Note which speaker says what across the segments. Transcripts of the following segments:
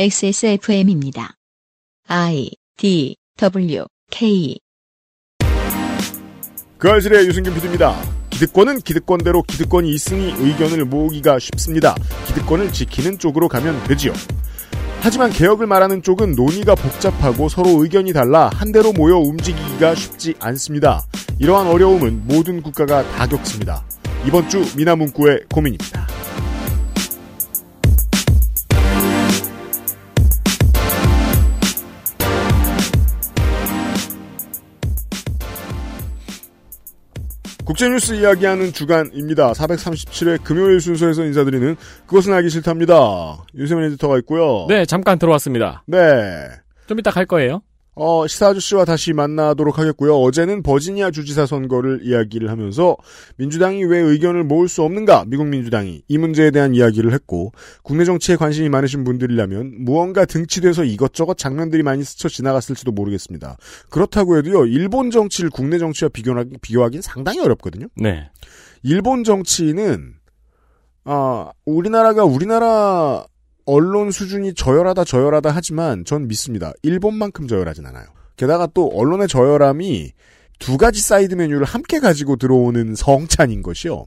Speaker 1: XSFM입니다. I D W K
Speaker 2: 그 알실의 유승균 PD입니다. 기득권은 기득권대로 기득권이 있으니 의견을 모으기가 쉽습니다. 기득권을 지키는 쪽으로 가면 되지요. 하지만 개혁을 말하는 쪽은 논의가 복잡하고 서로 의견이 달라 한 대로 모여 움직이기가 쉽지 않습니다. 이러한 어려움은 모든 국가가 다 겪습니다. 이번 주 미나문구의 고민입니다. 국제뉴스 이야기하는 주간입니다. 437회 금요일 순서에서 인사드리는 그것은 알기 싫답니다. 유세민 에디터가 있고요.
Speaker 3: 네, 잠깐 들어왔습니다.
Speaker 2: 네.
Speaker 3: 좀 이따 갈 거예요.
Speaker 2: 어, 시사 아저씨와 다시 만나도록 하겠고요. 어제는 버지니아 주지사 선거를 이야기를 하면서 민주당이 왜 의견을 모을 수 없는가? 미국 민주당이 이 문제에 대한 이야기를 했고 국내 정치에 관심이 많으신 분들이라면 무언가 등치돼서 이것저것 장면들이 많이 스쳐 지나갔을지도 모르겠습니다. 그렇다고 해도요. 일본 정치를 국내 정치와 비교하기 비교하기는 상당히 어렵거든요.
Speaker 3: 네.
Speaker 2: 일본 정치인은 아 우리나라가 우리나라 언론 수준이 저열하다 저열하다 하지만 전 믿습니다. 일본만큼 저열하진 않아요. 게다가 또 언론의 저열함이 두 가지 사이드 메뉴를 함께 가지고 들어오는 성찬인 것이요.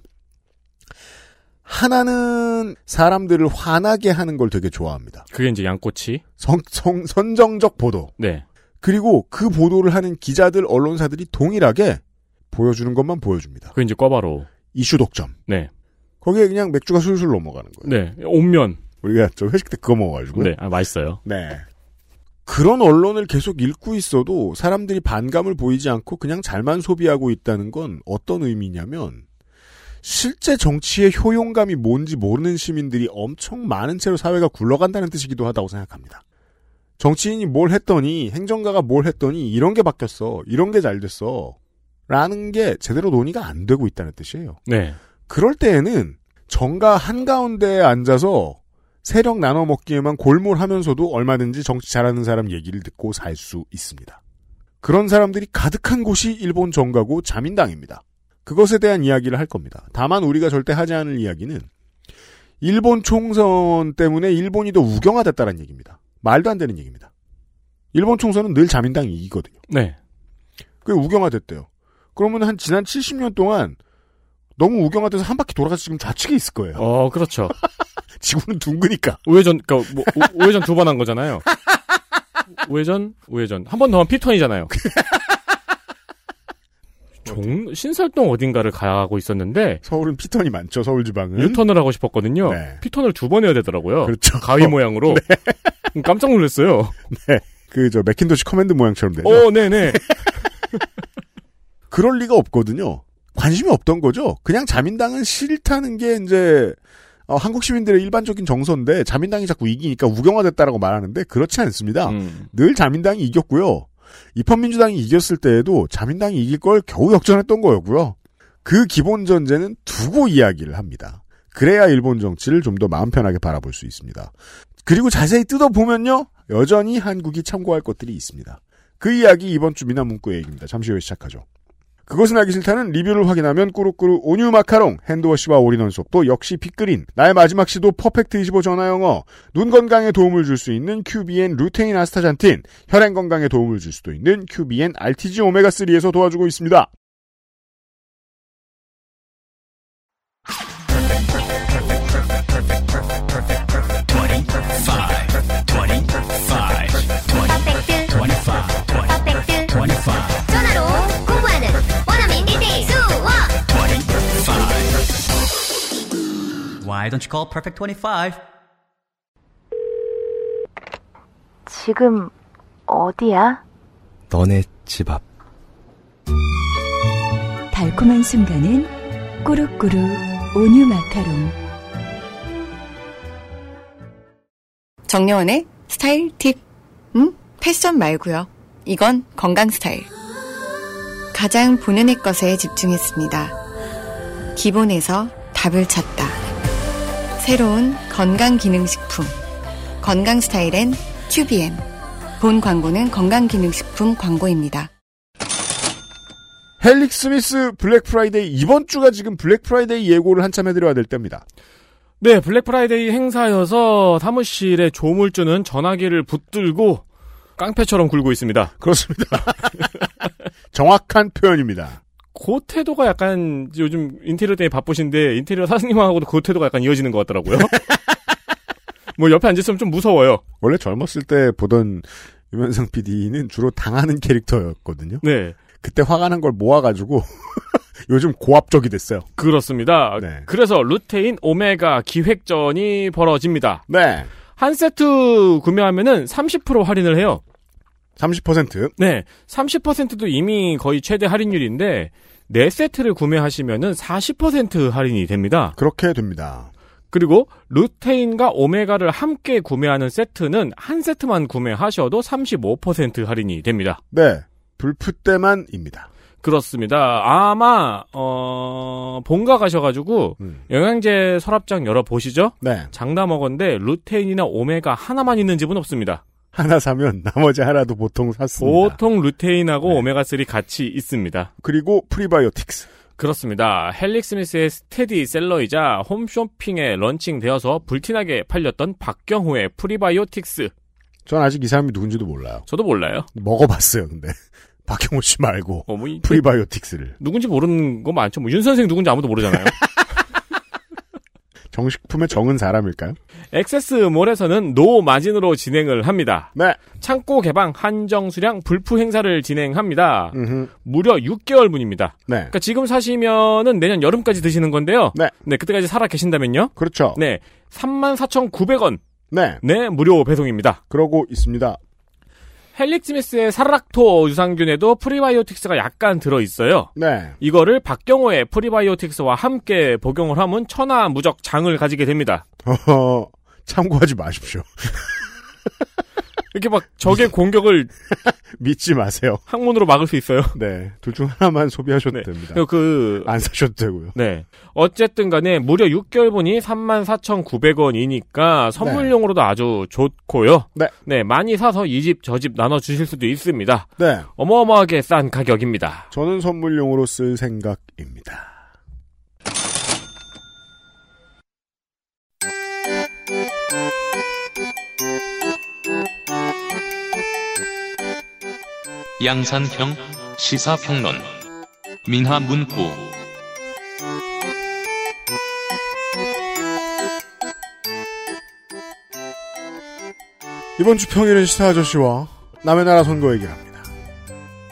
Speaker 2: 하나는 사람들을 화나게 하는 걸 되게 좋아합니다.
Speaker 3: 그게 이제 양꼬치.
Speaker 2: 성, 성, 선정적 보도.
Speaker 3: 네.
Speaker 2: 그리고 그 보도를 하는 기자들, 언론사들이 동일하게 보여주는 것만 보여줍니다.
Speaker 3: 그게 이제 꿔바로.
Speaker 2: 이슈 독점.
Speaker 3: 네.
Speaker 2: 거기에 그냥 맥주가 술술 넘어가는 거예요.
Speaker 3: 네. 온면.
Speaker 2: 우리가 저 회식 때 그거 먹어가지고.
Speaker 3: 네. 아, 맛있어요.
Speaker 2: 네. 그런 언론을 계속 읽고 있어도 사람들이 반감을 보이지 않고 그냥 잘만 소비하고 있다는 건 어떤 의미냐면 실제 정치의 효용감이 뭔지 모르는 시민들이 엄청 많은 채로 사회가 굴러간다는 뜻이기도 하다고 생각합니다. 정치인이 뭘 했더니 행정가가 뭘 했더니 이런 게 바뀌었어. 이런 게 잘 됐어. 라는 게 제대로 논의가 안 되고 있다는 뜻이에요.
Speaker 3: 네.
Speaker 2: 그럴 때에는 정가 한가운데에 앉아서 세력 나눠 먹기에만 골몰하면서도 얼마든지 정치 잘하는 사람 얘기를 듣고 살 수 있습니다. 그런 사람들이 가득한 곳이 일본 정가고 자민당입니다. 그것에 대한 이야기를 할 겁니다. 다만 우리가 절대 하지 않을 이야기는 일본 총선 때문에 일본이 더 우경화됐다는 얘기입니다. 말도 안 되는 얘기입니다. 일본 총선은 늘 자민당이 이기거든요.
Speaker 3: 네.
Speaker 2: 그게 우경화됐대요. 그러면 한 지난 70년 동안 너무 우경화돼서 한 바퀴 돌아가서 지금 좌측에 있을 거예요.
Speaker 3: 어, 그렇죠.
Speaker 2: 지구는 둥그니까.
Speaker 3: 우회전, 그니까, 뭐, 우- 우회전 두 번 한 거잖아요. 우회전, 우회전. 한 번 더 하면 피턴이잖아요. 종, 신설동 어딘가를 가고 있었는데,
Speaker 2: 서울은 피턴이 많죠. 서울 지방은.
Speaker 3: 유턴을 하고 싶었거든요.
Speaker 2: 네.
Speaker 3: 피턴을 두 번 해야 되더라고요.
Speaker 2: 그렇죠.
Speaker 3: 가위 모양으로. 깜짝 놀랐어요.
Speaker 2: 그 저 맥킨토시 커맨드 모양처럼 되죠.
Speaker 3: 어, 네네.
Speaker 2: 그럴 리가 없거든요. 관심이 없던 거죠. 그냥 자민당은 싫다는 게 이제 어, 한국 시민들의 일반적인 정서인데 자민당이 자꾸 이기니까 우경화됐다라고 말하는데 그렇지 않습니다.
Speaker 3: 음.
Speaker 2: 늘 자민당이 이겼고요. 입헌민주당이 이겼을 때에도 자민당이 이길 걸 겨우 역전했던 거였고요. 그 기본 전제는 두고 이야기를 합니다. 그래야 일본 정치를 좀 더 마음 편하게 바라볼 수 있습니다. 그리고 자세히 뜯어보면요. 여전히 한국이 참고할 것들이 있습니다. 그 이야기 이번 주 미남 문구의 얘기입니다. 잠시 후에 시작하죠. 그것은 알기 싫다는 리뷰를 확인하면 꾸루꾸루 온유 마카롱, 핸드워시와 올인원 수업도 역시 빅그린, 나의 마지막 시도 퍼펙트25 전화영어, 눈 건강에 도움을 줄 수 있는 큐비엔 루테인 아스타잔틴, 혈행 건강에 도움을 줄 수도 있는 큐비엔 RTG 오메가3에서 도와주고 있습니다.
Speaker 4: 퍼펙트 25 퍼펙트 25 전화로 공부하는 원어민 디테일 수업
Speaker 5: Why don't you call Perfect 25?
Speaker 6: 지금 어디야?
Speaker 7: 너네 집 앞.
Speaker 8: 달콤한 순간은 꾸룩꾸룩 온유 마카롱
Speaker 9: 정려원의 스타일 팁. 음? 패션 말고요. 이건 건강 스타일. 가장 본연의 것에 집중했습니다. 기본에서 답을 찾다. 새로운 건강 기능 식품. 건강 스타일엔 큐비엔. 본 광고는 건강 기능 식품 광고입니다.
Speaker 2: 헬릭 스미스 블랙 프라이데이, 이번 주가 지금 블랙 프라이데이 예고를 한참 해드려야 될 때입니다.
Speaker 3: 네, 블랙 프라이데이 행사여서 사무실에 조물주는 전화기를 붙들고 깡패처럼 굴고 있습니다.
Speaker 2: 그렇습니다. 정확한 표현입니다.
Speaker 3: 그 태도가 약간 요즘 인테리어 때문에 바쁘신데 인테리어 사장님하고도 그 태도가 약간 이어지는 것 같더라고요. 뭐 옆에 앉았으면 좀 무서워요.
Speaker 2: 원래 젊었을 때 보던 유면상 PD는 주로 당하는 캐릭터였거든요.
Speaker 3: 네,
Speaker 2: 그때 화가 난 걸 모아가지고 요즘 고압적이 됐어요.
Speaker 3: 그렇습니다.
Speaker 2: 네.
Speaker 3: 그래서 루테인 오메가 기획전이 벌어집니다.
Speaker 2: 네.
Speaker 3: 한 세트 구매하면은 30% 할인을 해요.
Speaker 2: 30%.
Speaker 3: 네, 30%도 이미 거의 최대 할인율인데 4세트를 구매하시면은 40% 할인이 됩니다.
Speaker 2: 그렇게 됩니다.
Speaker 3: 그리고 루테인과 오메가를 함께 구매하는 세트는 한 세트만 구매하셔도 35% 할인이 됩니다.
Speaker 2: 네. 불프 때만입니다.
Speaker 3: 그렇습니다. 아마 어 본가 가셔가지고
Speaker 2: 음.
Speaker 3: 영양제 서랍장 열어 보시죠.
Speaker 2: 네.
Speaker 3: 장담어건데 루테인이나 오메가 하나만 있는 집은 없습니다.
Speaker 2: 하나 사면 나머지 하나도 보통 샀습니다.
Speaker 3: 보통 루테인하고
Speaker 2: 네.
Speaker 3: 오메가 3 같이 있습니다.
Speaker 2: 그리고 프리바이오틱스.
Speaker 3: 그렇습니다. 헬릭 스미스의 스테디 셀러이자 홈쇼핑에 런칭되어서 불티나게 팔렸던 박경호의 프리바이오틱스.
Speaker 2: 전 아직 이 사람이 누군지도 몰라요.
Speaker 3: 저도 몰라요.
Speaker 2: 먹어봤어요, 근데. 박형호 씨 말고.
Speaker 3: 어, 뭐 이-
Speaker 2: 프리바이오틱스를.
Speaker 3: 누군지 모르는 거 많죠. 뭐윤 선생 누군지 아무도 모르잖아요.
Speaker 2: 정식품에 정은 사람일까요?
Speaker 3: 액세스몰에서는 노 마진으로 진행을 합니다.
Speaker 2: 네.
Speaker 3: 창고 개방 한정 수량 불프 행사를 진행합니다.
Speaker 2: 음흠.
Speaker 3: 무려 6개월분입니다.
Speaker 2: 네.
Speaker 3: 그러니까 지금 사시면은 내년 여름까지 드시는 건데요.
Speaker 2: 네.
Speaker 3: 네, 그때까지 살아 계신다면요.
Speaker 2: 그렇죠.
Speaker 3: 네, 34,900원.
Speaker 2: 네.
Speaker 3: 네, 무료 배송입니다.
Speaker 2: 그러고 있습니다.
Speaker 3: 헬릭 스미스의 사락토 유산균에도 프리바이오틱스가 약간 들어있어요.
Speaker 2: 네.
Speaker 3: 이거를 박경호의 프리바이오틱스와 함께 복용을 하면 천하무적 장을 가지게 됩니다.
Speaker 2: 어, 참고하지 마십시오.
Speaker 3: 이렇게 막 적의 공격을
Speaker 2: 믿지 마세요.
Speaker 3: 항문으로 막을 수 있어요.
Speaker 2: 네. 둘 중 하나만 소비하셔도
Speaker 3: 네.
Speaker 2: 됩니다.
Speaker 3: 그,
Speaker 2: 안 사셔도 되고요.
Speaker 3: 네. 어쨌든 간에 무려 6개월분이 34,900원이니까 선물용으로도 아주 좋고요.
Speaker 2: 네.
Speaker 3: 많이 사서 이 집 저 집 나눠주실 수도 있습니다.
Speaker 2: 네.
Speaker 3: 어마어마하게 싼 가격입니다.
Speaker 2: 저는 선물용으로 쓸 생각입니다.
Speaker 10: 양산형 시사평론 민화문구
Speaker 2: 이번 주 평일은 시사 아저씨와 남의 나라 선거 얘기를 합니다.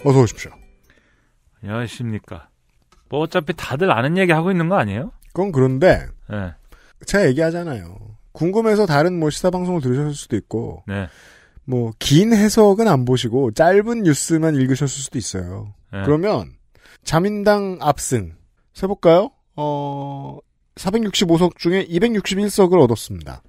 Speaker 2: 어서 오십시오.
Speaker 11: 안녕하십니까. 뭐 어차피 다들 아는 얘기 하고 있는 거 아니에요?
Speaker 2: 그건 그런데
Speaker 11: 네.
Speaker 2: 제가 얘기하잖아요. 궁금해서 다른 뭐 시사 방송을 들으셨을 수도 있고
Speaker 11: 네.
Speaker 2: 뭐 긴 해석은 안 보시고 짧은 뉴스만 읽으셨을 수도 있어요.
Speaker 11: 네.
Speaker 2: 그러면 자민당 압승 세 볼까요? 어 465석 중에 261석을 얻었습니다.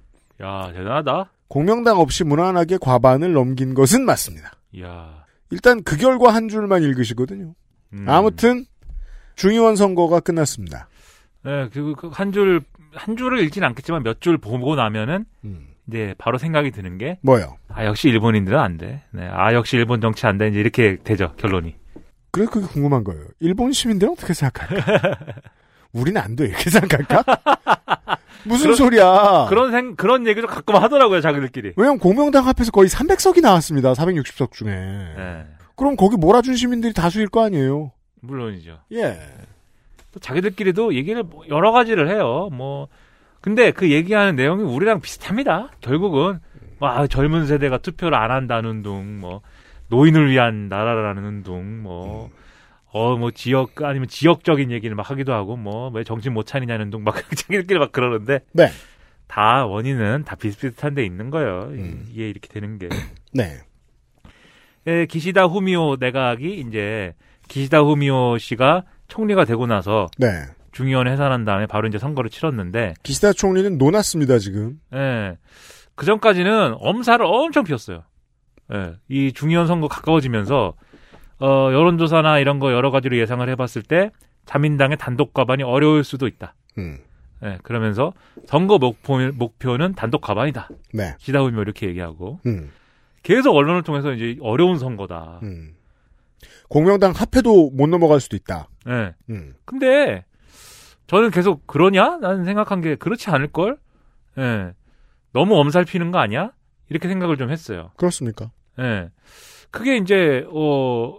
Speaker 11: 야, 대단하다.
Speaker 2: 공명당 없이 무난하게 과반을 넘긴 것은 맞습니다.
Speaker 11: 야.
Speaker 2: 일단 그 결과 한 줄만 읽으시거든요.
Speaker 11: 음.
Speaker 2: 아무튼 중의원 선거가 끝났습니다.
Speaker 11: 네, 그리고 그한 줄, 한 줄을 읽진 않겠지만 몇 줄 보고 나면은
Speaker 2: 음.
Speaker 11: 이제 바로 생각이 드는 게,
Speaker 2: 뭐요?
Speaker 11: 아, 역시 일본인들은 안 돼. 네, 아, 역시 일본 정치 안 돼. 이제 이렇게 되죠, 결론이.
Speaker 2: 그래 그게 궁금한 거예요. 일본 시민들은 어떻게 생각할까? 우리는 안 돼 이렇게 생각할까? 무슨
Speaker 11: 그런-
Speaker 2: 소리야?
Speaker 11: 그런 생, 그런 얘기도 가끔 하더라고요, 자기들끼리.
Speaker 2: 왜냐면 공명당 앞에서 거의 300석이 나왔습니다. 460석 중에.
Speaker 11: 네.
Speaker 2: 그럼 거기 몰아준 시민들이 다수일 거 아니에요.
Speaker 11: 물론이죠.
Speaker 2: 예.
Speaker 11: 또 자기들끼리도 얘기를 뭐 여러 가지를 해요. 뭐 근데 그 얘기하는 내용이 우리랑 비슷합니다. 결국은 와 젊은 세대가 투표를 안 한다는 운동, 뭐 노인을 위한 나라라는 운동, 뭐 어 뭐 지역 아니면 지역적인 얘기를 막 하기도 하고 뭐 왜 정신 못 차리냐는 운동 막 자기들끼리 막 그러는데
Speaker 2: 네.
Speaker 11: 다 원인은 다 비슷비슷한 데 있는 거예요. 이-
Speaker 2: 음.
Speaker 11: 이게 이렇게 되는 게.
Speaker 2: 네.
Speaker 11: 예, 기시다 후미오 내각이 이제 기시다 후미오 씨가 총리가 되고 나서
Speaker 2: 네.
Speaker 11: 중의원 해산한 다음에 바로 이제 선거를 치렀는데,
Speaker 2: 기시다 총리는 노났습니다, 지금.
Speaker 11: 예. 그 전까지는 엄살을 엄청 피웠어요. 예. 이 중의원 선거 가까워지면서, 어, 여론조사나 이런 거 여러 가지로 예상을 해봤을 때, 자민당의 단독 과반이 어려울 수도 있다.
Speaker 2: 음.
Speaker 11: 예, 그러면서 선거 목표, 목표는 단독 과반이다.
Speaker 2: 네.
Speaker 11: 기다우며 이렇게 얘기하고,
Speaker 2: 음.
Speaker 11: 계속 언론을 통해서 이제 어려운 선거다.
Speaker 2: 음. 공명당 합해도 못 넘어갈 수도 있다.
Speaker 11: 예.
Speaker 2: 음.
Speaker 11: 근데 저는 계속 그러냐? 라는 생각한 게 그렇지 않을걸? 예. 너무 엄살피는 거 아니야? 이렇게 생각을 좀 했어요.
Speaker 2: 그렇습니까?
Speaker 11: 예. 그게 이제 어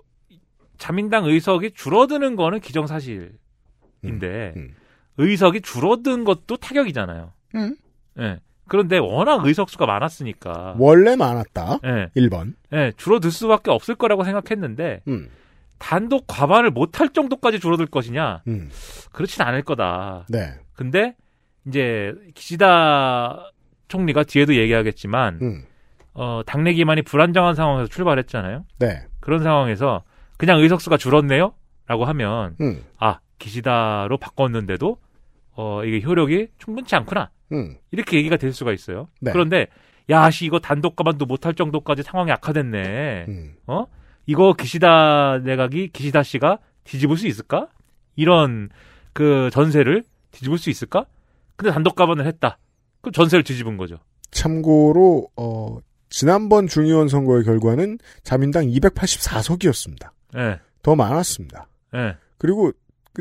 Speaker 11: 자민당 의석이 줄어드는 거는 기정사실인데 네.
Speaker 2: 음.
Speaker 11: 의석이 줄어든 것도 타격이잖아요.
Speaker 2: 음.
Speaker 11: 예. 그런데 워낙 의석수가 많았으니까
Speaker 2: 원래 많았다.
Speaker 11: 예.
Speaker 2: 1번.
Speaker 11: 예, 줄어들 수밖에 없을 거라고 생각했는데
Speaker 2: 음.
Speaker 11: 단독 과반을 못할 정도까지 줄어들 것이냐?
Speaker 2: 음.
Speaker 11: 그렇진 않을 거다.
Speaker 2: 네.
Speaker 11: 근데 이제 기시다 총리가 뒤에도 얘기하겠지만
Speaker 2: 음.
Speaker 11: 어, 당내 기만이 불안정한 상황에서 출발했잖아요.
Speaker 2: 네.
Speaker 11: 그런 상황에서 그냥 의석수가 줄었네요? 라고 하면
Speaker 2: 음.
Speaker 11: 아 기시다로 바꿨는데도 어, 이게 효력이 충분치 않구나.
Speaker 2: 음.
Speaker 11: 이렇게 얘기가 될 수가 있어요.
Speaker 2: 네.
Speaker 11: 그런데 야씨 이거 단독 가만도 못할 정도까지 상황이 악화됐네.
Speaker 2: 음.
Speaker 11: 어? 이거 기시다 내각이 기시다 씨가 뒤집을 수 있을까? 이런 그 전세를 뒤집을 수 있을까? 근데 단독 가반을 했다. 그럼 전세를 뒤집은 거죠.
Speaker 2: 참고로 어, 지난번 중의원 선거의 결과는 자민당 284석이었습니다.
Speaker 11: 예.
Speaker 2: 더 많았습니다.
Speaker 11: 예.
Speaker 2: 그리고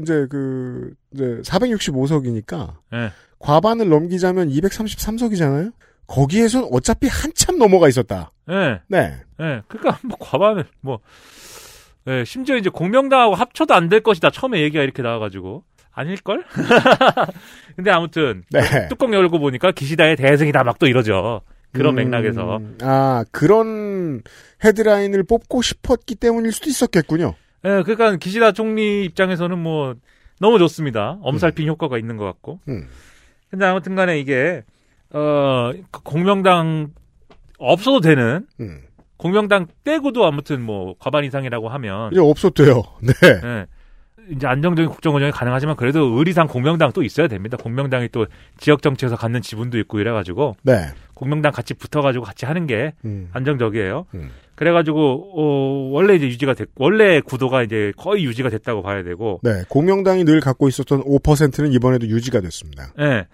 Speaker 2: 이제 그 이제 465석이니까
Speaker 11: 예.
Speaker 2: 과반을 넘기자면 233석이잖아요. 거기에선 어차피 한참 넘어가 있었다.
Speaker 11: 예.
Speaker 2: 네.
Speaker 11: 예. 그러니까 뭐 과반을 뭐 예, 심지어 이제 공명당하고 합쳐도 안 될 것이다. 처음에 얘기가 이렇게 나와 가지고 아닐 걸? 근데 아무튼
Speaker 2: 네.
Speaker 11: 뚜껑 열고 보니까 기시다의 대승이다 막 또 이러죠. 그런
Speaker 2: 음,
Speaker 11: 맥락에서.
Speaker 2: 아 그런 헤드라인을 뽑고 싶었기 때문일 수도 있었겠군요.
Speaker 11: 예, 그러니까 기시다 총리 입장에서는 뭐 너무 좋습니다. 엄살핀 효과가 있는 것 같고.
Speaker 2: 음.
Speaker 11: 근데 아무튼간에 이게 어그 공명당 없어도 되는
Speaker 2: 음.
Speaker 11: 공명당 떼고도 아무튼 뭐 과반 이상이라고 하면
Speaker 2: 이제 없었대요. 네.
Speaker 11: 예, 이제 안정적인 국정 운영이 가능하지만 그래도 의리상 공명당 또 있어야 됩니다. 공명당이 또 지역 정치에서 갖는 지분도 있고 이래가지고
Speaker 2: 네.
Speaker 11: 공명당 같이 붙어가지고 같이 하는 게
Speaker 2: 음.
Speaker 11: 안정적이에요.
Speaker 2: 음.
Speaker 11: 그래가지고 어, 원래 이제 유지가 됐 원래 구도가 이제 거의 유지가 됐다고 봐야 되고
Speaker 2: 네. 공명당이 늘 갖고 있었던 5%는 이번에도 유지가 됐습니다.
Speaker 11: 예.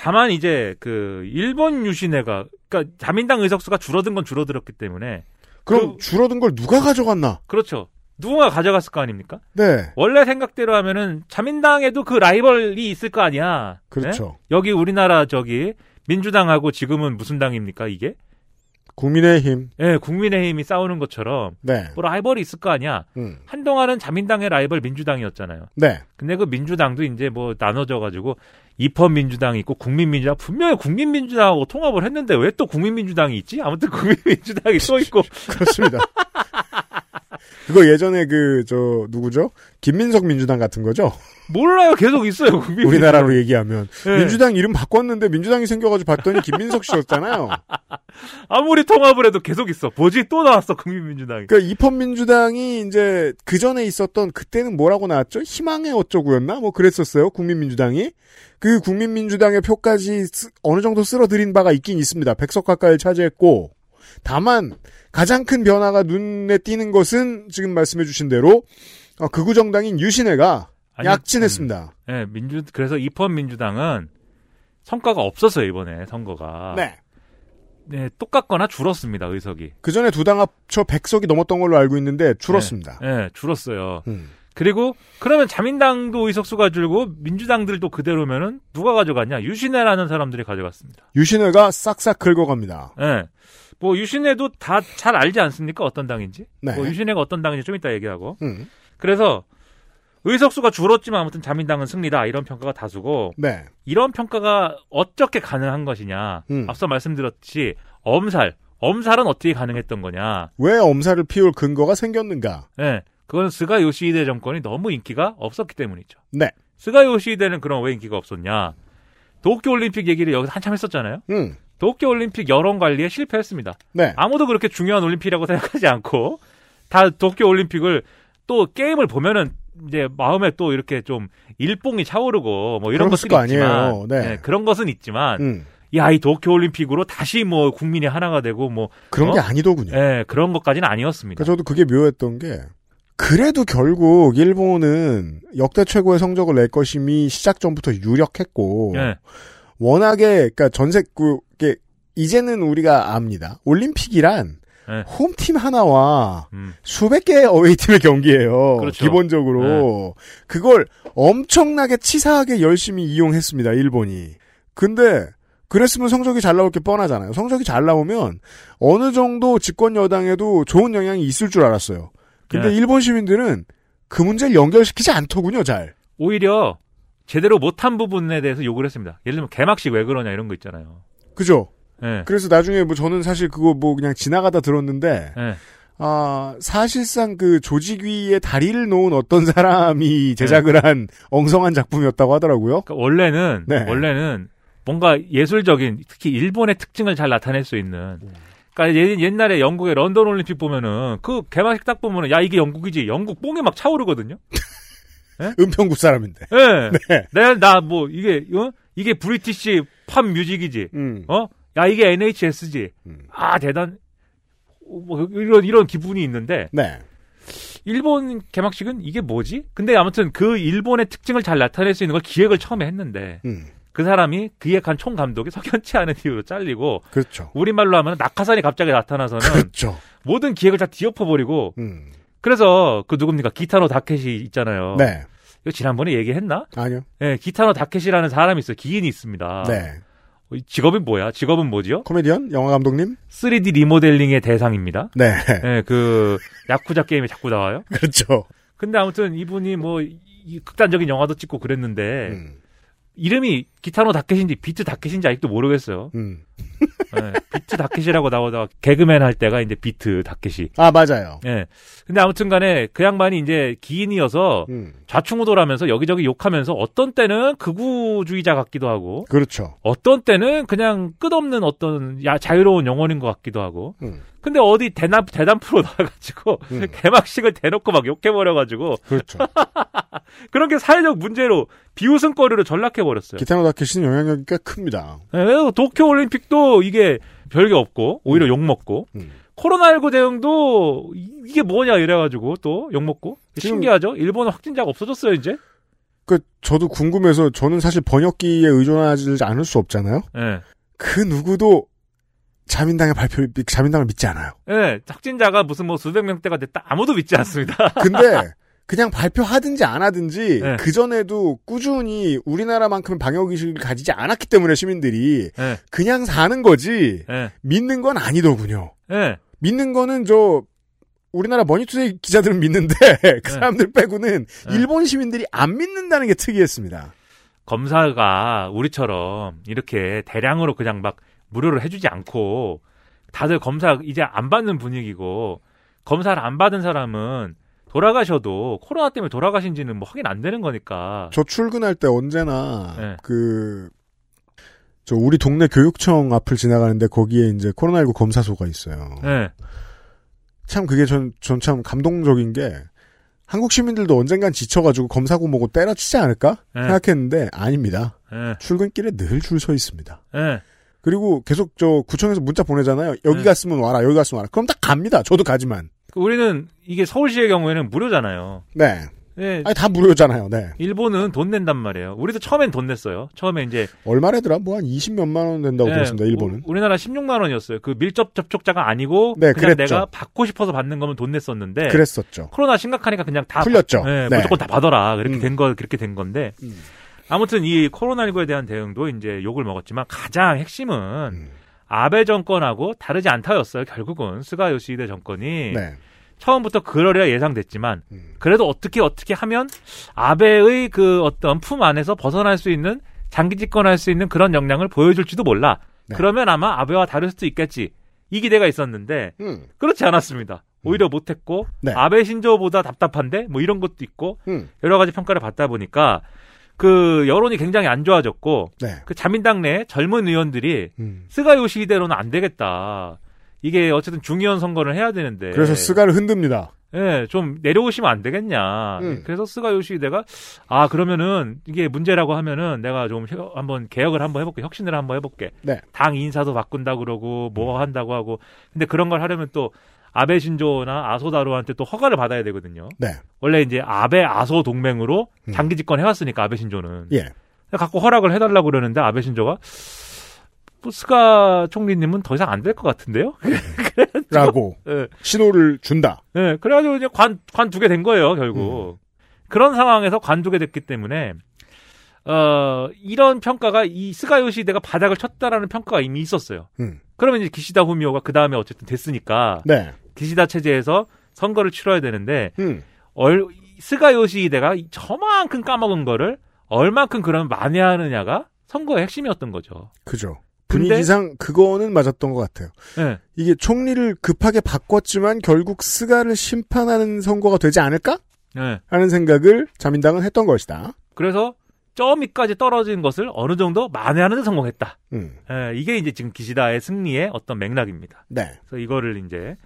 Speaker 11: 다만 이제 그 일본 유신회가 그러니까 자민당 의석수가 줄어든 건 줄어들었기 때문에
Speaker 2: 그럼 줄어든 걸 누가 가져갔나?
Speaker 11: 그렇죠. 누군가 가져갔을 거 아닙니까?
Speaker 2: 네.
Speaker 11: 원래 생각대로 하면은 자민당에도 그 라이벌이 있을 거 아니야. 예?
Speaker 2: 그렇죠.
Speaker 11: 여기 우리나라 저기 민주당하고 지금은 무슨 당입니까 이게?
Speaker 2: 국민의힘.
Speaker 11: 예, 국민의힘이 싸우는 것처럼
Speaker 2: 네.
Speaker 11: 뭐 라이벌이 있을 거 아니야.
Speaker 2: 음.
Speaker 11: 한동안은 자민당의 라이벌 민주당이었잖아요.
Speaker 2: 네.
Speaker 11: 근데 그 민주당도 이제 뭐 나눠져 가지고 입헌민주당 이 있고 국민민주당 분명히 국민민주당하고 통합을 했는데 왜 또 국민민주당이 있지? 아무튼 국민민주당이 또 있고
Speaker 2: 그렇습니다. 그거 예전에 그, 저, 누구죠? 김민석 민주당 같은 거죠?
Speaker 11: 몰라요 계속 있어요 국민
Speaker 2: 우리나라로 얘기하면.
Speaker 11: 예.
Speaker 2: 민주당 이름 바꿨는데 민주당이 생겨가지고 봤더니 김민석 씨였잖아요.
Speaker 11: 아무리 통합을 해도 계속 있어 보지 또 나왔어 국민민주당이
Speaker 2: 그러니까 입헌민주당이 이제 그 전에 있었던 그때는 뭐라고 나왔죠? 희망의 어쩌구였나? 뭐 그랬었어요. 국민민주당이. 그 국민민주당의 표까지 쓰- 어느 정도 쓸어들인 바가 있긴 있습니다. 100석 가까이 차지했고. 다만 가장 큰 변화가 눈에 띄는 것은 지금 말씀해 주신 대로 어, 극우 정당인 유신회가
Speaker 11: 아니,
Speaker 2: 약진했습니다.
Speaker 11: 음, 예, 민주 그래서 입헌민주당은 성과가 없었어요 이번에 선거가
Speaker 2: 네.
Speaker 11: 네, 똑같거나 줄었습니다 의석이
Speaker 2: 그 전에 두 당 합쳐 100석이 넘었던 걸로 알고 있는데 줄었습니다.
Speaker 11: 예, 줄었어요
Speaker 2: 음.
Speaker 11: 그리고 그러면 자민당도 의석수가 줄고 민주당들도 그대로면은 누가 가져갔냐? 유신회라는 사람들이 가져갔습니다.
Speaker 2: 유신회가 싹싹 긁어갑니다.
Speaker 11: 예. 뭐 유신회도 다 잘 알지 않습니까? 어떤 당인지?
Speaker 2: 네.
Speaker 11: 뭐 유신회가 어떤 당인지 좀 이따 얘기하고.
Speaker 2: 음.
Speaker 11: 그래서 의석수가 줄었지만 아무튼 자민당은 승리다 이런 평가가 다수고
Speaker 2: 네.
Speaker 11: 이런 평가가 어떻게 가능한 것이냐?
Speaker 2: 음.
Speaker 11: 앞서 말씀드렸지 엄살 엄살은 어떻게 가능했던 거냐?
Speaker 2: 왜 엄살을 피울 근거가 생겼는가?
Speaker 11: 예. 그건 스가 요시히데 정권이 너무 인기가 없었기 때문이죠.
Speaker 2: 네.
Speaker 11: 스가 요시히데는 그럼 왜 인기가 없었냐? 도쿄 올림픽 얘기를 여기서 한참 했었잖아요.
Speaker 2: 음.
Speaker 11: 도쿄 올림픽 여론 관리에 실패했습니다.
Speaker 2: 네.
Speaker 11: 아무도 그렇게 중요한 올림픽이라고 생각하지 않고 다 도쿄 올림픽을 또 게임을 보면은 이제 마음에 또 이렇게 좀 일뽕이 차오르고 뭐 이런
Speaker 2: 그랬을
Speaker 11: 것들이
Speaker 2: 거 아니에요.
Speaker 11: 있지만
Speaker 2: 네.
Speaker 11: 예, 그런 것은 있지만
Speaker 2: 음.
Speaker 11: 야 이 도쿄 올림픽으로 다시 뭐 국민이 하나가 되고 뭐
Speaker 2: 그런
Speaker 11: 어?
Speaker 2: 게 아니더군요.
Speaker 11: 예, 그런 것까지는 아니었습니다.
Speaker 2: 그러니까 저도 그게 묘했던 게 그래도 결국 일본은 역대 최고의 성적을 낼 것임이 시작 전부터 유력했고
Speaker 11: 예.
Speaker 2: 워낙에 그러니까 전세 그 이게 이제는 우리가 압니다. 올림픽이란
Speaker 11: 네.
Speaker 2: 홈팀 하나와
Speaker 11: 음.
Speaker 2: 수백 개의 어웨이팀의 경기예요.
Speaker 11: 그렇죠. 네.
Speaker 2: 기본적으로 그걸 엄청나게 치사하게 열심히 이용했습니다. 일본이. 근데 그랬으면 성적이 잘 나올 게 뻔하잖아요. 성적이 잘 나오면 어느 정도 집권 여당에도 좋은 영향이 있을 줄 알았어요. 근데
Speaker 11: 네.
Speaker 2: 일본 시민들은 그 문제를 연결시키지 않더군요, 잘.
Speaker 11: 오히려 제대로 못한 부분에 대해서 욕을 했습니다. 예를 들면 개막식 왜 그러냐 이런 거 있잖아요.
Speaker 2: 그죠?
Speaker 11: 예.
Speaker 2: 그래서 나중에 뭐 저는 사실 그거 뭐 그냥 지나가다 들었는데,
Speaker 11: 예.
Speaker 2: 아, 사실상 그 조직 위에 다리를 놓은 어떤
Speaker 11: 네.
Speaker 2: 사람이 제작을 한 엉성한 작품이었다고 하더라고요.
Speaker 11: 그러니까 원래는
Speaker 2: 네.
Speaker 11: 원래는 뭔가 예술적인 특히 일본의 특징을 잘 나타낼 수 있는
Speaker 2: 음.
Speaker 11: 그러니까 예- 옛날에 영국의 런던 올림픽 보면은 그 개막식 딱 보면은 야 이게 영국이지 영국 뽕에 막 차오르거든요.
Speaker 2: 은평구 사람인데.
Speaker 11: 예.
Speaker 2: 네.
Speaker 11: 내가 나 뭐 이게 어? 이게 브리티시 팝 뮤직이지.
Speaker 2: 음.
Speaker 11: 어? 야 이게 NHS지. 아 대단. 뭐 이런 이런 기분이 있는데
Speaker 2: 네.
Speaker 11: 일본 개막식은 이게 뭐지? 근데 아무튼 그 일본의 특징을 잘 나타낼 수 있는 걸 기획을 처음에 했는데
Speaker 2: 음.
Speaker 11: 그 사람이 기획한 총 감독이 석연치 않은 이유로 잘리고
Speaker 2: 그렇죠.
Speaker 11: 우리말로 하면 낙하산이 갑자기 나타나서는
Speaker 2: 그렇죠.
Speaker 11: 모든 기획을 다 뒤엎어버리고
Speaker 2: 음.
Speaker 11: 그래서 그 누굽니까 기타노 다켓이 있잖아요.
Speaker 2: 네.
Speaker 11: 이거 지난번에 얘기했나?
Speaker 2: 아니요.
Speaker 11: 예, 기타노 다켓이라는 사람이 있어요. 기인이 있습니다.
Speaker 2: 네.
Speaker 11: 어, 이 직업이 뭐야? 직업은 뭐지요?
Speaker 2: 코미디언? 영화 감독님?
Speaker 11: 3D 리모델링의 대상입니다.
Speaker 2: 네.
Speaker 11: 예, 그 야쿠자 게임에 자꾸 나와요.
Speaker 2: 그렇죠.
Speaker 11: 근데 아무튼 이분이 뭐 이- 이 극단적인 영화도 찍고 그랬는데
Speaker 2: 음.
Speaker 11: 이름이 기타노 다켓인지 비트 다켓인지 아직도 모르겠어요.
Speaker 2: 음.
Speaker 11: 예, 비트 다켓이라고 나오다가 개그맨 할 때가 이제 비트 다켓이.
Speaker 2: 아, 맞아요.
Speaker 11: 예. 근데 아무튼간에 그 양반이 이제 기인이어서
Speaker 2: 음.
Speaker 11: 좌충우돌하면서 여기저기 욕하면서 어떤 때는 극우주의자 같기도 하고
Speaker 2: 그렇죠.
Speaker 11: 어떤 때는 그냥 끝없는 어떤 야, 자유로운 영혼인 것 같기도 하고.
Speaker 2: 음.
Speaker 11: 근데 어디 대남 대담 프로 나가지고
Speaker 2: 음.
Speaker 11: 개막식을 대놓고 막 욕해버려가지고
Speaker 2: 그렇죠.
Speaker 11: 그런 게 사회적 문제로 비웃음거리로 전락해버렸어요.
Speaker 2: 기타노 다케시는 영향력이 꽤 큽니다.
Speaker 11: 예, 그래서 도쿄올림픽도 이게 별게 없고 오히려
Speaker 2: 음.
Speaker 11: 욕먹고
Speaker 2: 음.
Speaker 11: 코로나19 대응도 이- 이게 뭐냐 이래가지고 또 욕먹고
Speaker 2: 지금-
Speaker 11: 신기하죠? 일본은 확진자가 없어졌어요 이제.
Speaker 2: 그, 저도 궁금해서 저는 사실 번역기에 의존하지 않을 수 없잖아요?
Speaker 11: 예.
Speaker 2: 그 누구도 자민당의 발표, 자민당을 믿지 않아요.
Speaker 11: 예, 확진자가 무슨 뭐 수백 명대가 됐다 아무도 믿지 않습니다.
Speaker 2: 근데 그냥 발표하든지 안 하든지
Speaker 11: 네.
Speaker 2: 그전에도 꾸준히 우리나라만큼 방역의식을 가지지 않았기 때문에 시민들이
Speaker 11: 예,
Speaker 2: 그냥 사는 거지
Speaker 11: 예,
Speaker 2: 믿는 건 아니더군요.
Speaker 11: 예.
Speaker 2: 믿는 거는 저 우리나라 머니투데이 기자들은 믿는데 그
Speaker 11: 네.
Speaker 2: 사람들 빼고는
Speaker 11: 네.
Speaker 2: 일본 시민들이 안 믿는다는 게 특이했습니다.
Speaker 11: 검사가 우리처럼 이렇게 대량으로 그냥 막 무료로 해주지 않고 다들 검사 이제 안 받는 분위기고 검사를 안 받은 사람은 돌아가셔도 코로나 때문에 돌아가신지는 뭐 확인 안 되는 거니까
Speaker 2: 저 출근할 때 언제나
Speaker 11: 네.
Speaker 2: 그. 저 우리 동네 교육청 앞을 지나가는데 거기에 이제 코로나19 검사소가 있어요.
Speaker 11: 예,
Speaker 2: 참 그게 전 전 참 감동적인 게 한국 시민들도 언젠간 지쳐가지고 검사고 뭐고 때려치지 않을까
Speaker 11: 네.
Speaker 2: 생각했는데 아닙니다.
Speaker 11: 예,
Speaker 2: 출근길에 늘 줄 서 있습니다.
Speaker 11: 예.
Speaker 2: 그리고 계속 저 구청에서 문자 보내잖아요. 여기
Speaker 11: 네.
Speaker 2: 갔으면 와라, 여기 갔으면 와라. 그럼 딱 갑니다. 저도 가지만.
Speaker 11: 그 우리는 이게 서울시의 경우에는 무료잖아요.
Speaker 2: 네.
Speaker 11: 예,
Speaker 2: 아니 다 무료잖아요. 네.
Speaker 11: 일본은 돈 낸단 말이에요. 우리도 처음엔 돈 냈어요. 처음에 이제
Speaker 2: 얼마래더라? 뭐 한 20몇만 원 된다고
Speaker 11: 예,
Speaker 2: 들었습니다. 일본은.
Speaker 11: 우, 리나라 16만 원이었어요. 그 밀접 접촉자가 아니고
Speaker 2: 네,
Speaker 11: 그냥
Speaker 2: 그랬죠.
Speaker 11: 내가 받고 싶어서 받는 거면 돈 냈었는데
Speaker 2: 그랬었죠.
Speaker 11: 코로나 심각하니까 그냥 다
Speaker 2: 풀렸죠.
Speaker 11: 예,
Speaker 2: 네.
Speaker 11: 무조건 다 받아라. 그렇게
Speaker 2: 음.
Speaker 11: 된 거, 그렇게 된 건데.
Speaker 2: 음.
Speaker 11: 아무튼 이 코로나19에 대한 대응도 이제 욕을 먹었지만 가장 핵심은
Speaker 2: 음.
Speaker 11: 아베 정권하고 다르지 않다였어요. 결국은 스가 요시히데 정권이
Speaker 2: 네.
Speaker 11: 처음부터 그러려 예상됐지만
Speaker 2: 음.
Speaker 11: 그래도 어떻게 어떻게 하면 아베의 그 어떤 품 안에서 벗어날 수 있는 장기 집권할 수 있는 그런 역량을 보여줄지도 몰라.
Speaker 2: 네.
Speaker 11: 그러면 아마 아베와 다를 수도 있겠지. 이 기대가 있었는데
Speaker 2: 음.
Speaker 11: 그렇지 않았습니다. 오히려 못했고
Speaker 2: 네.
Speaker 11: 아베 신조보다 답답한데 뭐 이런 것도 있고
Speaker 2: 음.
Speaker 11: 여러 가지 평가를 받다 보니까 그 여론이 굉장히 안 좋아졌고
Speaker 2: 네.
Speaker 11: 그 자민당 내 젊은 의원들이
Speaker 2: 음.
Speaker 11: 스가 요시히대로는 안 되겠다. 이게 어쨌든 중의원 선거를 해야 되는데
Speaker 2: 그래서 스가를 흔듭니다.
Speaker 11: 예, 좀 내려오시면 안 되겠냐.
Speaker 2: 음.
Speaker 11: 그래서 스가 요시히대가 아 그러면은 이게 문제라고 하면은 내가 좀 혀- 한번 개혁을 한번 해볼게, 혁신을 한번 해볼게.
Speaker 2: 네.
Speaker 11: 당 인사도 바꾼다 그러고
Speaker 2: 음.
Speaker 11: 뭐 한다고 하고 근데 그런 걸 하려면 또 아베 신조나 아소다로한테 또 허가를 받아야 되거든요.
Speaker 2: 네.
Speaker 11: 원래 이제 아베 아소 동맹으로
Speaker 2: 음.
Speaker 11: 장기 집권 해왔으니까 아베 신조는
Speaker 2: 예.
Speaker 11: 갖고 허락을 해달라고 그러는데 아베 신조가 뭐 스가 총리님은 더 이상 안 될 것 같은데요?
Speaker 2: 라고
Speaker 11: 예.
Speaker 2: 신호를 준다.
Speaker 11: 예, 그래가지고
Speaker 2: 음.
Speaker 11: 이제 관, 관두게 된 거예요, 결국. 그런 상황에서 관두게 됐기 때문에, 어, 이런 평가가 이 스가 요시대가 바닥을 쳤다라는 평가가 이미 있었어요.
Speaker 2: 음.
Speaker 11: 그러면 이제 기시다 후미오가 그 다음에 어쨌든 됐으니까
Speaker 2: 네.
Speaker 11: 기시다 체제에서 선거를 치러야 되는데
Speaker 2: 음.
Speaker 11: 얼, 스가 요시대가 이 저만큼 까먹은 거를 얼만큼 그럼 만회하느냐가 선거의 핵심이었던 거죠.
Speaker 2: 그죠.
Speaker 11: 근데-
Speaker 2: 분위기상 그거는 맞았던 것 같아요.
Speaker 11: 예.
Speaker 2: 이게 총리를 급하게 바꿨지만 결국 스가를 심판하는 선거가 되지 않을까?
Speaker 11: 예.
Speaker 2: 하는 생각을 자민당은 했던 것이다.
Speaker 11: 그래서 점이까지 떨어진 것을 어느 정도 만회하는 데 성공했다.
Speaker 2: 음.
Speaker 11: 예, 이게 이제 지금 기시다의 승리의 어떤 맥락입니다.
Speaker 2: 네.
Speaker 11: 그래서 이거를 이제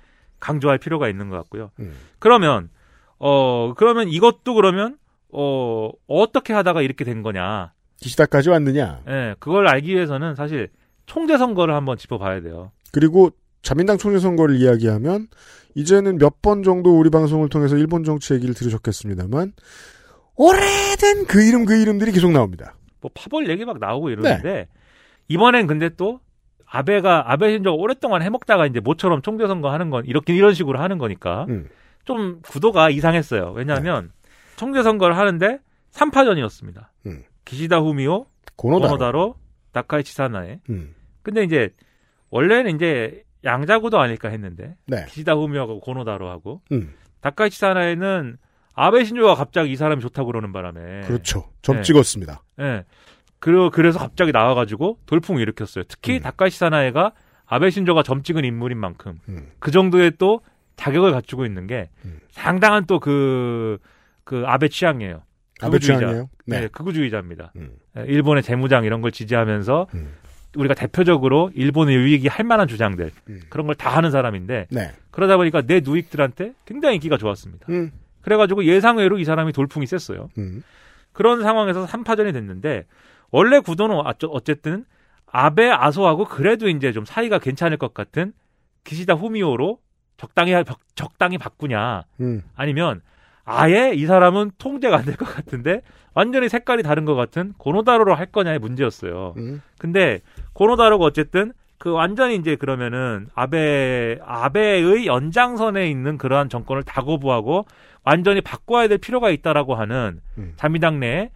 Speaker 11: 강조할 필요가 있는 것 같고요.
Speaker 2: 음.
Speaker 11: 그러면 어 그러면 이것도 그러면 어 어떻게 하다가 이렇게 된 거냐?
Speaker 2: 기시다까지 왔느냐.
Speaker 11: 예, 그걸 알기 위해서는 사실 총재 선거를 한번 짚어봐야 돼요.
Speaker 2: 그리고 자민당 총리 선거를 이야기하면 이제는 몇 번 정도 우리 방송을 통해서 일본 정치 얘기를 들으셨겠습니다만 오래된 그 이름 그 이름들이 계속 나옵니다.
Speaker 11: 뭐 파벌 얘기 막 나오고 이러는데 이번엔 근데 또 아베가 아베 신조 오랫동안 해먹다가 이제 모처럼 총재 선거 하는 건 이렇게 이런 식으로 하는 거니까
Speaker 2: 음.
Speaker 11: 좀 구도가 이상했어요. 왜냐하면 총재 선거를 하는데 3파전이었습니다.
Speaker 2: 네. 음.
Speaker 11: 기시다 후미오,
Speaker 2: 고노다.
Speaker 11: 오노다로, 다카이치 사나에.
Speaker 2: 음.
Speaker 11: 근데 이제 원래는 이제 양자구도 아닐까 했는데
Speaker 2: 네.
Speaker 11: 기시다 후미오하고 고노다로 하고
Speaker 2: 음.
Speaker 11: 다카이치 사나에는 아베 신조가 갑자기 이 사람이 좋다고 그러는 바람에
Speaker 2: 그렇죠. 점
Speaker 11: 네.
Speaker 2: 찍었습니다.
Speaker 11: 예. 그러, 그래서 갑자기 나와가지고 돌풍을 일으켰어요. 특히
Speaker 2: 음.
Speaker 11: 다카시 사나에가 아베 신조가 점 찍은 인물인 만큼
Speaker 2: 음.
Speaker 11: 그 정도의 또 자격을 갖추고 있는 게
Speaker 2: 음.
Speaker 11: 상당한 또 그, 그 아베 취향이에요.
Speaker 2: 아베
Speaker 11: 극우주의자.
Speaker 2: 취향이에요. 네.
Speaker 11: 예, 극우주의자입니다.
Speaker 2: 음.
Speaker 11: 예, 일본의 재무장 이런 걸 지지하면서
Speaker 2: 음.
Speaker 11: 우리가 대표적으로 일본의 유익이 할 만한 주장들
Speaker 2: 음.
Speaker 11: 그런 걸 다 하는 사람인데
Speaker 2: 네.
Speaker 11: 그러다 보니까 내 누익들한테 굉장히 인기가 좋았습니다.
Speaker 2: 음.
Speaker 11: 그래가지고 예상외로 이 사람이 돌풍이 셌어요.
Speaker 2: 음.
Speaker 11: 그런 상황에서 3파전이 됐는데 원래 구도는 아- 저- 어쨌든 아베 아소하고 그래도 이제 좀 사이가 괜찮을 것 같은 기시다 후미오로 적당히 하- 적- 적당히 바꾸냐
Speaker 2: 음.
Speaker 11: 아니면 아예 이 사람은 통제가 안 될 것 같은데 완전히 색깔이 다른 것 같은 고노다로로 할 거냐의 문제였어요.
Speaker 2: 음.
Speaker 11: 근데 고노다로가 어쨌든 그 완전히 이제 그러면은 아베 아베의 연장선에 있는 그러한 정권을 다 거부하고 완전히 바꿔야 될 필요가 있다라고 하는
Speaker 2: 음.
Speaker 11: 자민당 내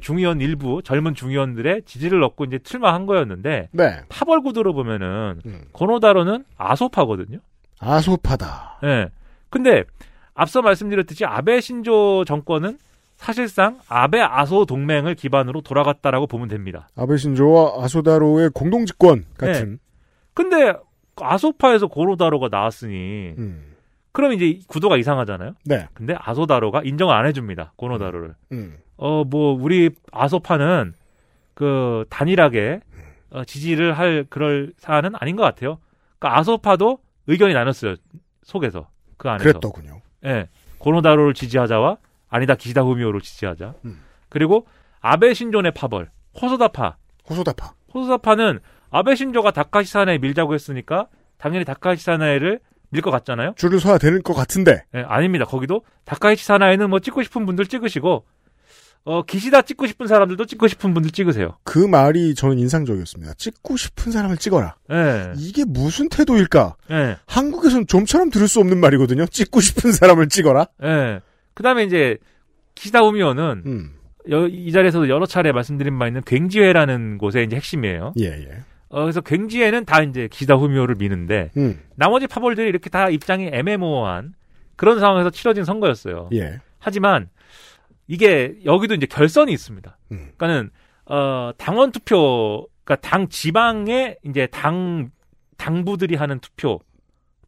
Speaker 11: 중의원 일부 젊은 중의원들의 지지를 얻고 이제 출마한 거였는데
Speaker 2: 네.
Speaker 11: 파벌 구도로 보면은
Speaker 2: 음.
Speaker 11: 고노다로는 아소파거든요.
Speaker 2: 아소파다.
Speaker 11: 예. 근데 앞서 말씀드렸듯이 아베 신조 정권은 사실상 아베 아소 동맹을 기반으로 돌아갔다라고 보면 됩니다.
Speaker 2: 아베 신조와 아소다로의 공동 집권 같은.
Speaker 11: 근데 아소파에서 고노다로가 나왔으니
Speaker 2: 음.
Speaker 11: 그럼 이제 구도가 이상하잖아요.
Speaker 2: 네.
Speaker 11: 근데 아소다로가 인정을 안 해줍니다. 고노다로를.
Speaker 2: 음.
Speaker 11: 어 뭐 우리 아소파는 그 단일하게 어, 지지를 할 그럴 사안은 아닌 것 같아요. 그러니까 아소파도 의견이 나눴어요. 속에서 그 안에서.
Speaker 2: 그랬더군요.
Speaker 11: 예. 고노다로를 지지하자와 아니다 기시다 후미오를 지지하자.
Speaker 2: 음.
Speaker 11: 그리고 아베 신존의 파벌 호소다파.
Speaker 2: 호소다파.
Speaker 11: 호소다파는 아베 신조가 다카시사나에 밀자고 했으니까 당연히 다카시사나에를 밀 것 같잖아요.
Speaker 2: 줄을 서야 되는 것 같은데.
Speaker 11: 예, 아닙니다. 거기도 다카이치 사나이는 뭐 찍고 싶은 분들 찍으시고 어 기시다 찍고 싶은 사람들도 찍고 싶은 분들 찍으세요.
Speaker 2: 그 말이 저는 인상적이었습니다. 찍고 싶은 사람을 찍어라.
Speaker 11: 예.
Speaker 2: 이게 무슨 태도일까?
Speaker 11: 예.
Speaker 2: 한국에선 좀처럼 들을 수 없는 말이거든요. 찍고 싶은 사람을 찍어라.
Speaker 11: 예. 그다음에 이제 기시다 우미오는
Speaker 2: 음.
Speaker 11: 여- 이 자리에서도 여러 차례 말씀드린 바 있는 갱지회라는 곳의 이제 핵심이에요.
Speaker 2: 예, 예.
Speaker 11: 어, 그래서 갱지회는 다 이제 기시다 후미오를 미는데
Speaker 2: 음.
Speaker 11: 나머지 파벌들이 이렇게 다 입장이 애매모호한 그런 상황에서 치러진 선거였어요.
Speaker 2: 예.
Speaker 11: 하지만 이게 여기도 이제 결선이 있습니다.
Speaker 2: 음.
Speaker 11: 그러니까는 어 당원 투표, 그러니까 당 지방의 이제 당 당부들이 하는 투표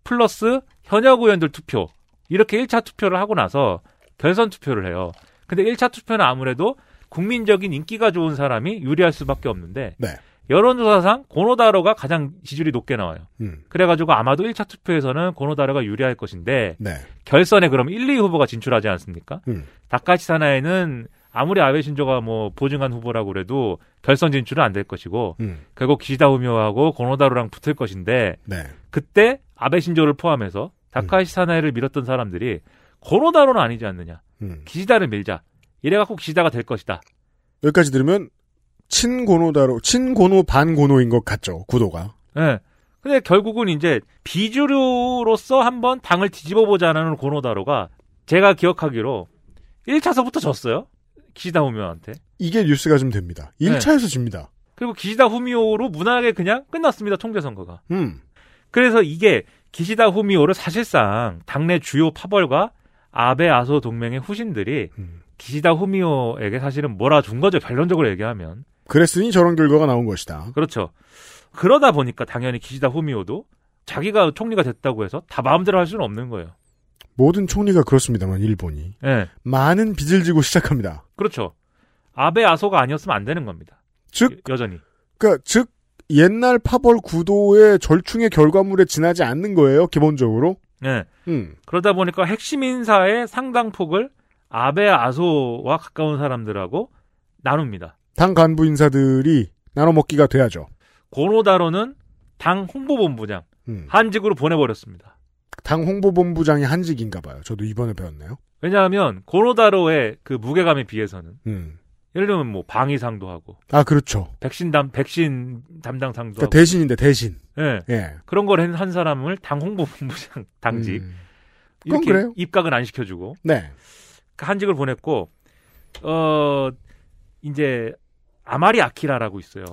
Speaker 11: 플러스 현역 의원들 투표 이렇게 1차 투표를 하고 나서 결선 투표를 해요. 근데 1차 투표는 아무래도 국민적인 인기가 좋은 사람이 유리할 수밖에 없는데
Speaker 2: 네.
Speaker 11: 여론조사상 고노다로가 가장 지지율이 높게 나와요.
Speaker 2: 음.
Speaker 11: 그래가지고 아마도 1차 투표에서는 고노다로가 유리할 것인데
Speaker 2: 네.
Speaker 11: 결선에 그럼 1, 2 후보가 진출하지 않습니까?
Speaker 2: 음.
Speaker 11: 다카시 사나에는 아무리 아베 신조가 뭐 보증한 후보라고 그래도 결선 진출은 안 될 것이고
Speaker 2: 음.
Speaker 11: 결국 기시다 후미오하고 고노다로랑 붙을 것인데
Speaker 2: 네.
Speaker 11: 그때 아베 신조를 포함해서 다카시 사나에를 밀었던 사람들이 고노다로는 아니지 않느냐
Speaker 2: 음.
Speaker 11: 기시다를 밀자 이래갖고 기시다가 될 것이다
Speaker 2: 여기까지 들으면 친고노다로 친고노 반고노인 것 같죠. 구도가.
Speaker 11: 예. 근데 결국은 이제 비주류로서 한번 당을 뒤집어 보자는 고노다로가 제가 기억하기로 1차서부터 졌어요. 기시다 후미오한테.
Speaker 2: 이게 뉴스가 좀 됩니다. 1차에서 집니다.
Speaker 11: 그리고 기시다 후미오로 무난하게 그냥 끝났습니다. 총재 선거가.
Speaker 2: 음.
Speaker 11: 그래서 이게 기시다 후미오를 사실상 당내 주요 파벌과 아베 아소 동맹의 후신들이
Speaker 2: 음.
Speaker 11: 기시다 후미오에게 사실은 몰아준 거죠. 결론적으로 얘기하면.
Speaker 2: 그랬으니 저런 결과가 나온 것이다.
Speaker 11: 그렇죠. 그러다 보니까 당연히 기시다 후미오도 자기가 총리가 됐다고 해서 다 마음대로 할 수는 없는 거예요.
Speaker 2: 모든 총리가 그렇습니다만 일본이
Speaker 11: 예.
Speaker 2: 많은 빚을 지고 시작합니다.
Speaker 11: 그렇죠. 아베 아소가 아니었으면 안 되는 겁니다.
Speaker 2: 즉,
Speaker 11: 여- 여전히.
Speaker 2: 그러니까 즉 옛날 파벌 구도의 절충의 결과물에 지나지 않는 거예요. 기본적으로.
Speaker 11: 예.
Speaker 2: 음.
Speaker 11: 그러다 보니까 핵심 인사의 상당폭을 아베 아소와 가까운 사람들하고 나눕니다.
Speaker 2: 당 간부 인사들이 나눠 먹기가 돼야죠.
Speaker 11: 고노다로는 당 홍보본부장
Speaker 2: 음.
Speaker 11: 한직으로 보내버렸습니다.
Speaker 2: 당 홍보본부장이 한직인가 봐요. 저도 이번에 배웠네요.
Speaker 11: 왜냐하면 고노다로의 그 무게감에 비해서는
Speaker 2: 음.
Speaker 11: 예를 들면 뭐 방위상도 하고
Speaker 2: 아 그렇죠.
Speaker 11: 백신 담 백신 담당상도
Speaker 2: 그러니까 대신인데 대신.
Speaker 11: 하고 예
Speaker 2: 예.
Speaker 11: 그런 걸 한 사람을 당 홍보본부장 당직
Speaker 2: 음. 그건
Speaker 11: 이렇게
Speaker 2: 그래요.
Speaker 11: 입각은 안 시켜주고 그러니까
Speaker 2: 네.
Speaker 11: 한직을 보냈고 어 이제 아마리 아키라라고 있어요.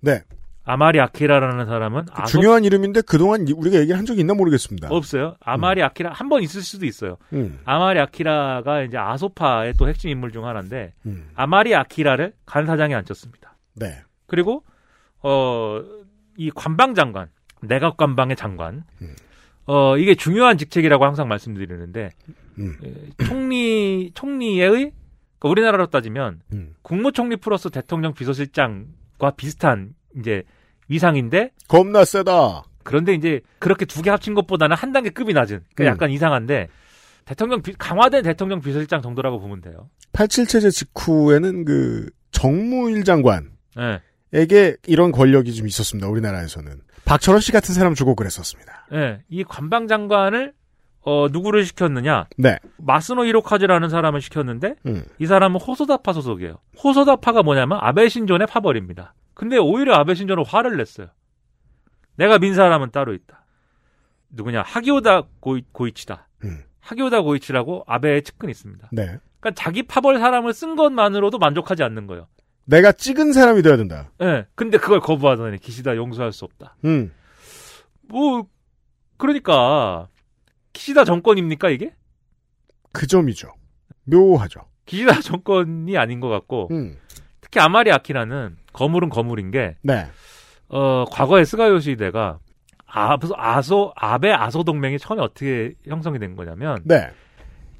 Speaker 2: 네.
Speaker 11: 아마리 아키라라는 사람은
Speaker 2: 그
Speaker 11: 아소-
Speaker 2: 중요한 이름인데 그동안 이- 우리가 얘기를 한 적이 있나 모르겠습니다.
Speaker 11: 없어요. 아마리 아키라 한 번 있을 수도 있어요.
Speaker 2: 음.
Speaker 11: 아마리 아키라가 이제 아소파의 또 핵심 인물 중 하나인데
Speaker 2: 음.
Speaker 11: 아마리 아키라를 간사장에 앉혔습니다.
Speaker 2: 네.
Speaker 11: 그리고 어 이 관방 장관, 내각 관방의 장관.
Speaker 2: 음.
Speaker 11: 어 이게 중요한 직책이라고 항상 말씀드리는데
Speaker 2: 음.
Speaker 11: 에, 총리 총리의 그러니까 우리나라로 따지면
Speaker 2: 음.
Speaker 11: 국무총리 플러스 대통령 비서실장과 비슷한 이제 위상인데
Speaker 2: 겁나 세다.
Speaker 11: 그런데 이제 그렇게 두 개 합친 것보다는 한 단계 급이 낮은 그러니까
Speaker 2: 음.
Speaker 11: 약간 이상한데 대통령 비- 강화된 대통령 비서실장 정도라고 보면 돼요.
Speaker 2: 87체제 직후에는 그 정무일 장관에게
Speaker 11: 예.
Speaker 2: 이런 권력이 좀 있었습니다. 우리나라에서는. 박철원 씨 같은 사람 주고 그랬었습니다.
Speaker 11: 예. 이 관방 장관을 어 누구를 시켰느냐?
Speaker 2: 네.
Speaker 11: 마스노 히로카즈라는 사람을 시켰는데
Speaker 2: 음.
Speaker 11: 이 사람은 호소다파 소속이에요. 호소다파가 뭐냐면 아베 신존의 파벌입니다. 근데 오히려 아베 신존은 화를 냈어요. 내가 민 사람은 따로 있다. 누구냐? 하기오다 고이, 고이치다.
Speaker 2: 음.
Speaker 11: 하기오다 고이치라고 아베의 측근이 있습니다.
Speaker 2: 네.
Speaker 11: 그러니까 자기 파벌 사람을 쓴 것만으로도 만족하지 않는 거예요.
Speaker 2: 내가 찍은 사람이 돼야 된다.
Speaker 11: 예. 근데 그걸 거부하더니 기시다 용서할 수 없다.
Speaker 2: 음.
Speaker 11: 뭐 그러니까 기시다 정권입니까 이게?
Speaker 2: 그 점이죠. 묘하죠.
Speaker 11: 기시다 정권이 아닌 것 같고
Speaker 2: 음.
Speaker 11: 특히 아마리 아키라는 거물은 거물인 게
Speaker 2: 네.
Speaker 11: 어, 과거에 스가요시대가 아, 아소, 아베 아소 동맹이 처음에 어떻게 형성이 된 거냐면
Speaker 2: 네.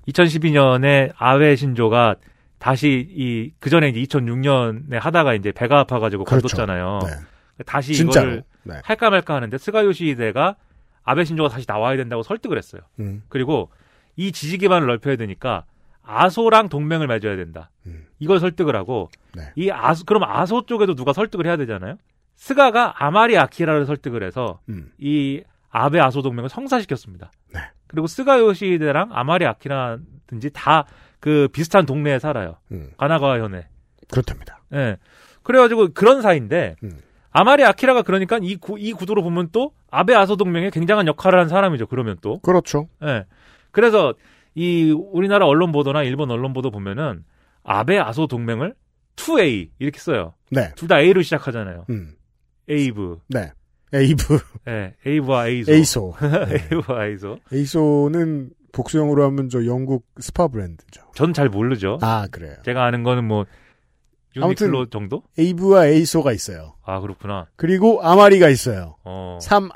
Speaker 11: 2012년에 아베 신조가 다시 이 그전에 이제 2006년에 하다가 이제 배가 아파 가지고
Speaker 2: 그렇죠.
Speaker 11: 관뒀잖아요.
Speaker 2: 네.
Speaker 11: 다시
Speaker 2: 진짜로.
Speaker 11: 어, 이거를
Speaker 2: 네.
Speaker 11: 할까 말까 하는데 스가요시대가 아베 신조가 다시 나와야 된다고 설득을 했어요.
Speaker 2: 음.
Speaker 11: 그리고 이 지지 기반을 넓혀야 되니까 아소랑 동맹을 맺어야 된다.
Speaker 2: 음.
Speaker 11: 이걸 설득을 하고
Speaker 2: 네.
Speaker 11: 이 아소 그럼 아소 쪽에도 누가 설득을 해야 되잖아요. 스가가 아마리 아키라를 설득을 해서
Speaker 2: 음.
Speaker 11: 이 아베 아소 동맹을 성사시켰습니다.
Speaker 2: 네.
Speaker 11: 그리고 스가 요시대랑 아마리 아키라든지 다 그 비슷한 동네에 살아요.
Speaker 2: 음.
Speaker 11: 가나가와 현에.
Speaker 2: 그렇답니다.
Speaker 11: 예. 그래가지고 그런 사이인데
Speaker 2: 음.
Speaker 11: 아마리 아키라가 그러니까 이, 구, 이 구도로 보면 또 아베 아소 동맹에 굉장한 역할을 한 사람이죠. 그러면 또
Speaker 2: 그렇죠.
Speaker 11: 예. 그래서 이 우리나라 언론 보도나 일본 언론 보도 보면은 아베 아소 동맹을 2A 이렇게 써요.
Speaker 2: 네.
Speaker 11: 둘 다 A로 시작하잖아요.
Speaker 2: 음.
Speaker 11: 에이브.
Speaker 2: 네. 에이브.
Speaker 11: 예. 에이브와 에이소. 네.
Speaker 2: 에이소. 네.
Speaker 11: 에이브와 에이소.
Speaker 2: 에이소는 복수형으로 하면 저 영국 스파 브랜드죠.
Speaker 11: 전 잘 모르죠.
Speaker 2: 아, 그래요.
Speaker 11: 제가 아는 거는 뭐 유니클로
Speaker 2: 아무튼-
Speaker 11: 정도?
Speaker 2: 에이브와 에이소가 있어요.
Speaker 11: 아, 그렇구나.
Speaker 2: 그리고 아마리가 있어요.
Speaker 11: 어.
Speaker 2: 3아.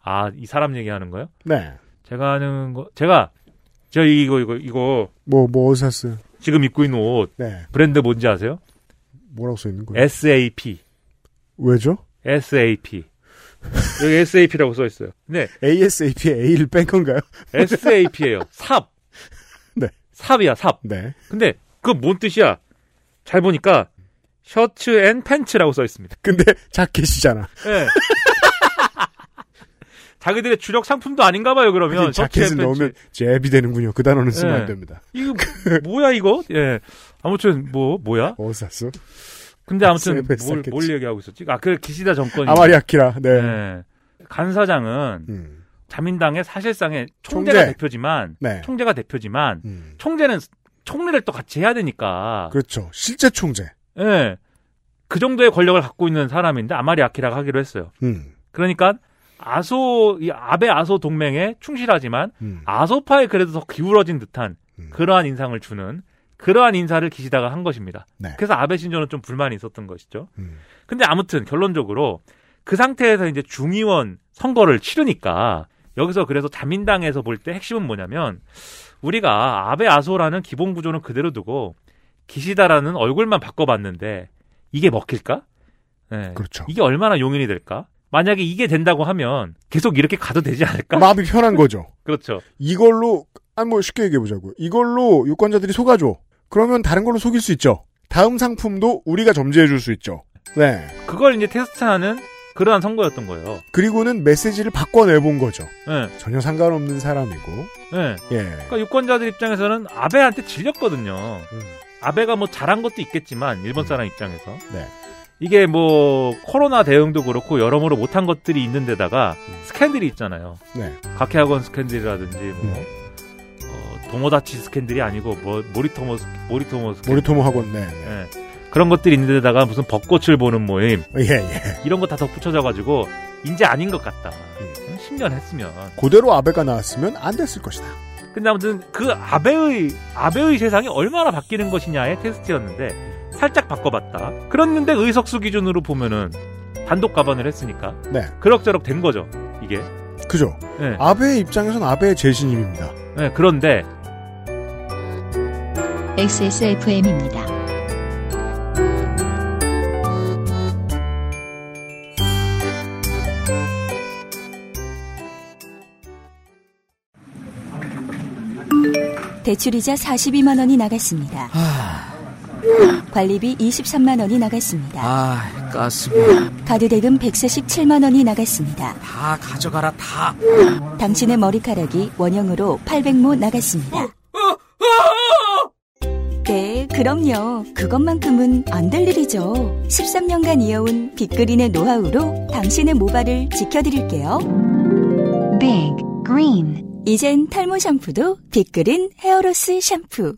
Speaker 11: 아, 이 사람 얘기하는 거요?
Speaker 2: 네.
Speaker 11: 제가 아는 거 제가 저 이거 이거 이거
Speaker 2: 뭐, 뭐, 어디 샀어요?
Speaker 11: 지금 입고 있는 옷
Speaker 2: 네.
Speaker 11: 브랜드 뭔지 아세요?
Speaker 2: 뭐라고 써있는 거예요?
Speaker 11: SAP.
Speaker 2: 왜죠?
Speaker 11: SAP. 여기 SAP라고 써 있어요. 네.
Speaker 2: ASAP에 A를 뺀 건가요?
Speaker 11: SAP예요. 삽.
Speaker 2: 네.
Speaker 11: 삽이야, 삽.
Speaker 2: 네.
Speaker 11: 근데 그 뭔 뜻이야? 잘 보니까 셔츠 앤 팬츠라고 써 있습니다.
Speaker 2: 근데 자켓이잖아.
Speaker 11: 예. 자기들의 주력 상품도 아닌가 봐요, 그러면.
Speaker 2: 하긴 자켓을
Speaker 11: 셔츠 앤 팬츠.
Speaker 2: 넣으면 잽이 되는군요. 그 단어는 쓰면
Speaker 11: 네.
Speaker 2: 안 됩니다.
Speaker 11: 이거 뭐야 이거? 예. 아무튼 뭐 뭐야?
Speaker 2: 어디서 샀어?
Speaker 11: 근데 아무튼
Speaker 2: 세뱃
Speaker 11: 뭘,
Speaker 2: 샀겠지.
Speaker 11: 뭘 얘기하고 있었지? 아, 그 기시다 정권이.
Speaker 2: 아마리아키라. 네.
Speaker 11: 예. 간사장은
Speaker 2: 음.
Speaker 11: 자민당의 사실상의 총재가
Speaker 2: 총재.
Speaker 11: 대표지만
Speaker 2: 네.
Speaker 11: 총재가 대표지만
Speaker 2: 음.
Speaker 11: 총재는 총리를 또 같이 해야 되니까.
Speaker 2: 그렇죠. 실제 총재.
Speaker 11: 예. 그 정도의 권력을 갖고 있는 사람인데 아마리아키라고 하기로 했어요.
Speaker 2: 음.
Speaker 11: 그러니까 아소 이 아베 아소 동맹에 충실하지만
Speaker 2: 음,
Speaker 11: 아소파에 그래도 더 기울어진 듯한 그러한 인상을 주는 그러한 인사를 기시다가 한 것입니다.
Speaker 2: 네.
Speaker 11: 그래서 아베 신조는 좀 불만이 있었던 것이죠.
Speaker 2: 음.
Speaker 11: 근데 아무튼 결론적으로 그 상태에서 이제 중의원 선거를 치르니까 여기서 그래서 자민당에서 볼 때 핵심은 뭐냐면 우리가 아베 아소라는 기본 구조는 그대로 두고 기시다라는 얼굴만 바꿔봤는데 이게 먹힐까? 예.
Speaker 2: 그렇죠.
Speaker 11: 이게 얼마나 용인이 될까? 만약에 이게 된다고 하면 계속 이렇게 가도 되지 않을까?
Speaker 2: 마음이 편한 거죠.
Speaker 11: 그렇죠.
Speaker 2: 이걸로 아니 뭐 쉽게 얘기해 보자고요. 이걸로 유권자들이 속아줘. 그러면 다른 걸로 속일 수 있죠. 다음 상품도 우리가 점지해 줄 수 있죠. 네.
Speaker 11: 그걸 이제 테스트하는 그러한 선거였던 거예요.
Speaker 2: 그리고는 메시지를 바꿔내 본 거죠.
Speaker 11: 예.
Speaker 2: 전혀 상관없는 사람이고.
Speaker 11: 예.
Speaker 2: 예.
Speaker 11: 그러니까 유권자들 입장에서는 아베한테 질렸거든요.
Speaker 2: 음.
Speaker 11: 아베가 뭐 잘한 것도 있겠지만 일본 사람 입장에서
Speaker 2: 네.
Speaker 11: 이게 뭐 코로나 대응도 그렇고 여러모로 못한 것들이 있는데다가 스캔들이 있잖아요.
Speaker 2: 음. 네.
Speaker 11: 각해학원 스캔들이라든지 뭐 어, 도모다치 스캔들이 아니고 뭐 모리토모 스- 모리토모 스캔들
Speaker 2: 모리토모 학원. 네. 네.
Speaker 11: 예. 그런 것들이 있는데다가 무슨 벚꽃을 보는 모임
Speaker 2: 예, 예.
Speaker 11: 이런 거 다 덧붙여져 가지고 이제 아닌 것 같다.
Speaker 2: 음.
Speaker 11: 10년 했으면.
Speaker 2: 그대로 아베가 나왔으면 안 됐을 것이다.
Speaker 11: 근데 아무튼 그 아베의 아베의 세상이 얼마나 바뀌는 것이냐의 테스트였는데 살짝 바꿔봤다. 그랬는데 의석수 기준으로 보면은 단독 가반을 했으니까
Speaker 2: 네.
Speaker 11: 그럭저럭 된 거죠. 이게.
Speaker 2: 그죠?
Speaker 11: 예.
Speaker 2: 아베의 입장에선 아베의 재신임입니다.
Speaker 11: 예, 그런데
Speaker 1: XSFM입니다.
Speaker 8: 대출이자 42만 원이 나갔습니다. 관리비 23만 원이 나갔습니다.
Speaker 12: 아, 가스비.
Speaker 8: 카드 대금 147만 원이 나갔습니다.
Speaker 12: 다 가져가라, 다.
Speaker 8: 당신의 머리카락이 원형으로 800모 나갔습니다. 네, 그럼요. 그것만큼은 안 될 일이죠. 13년간 이어온 빅그린의 노하우로 당신의 모발을 지켜드릴게요. 빅 그린. 이젠 탈모 샴푸도 빅그린 헤어로스 샴푸.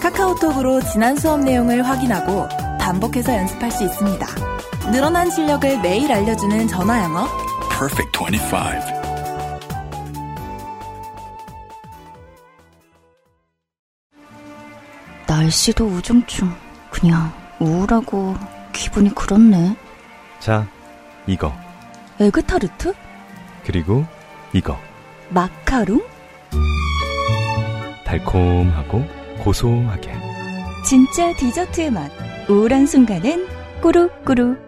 Speaker 13: 카카오톡으로 지난 수업 내용을 확인하고 반복해서 연습할 수 있습니다. 늘어난 실력을 매일 알려주는 전화 영어.
Speaker 14: Perfect 25.
Speaker 15: 날씨도 우중충 그냥 우울하고 기분이 그렇네
Speaker 7: 자, 이거.
Speaker 8: 에그타르트?
Speaker 7: 그리고 이거.
Speaker 8: 마카롱?
Speaker 7: 달콤하고 고소하게.
Speaker 8: 진짜 디저트의 맛. 우울한 순간엔 꾸룩꾸룩.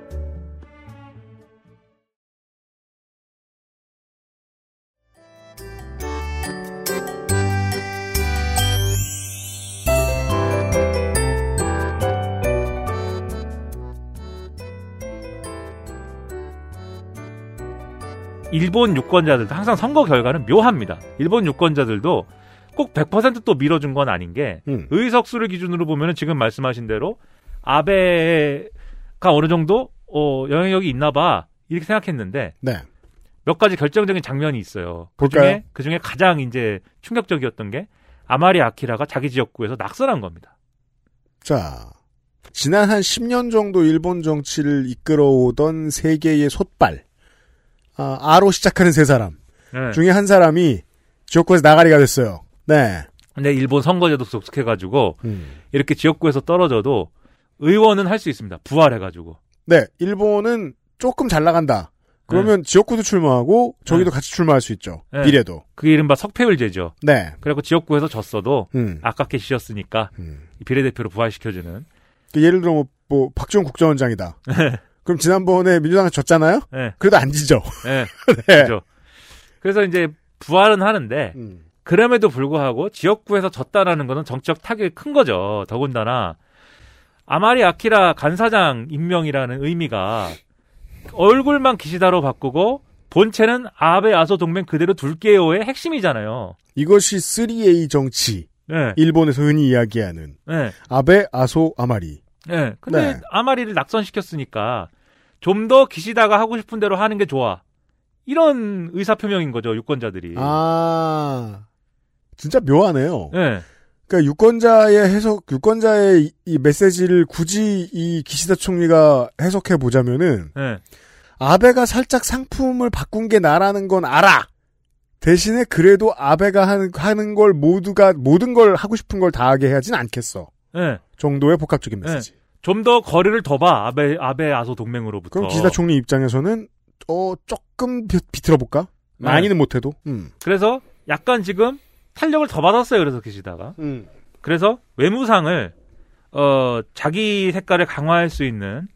Speaker 11: 일본 유권자들도 항상 선거 결과는 묘합니다. 일본 유권자들도 꼭 100%또 밀어준 건 아닌 게
Speaker 2: 음.
Speaker 11: 의석수를 기준으로 보면은 지금 말씀하신 대로 아베가 어느 정도 어, 영향력이 있나봐 이렇게 생각했는데
Speaker 2: 네.
Speaker 11: 몇 가지 결정적인 장면이 있어요.
Speaker 2: 볼까요?
Speaker 11: 그중에 그중에 가장 이제 충격적이었던 게 아마리 아키라가 자기 지역구에서 낙선한 겁니다.
Speaker 2: 자, 지난 한 10년 정도 일본 정치를 이끌어오던 세 개의 솥발, 아, 아로 시작하는 세 사람
Speaker 11: 네.
Speaker 2: 중에 한 사람이 지역구에서 나가리가 됐어요. 네.
Speaker 11: 근데 일본 선거제도 독특해가지고 이렇게 지역구에서 떨어져도 의원은 할 수 있습니다. 부활해가지고.
Speaker 2: 네, 일본은 조금 잘 나간다. 그러면
Speaker 11: 네.
Speaker 2: 지역구도 출마하고 저기도 같이 출마할 수 있죠.
Speaker 11: 예.
Speaker 2: 비례도.
Speaker 11: 그 이른바 석패율제죠.
Speaker 2: 네.
Speaker 11: 그리고 지역구에서 졌어도
Speaker 2: 음.
Speaker 11: 아깝게 지셨으니까 이 비례대표로 부활시켜주는.
Speaker 2: 그 예를 들어 뭐, 뭐 박지원 국정원장이다. 그럼 지난번에 민주당이 졌잖아요.
Speaker 11: 네.
Speaker 2: 그래도 안 지죠.
Speaker 11: 예.
Speaker 2: 네.
Speaker 11: 그죠. 그래서 이제 부활은 하는데
Speaker 2: 음.
Speaker 11: 그럼에도 불구하고 지역구에서 졌다라는 거는 정치적 타격이 큰 거죠. 더군다나 아마리 아키라 간사장 임명이라는 의미가 얼굴만 기시다로 바꾸고 본체는 아베 아소 동맹 그대로 둘게요의 핵심이잖아요.
Speaker 2: 이것이 3A 정치.
Speaker 11: 네.
Speaker 2: 일본에서 흔히 이야기하는
Speaker 11: 네.
Speaker 2: 아베, 아소, 아마리.
Speaker 11: 예. 근데
Speaker 2: 네.
Speaker 11: 아마리를 낙선시켰으니까 좀 더 기시다가 하고 싶은 대로 하는 게 좋아. 이런 예. 의사표명인 거죠, 유권자들이.
Speaker 2: 아, 진짜 묘하네요.
Speaker 11: 예.
Speaker 2: 그러니까 유권자의 해석, 유권자의 이, 이 메시지를 굳이 이 기시다 총리가 해석해 보자면은
Speaker 11: 네.
Speaker 2: 아베가 살짝 상품을 바꾼 게 나라는 건 알아. 대신에 그래도 아베가 하는, 하는 걸 모두가 모든 걸 하고 싶은 걸 다 하게 해야진 않겠어.
Speaker 11: 네.
Speaker 2: 정도의 복합적인 메시지.
Speaker 11: 좀 더 거리를 더 봐. 아베 아베 아소 동맹으로부터.
Speaker 2: 그럼 기시다 총리 입장에서는 어 조금 비- 비틀어 볼까?
Speaker 11: 네.
Speaker 2: 많이는 못해도. 음.
Speaker 11: 그래서 약간 지금 탄력을 더 받았어요. 그래서 기시다가.
Speaker 2: 음.
Speaker 11: 그래서 외무상을 어 자기 색깔을 강화할 수 있는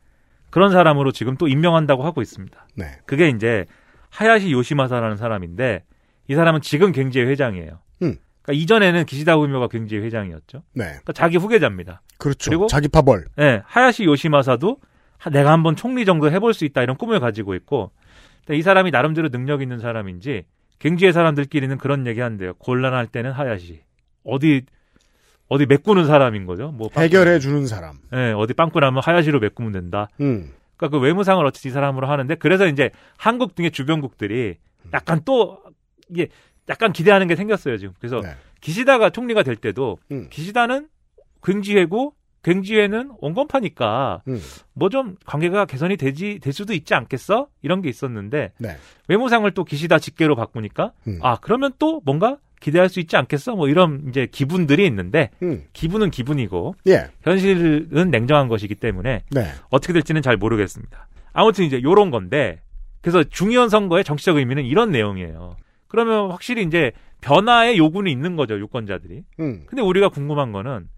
Speaker 11: 그런 사람으로 지금 또 임명한다고 하고 있습니다.
Speaker 2: 네.
Speaker 11: 그게 이제 하야시 요시마사라는 사람인데 이 사람은 지금 경제 회장이에요.
Speaker 2: 음.
Speaker 11: 그러니까 이전에는 기시다 후미오가 경제 회장이었죠.
Speaker 2: 네.
Speaker 11: 그러니까 자기 후계자입니다.
Speaker 2: 그렇죠.
Speaker 11: 그리고-
Speaker 2: 자기 파벌.
Speaker 11: 예, 하야시 요시마사도 하- 내가 한번 총리 정도 해볼 수 있다 이런 꿈을 가지고 있고 근데 이 사람이 나름대로 능력 있는 사람인지 경제의 사람들끼리는 그런 얘기한대요. 곤란할 때는 하야시 어디 어디 메꾸는 사람인 거죠. 뭐 빵꾸-
Speaker 2: 해결해 주는 사람.
Speaker 11: 예, 어디 빵꾸나면 하야시로 메꾸면 된다.
Speaker 2: 음.
Speaker 11: 그러니까 그 외무상을 어쨌든 이 사람으로 하는데 그래서 이제 한국 등의 주변국들이
Speaker 2: 음.
Speaker 11: 약간 또 이게 약간 기대하는 게 생겼어요 지금. 그래서
Speaker 2: 네.
Speaker 11: 기시다가 총리가 될 때도
Speaker 2: 음.
Speaker 11: 기시다는 갱지회고 갱지회는 온건파니까
Speaker 2: 음.
Speaker 11: 뭐 좀 관계가 개선이 되지 될 수도 있지 않겠어 이런 게 있었는데
Speaker 2: 네.
Speaker 11: 외무상을 또 기시다 직계로 바꾸니까 아 그러면 또 뭔가 기대할 수 있지 않겠어 뭐 이런 이제 기분들이 있는데 기분은 기분이고
Speaker 2: 음. 예.
Speaker 11: 현실은 냉정한 것이기 때문에
Speaker 2: 네.
Speaker 11: 어떻게 될지는 잘 모르겠습니다. 아무튼 이제 요런 건데 그래서 중의원 선거의 정치적 의미는 이런 내용이에요. 그러면 확실히 이제 변화의 요구는 있는 거죠 유권자들이.
Speaker 2: 음.
Speaker 11: 근데 우리가 궁금한 거는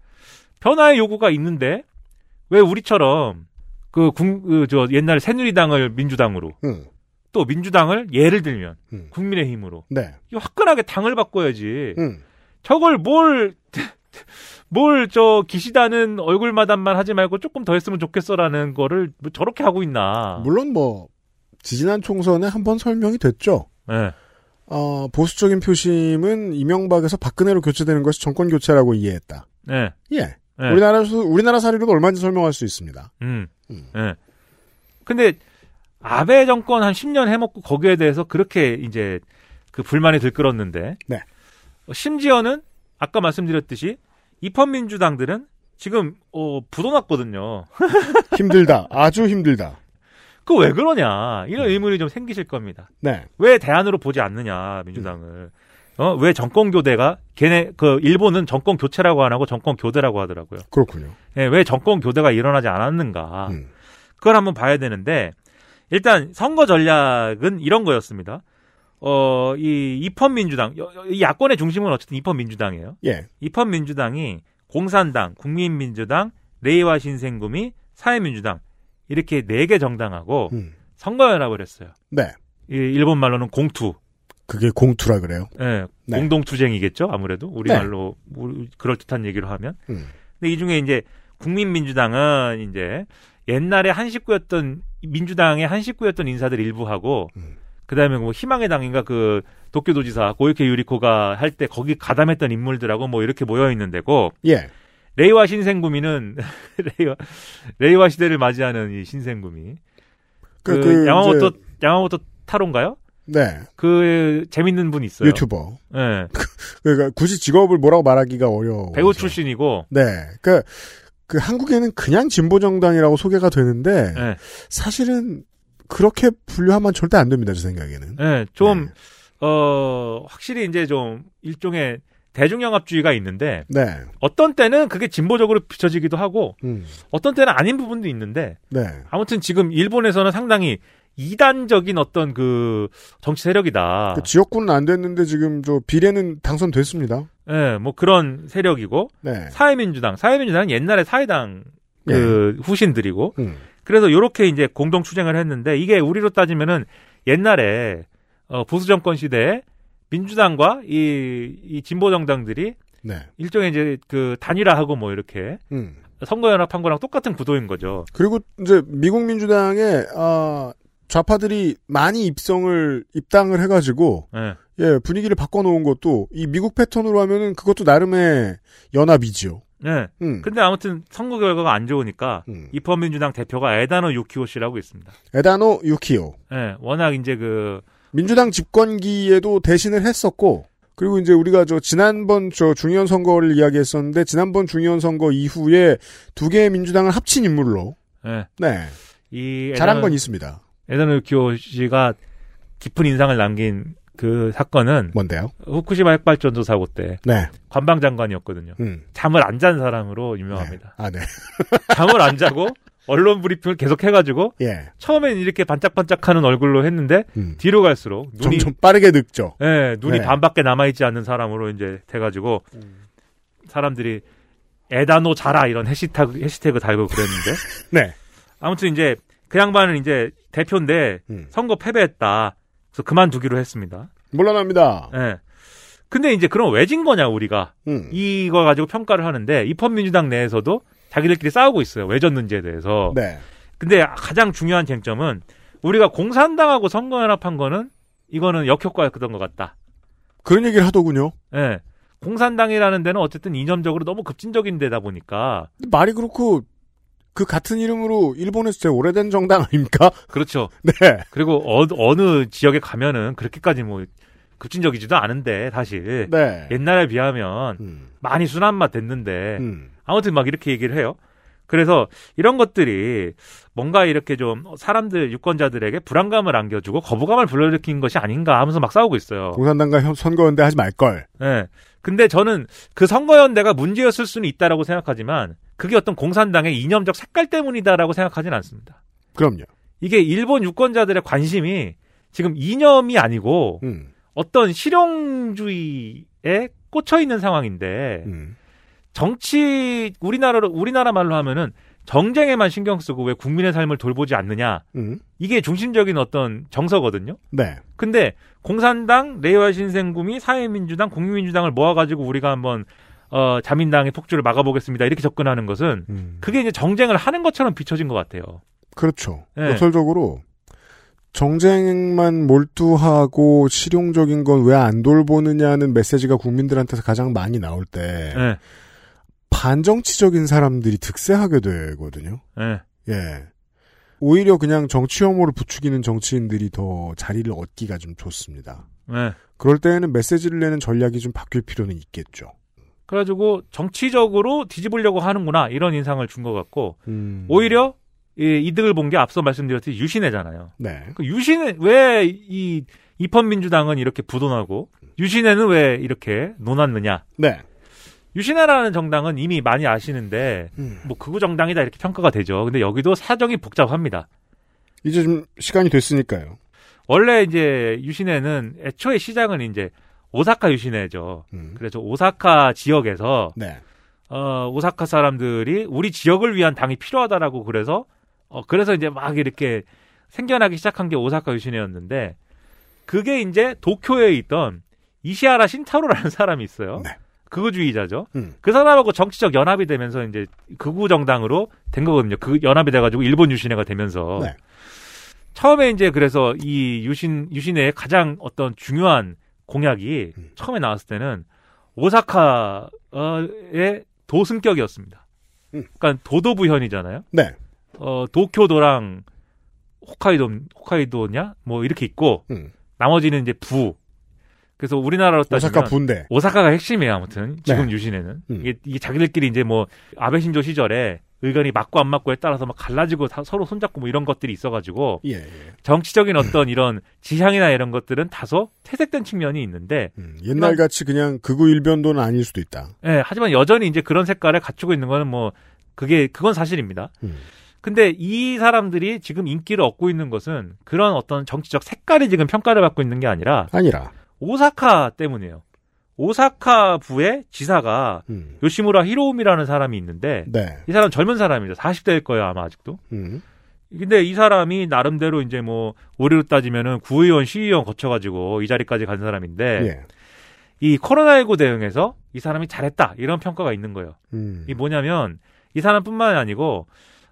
Speaker 11: 변화의 요구가 있는데 왜 우리처럼 그저 옛날 새누리당을 민주당으로
Speaker 2: 음.
Speaker 11: 또 민주당을 예를 들면 국민의힘으로
Speaker 2: 네.
Speaker 11: 이 화끈하게 당을 바꿔야지.
Speaker 2: 음.
Speaker 11: 저걸 뭘, 뭘 저 기시다는 얼굴마담만 하지 말고 조금 더 했으면 좋겠어라는 거를 뭐 저렇게 하고 있나.
Speaker 2: 물론 뭐 지지난 총선에 한 번 설명이 됐죠.
Speaker 11: 네.
Speaker 2: 어, 보수적인 표심은 이명박에서 박근혜로 교체되는 것이 정권 교체라고 이해했다.
Speaker 11: 네.
Speaker 2: 예.
Speaker 11: 네.
Speaker 2: 우리나라에서 우리나라 사례로도 얼마인지 설명할 수 있습니다.
Speaker 11: 음. 예. 근데 아베 정권 한 10년 해먹고 거기에 대해서 그렇게 이제 그 불만이 들끓었는데.
Speaker 2: 네.
Speaker 11: 어, 심지어는 아까 말씀드렸듯이 입헌민주당들은 지금 어 부도났거든요.
Speaker 2: 힘들다. 아주 힘들다.
Speaker 11: 그 왜 그러냐 이런 의문이 좀 생기실 겁니다.
Speaker 2: 네.
Speaker 11: 왜 대안으로 보지 않느냐 민주당을 어 왜 정권 교대가 걔네 그 일본은 정권 교체라고 안 하고 정권 교대라고 하더라고요.
Speaker 2: 그렇군요.
Speaker 11: 예, 왜 정권 교대가 일어나지
Speaker 2: 음.
Speaker 11: 않았는가 그걸 한번 봐야 되는데 일단 선거 전략은 이런 거였습니다. 어이 입헌민주당 여- 여- 이 야권의 중심은 어쨌든 입헌민주당이에요.
Speaker 2: 예.
Speaker 11: 입헌민주당이 공산당, 국민민주당, 레이와 신생구미, 사회민주당 이렇게 네 개 정당하고
Speaker 2: 음.
Speaker 11: 선거연합을 했어요.
Speaker 2: 네.
Speaker 11: 이 일본 말로는 공투,
Speaker 2: 그게 공투라 그래요.
Speaker 11: 예,
Speaker 2: 네.
Speaker 11: 공동투쟁이겠죠 아무래도 우리
Speaker 2: 네.
Speaker 11: 말로 뭐 그럴 듯한 얘기로 하면.
Speaker 2: 음.
Speaker 11: 근데 이 중에 이제 국민민주당은 이제 옛날에 한 식구였던 민주당의 한 식구였던 인사들 일부하고 그다음에 뭐 희망의 당인가 그 도쿄도지사 고이케 유리코가 할 때 거기 가담했던 인물들하고 뭐 이렇게 모여 있는 데고
Speaker 2: 예.
Speaker 11: 레이와 신생구미는 레이와, 레이와 시대를 맞이하는 이 신생구미
Speaker 2: 그-
Speaker 11: 그,
Speaker 2: 그
Speaker 11: 양화모토
Speaker 2: 이제-
Speaker 11: 양화모토 타로인가요?
Speaker 2: 네.
Speaker 11: 그 재밌는 분 있어요.
Speaker 2: 유튜버.
Speaker 11: 예.
Speaker 2: 그러니까 굳이 직업을 뭐라고 말하기가 어려워.
Speaker 11: 배우 출신이고
Speaker 2: 네. 그러니까 그 한국에는 그냥 진보 정당이라고 소개가 되는데
Speaker 11: 네.
Speaker 2: 사실은 그렇게 분류하면 절대 안 됩니다. 제 생각에는.
Speaker 11: 예, 좀, 어, 확실히 이제 좀 일종의 대중영합주의가 있는데,
Speaker 2: 네.
Speaker 11: 어떤 때는 그게 진보적으로 비춰지기도 하고,
Speaker 2: 음.
Speaker 11: 어떤 때는 아닌 부분도 있는데,
Speaker 2: 네.
Speaker 11: 아무튼 지금 일본에서는 상당히 이단적인 어떤 그 정치 세력이다.
Speaker 2: 그 지역구는 안 됐는데 지금 저 비례는 당선됐습니다.
Speaker 11: 예, 뭐 그런 세력이고,
Speaker 2: 네.
Speaker 11: 사회민주당, 사회민주당은 옛날에 사회당 그 후신들이고,
Speaker 2: 음.
Speaker 11: 그래서 요렇게 이제 공동 추쟁을 했는데 이게 우리로 따지면은 옛날에 어, 보수 정권 시대에 민주당과 이, 이 진보 정당들이
Speaker 2: 네.
Speaker 11: 일종의 이제 그 단일화하고 뭐 이렇게
Speaker 2: 음.
Speaker 11: 선거연합한 거랑 똑같은 구도인 거죠.
Speaker 2: 그리고 이제 미국 민주당에 아, 좌파들이 많이 입성을 입당을 해가지고
Speaker 11: 예.
Speaker 2: 예 분위기를 바꿔놓은 것도 이 미국 패턴으로 하면은 그것도 나름의 연합이지요. 음.
Speaker 11: 네. 근데 아무튼 선거 결과가 안 좋으니까 입헌민주당 대표가 에다노 유키오 씨라고 있습니다.
Speaker 2: 에다노 유키오
Speaker 11: 예. 워낙 이제 그
Speaker 2: 민주당 집권기에도 대신을 했었고 그리고 이제 우리가 저 지난번 저 중의원 선거를 이야기했었는데 지난번 중의원 선거 이후에 두 개의 민주당을 합친 인물로
Speaker 11: 네.
Speaker 2: 네.
Speaker 11: 이
Speaker 2: 잘한
Speaker 11: 에단-
Speaker 2: 건 있습니다.
Speaker 11: 에단 우키오 씨가 깊은 인상을 남긴 그 사건은
Speaker 2: 뭔데요?
Speaker 11: 후쿠시마 핵발전소 사고 때
Speaker 2: 네.
Speaker 11: 관방장관이었거든요.
Speaker 2: 음.
Speaker 11: 잠을 안 잔 사람으로 유명합니다.
Speaker 2: 아, 네.
Speaker 11: 잠을 안 자고 언론 브리핑을 계속 해가지고
Speaker 2: 예.
Speaker 11: 처음엔 이렇게 반짝반짝하는 얼굴로 했는데 뒤로 갈수록 눈이
Speaker 2: 점점 빠르게 늙죠.
Speaker 11: 예, 눈이
Speaker 2: 네.
Speaker 11: 반밖에 남아있지 않는 사람으로 이제 돼가지고 사람들이 에다노 자라 이런 해시태그 해시태그 달고 그랬는데
Speaker 2: 네.
Speaker 11: 아무튼 이제 그 양반은 이제 대표인데
Speaker 2: 음.
Speaker 11: 선거 패배했다. 그래서 그만두기로 했습니다.
Speaker 2: 물러납니다.
Speaker 11: 예. 근데 이제 그럼 왜 진 거냐 우리가
Speaker 2: 음,
Speaker 11: 이거 가지고 평가를 하는데 입헌민주당 내에서도 자기들끼리 싸우고 있어요. 왜 졌는지에 대해서.
Speaker 2: 네.
Speaker 11: 근데 가장 중요한 쟁점은 우리가 공산당하고 선거연합한 거는 이거는 역효과였던 것 같다.
Speaker 2: 그런 얘기를 하더군요.
Speaker 11: 예. 공산당이라는 데는 어쨌든 이념적으로 너무 급진적인 데다 보니까
Speaker 2: 근데 말이 그렇고 그 같은 이름으로 일본에서 제일 오래된 정당 아닙니까?
Speaker 11: 그렇죠.
Speaker 2: 네.
Speaker 11: 그리고 어, 어느 지역에 가면은 그렇게까지 뭐 급진적이지도 않은데 사실
Speaker 2: 네. 음,
Speaker 11: 옛날에 비하면 많이 순한 맛 됐는데 아무튼 막 이렇게 얘기를 해요. 그래서 이런 것들이 뭔가 이렇게 좀 사람들 유권자들에게 불안감을 안겨주고 거부감을 불러일으킨 것이 아닌가 하면서 막 싸우고 있어요.
Speaker 2: 공산당과 현- 선거연대 하지 말걸.
Speaker 11: 예. 근데 저는 그 선거연대가 문제였을 수는 있다라고 생각하지만 그게 어떤 공산당의 이념적 색깔 때문이다라고 생각하진 않습니다.
Speaker 2: 그럼요.
Speaker 11: 이게 일본 유권자들의 관심이 지금 이념이 아니고
Speaker 2: 음.
Speaker 11: 어떤 실용주의에 꽂혀 있는
Speaker 2: 음.
Speaker 11: 상황인데 정치 우리나라로 우리나라 말로 하면은 정쟁에만 신경 쓰고 왜 국민의 삶을 돌보지 않느냐
Speaker 2: 음.
Speaker 11: 이게 중심적인 어떤 정서거든요.
Speaker 2: 네.
Speaker 11: 근데 공산당, 레이와 신생구미, 사회민주당, 국민민주당을 모아가지고 우리가 한번 어, 자민당의 폭주를 막아보겠습니다. 이렇게 접근하는 것은 그게 이제 정쟁을 하는 것처럼 비춰진 것 같아요.
Speaker 2: 그렇죠.
Speaker 11: 네.
Speaker 2: 역설적으로 정쟁만 몰두하고 실용적인 건 왜 안 돌보느냐는 메시지가 국민들한테서 가장 많이 나올 때
Speaker 11: 네.
Speaker 2: 반정치적인 사람들이 득세하게 되거든요.
Speaker 11: 예.
Speaker 2: 예. 오히려 그냥 정치 혐오를 부추기는 정치인들이 더 자리를 얻기가 좀 좋습니다.
Speaker 11: 예.
Speaker 2: 그럴 때에는 메시지를 내는 전략이 좀 바뀔 필요는 있겠죠.
Speaker 11: 그래가지고 정치적으로 뒤집으려고 하는구나 이런 인상을 준 것 같고
Speaker 2: 음.
Speaker 11: 오히려 이 이득을 본 게 앞서 말씀드렸듯이 유신회잖아요.
Speaker 2: 네.
Speaker 11: 그 유신은 왜 이 입헌민주당은 이렇게 부도나고 유신회는 왜 이렇게 논았느냐?
Speaker 2: 네.
Speaker 11: 유신회라는 정당은 이미 많이 아시는데
Speaker 2: 음.
Speaker 11: 뭐 극우 정당이다 이렇게 평가가 되죠. 근데 여기도 사정이 복잡합니다.
Speaker 2: 이제 좀 시간이 됐으니까요.
Speaker 11: 원래 이제 유신회는 애초에 시작은 이제 오사카 유신회죠. 그래서 오사카 지역에서
Speaker 2: 음. 네.
Speaker 11: 어, 오사카 사람들이 우리 지역을 위한 당이 필요하다라고 그래서 어, 그래서 이제 막 이렇게 생겨나기 시작한 게 오사카 유신회였는데 그게 이제 도쿄에 있던 이시하라 신타로라는 사람이 있어요.
Speaker 2: 네.
Speaker 11: 극우주의자죠.
Speaker 2: 음.
Speaker 11: 그 사람하고 정치적 연합이 되면서 이제 극우 정당으로 된 거거든요. 그 연합이 돼가지고 일본 유신회가 되면서
Speaker 2: 네.
Speaker 11: 처음에 이제 그래서 이 유신 유신회의 가장 어떤 중요한 공약이 처음에 나왔을 때는 오사카의 도승격이었습니다.
Speaker 2: 음.
Speaker 11: 그러니까 도도부현이잖아요.
Speaker 2: 네.
Speaker 11: 어, 도쿄도랑 홋카이도 홋카이도냐 뭐 이렇게 있고
Speaker 2: 음.
Speaker 11: 나머지는 이제 부. 그래서 우리나라로 따지면
Speaker 2: 오사카 부인데.
Speaker 11: 오사카가 핵심이에요 아무튼 지금
Speaker 2: 네.
Speaker 11: 유신에는 이게, 이게 자기들끼리 이제 뭐 아베 신조 시절에 의견이 맞고 안 맞고에 따라서 막 갈라지고 다- 서로 손잡고 뭐 이런 것들이 있어가지고
Speaker 2: 예, 예.
Speaker 11: 정치적인 어떤 이런 지향이나 이런 것들은 다소 퇴색된 측면이 있는데
Speaker 2: 음, 옛날 같이 그냥 극우 일변도는 아닐 수도 있다.
Speaker 11: 예, 하지만 여전히 이제 그런 색깔을 갖추고 있는 거는 뭐 그게 그건 사실입니다. 근데 이 사람들이 지금 인기를 얻고 있는 것은 그런 어떤 정치적 색깔이 지금 평가를 받고 있는 게 아니라
Speaker 2: 아니라
Speaker 11: 오사카 때문이에요. 오사카 부의 지사가 요시무라 히로움이라는 사람이 있는데
Speaker 2: 음. 네.
Speaker 11: 이 사람 젊은 사람입니다. 40대일 거예요, 아마 아직도.
Speaker 2: 음.
Speaker 11: 근데 이 사람이 나름대로 이제 뭐 우리로 따지면은 구의원, 시의원 거쳐가지고 이 자리까지 간 사람인데
Speaker 2: 예.
Speaker 11: 이 코로나19 대응에서 이 사람이 잘했다 이런 평가가 있는 거예요.
Speaker 2: 음.
Speaker 11: 이 뭐냐면 이 사람뿐만 아니고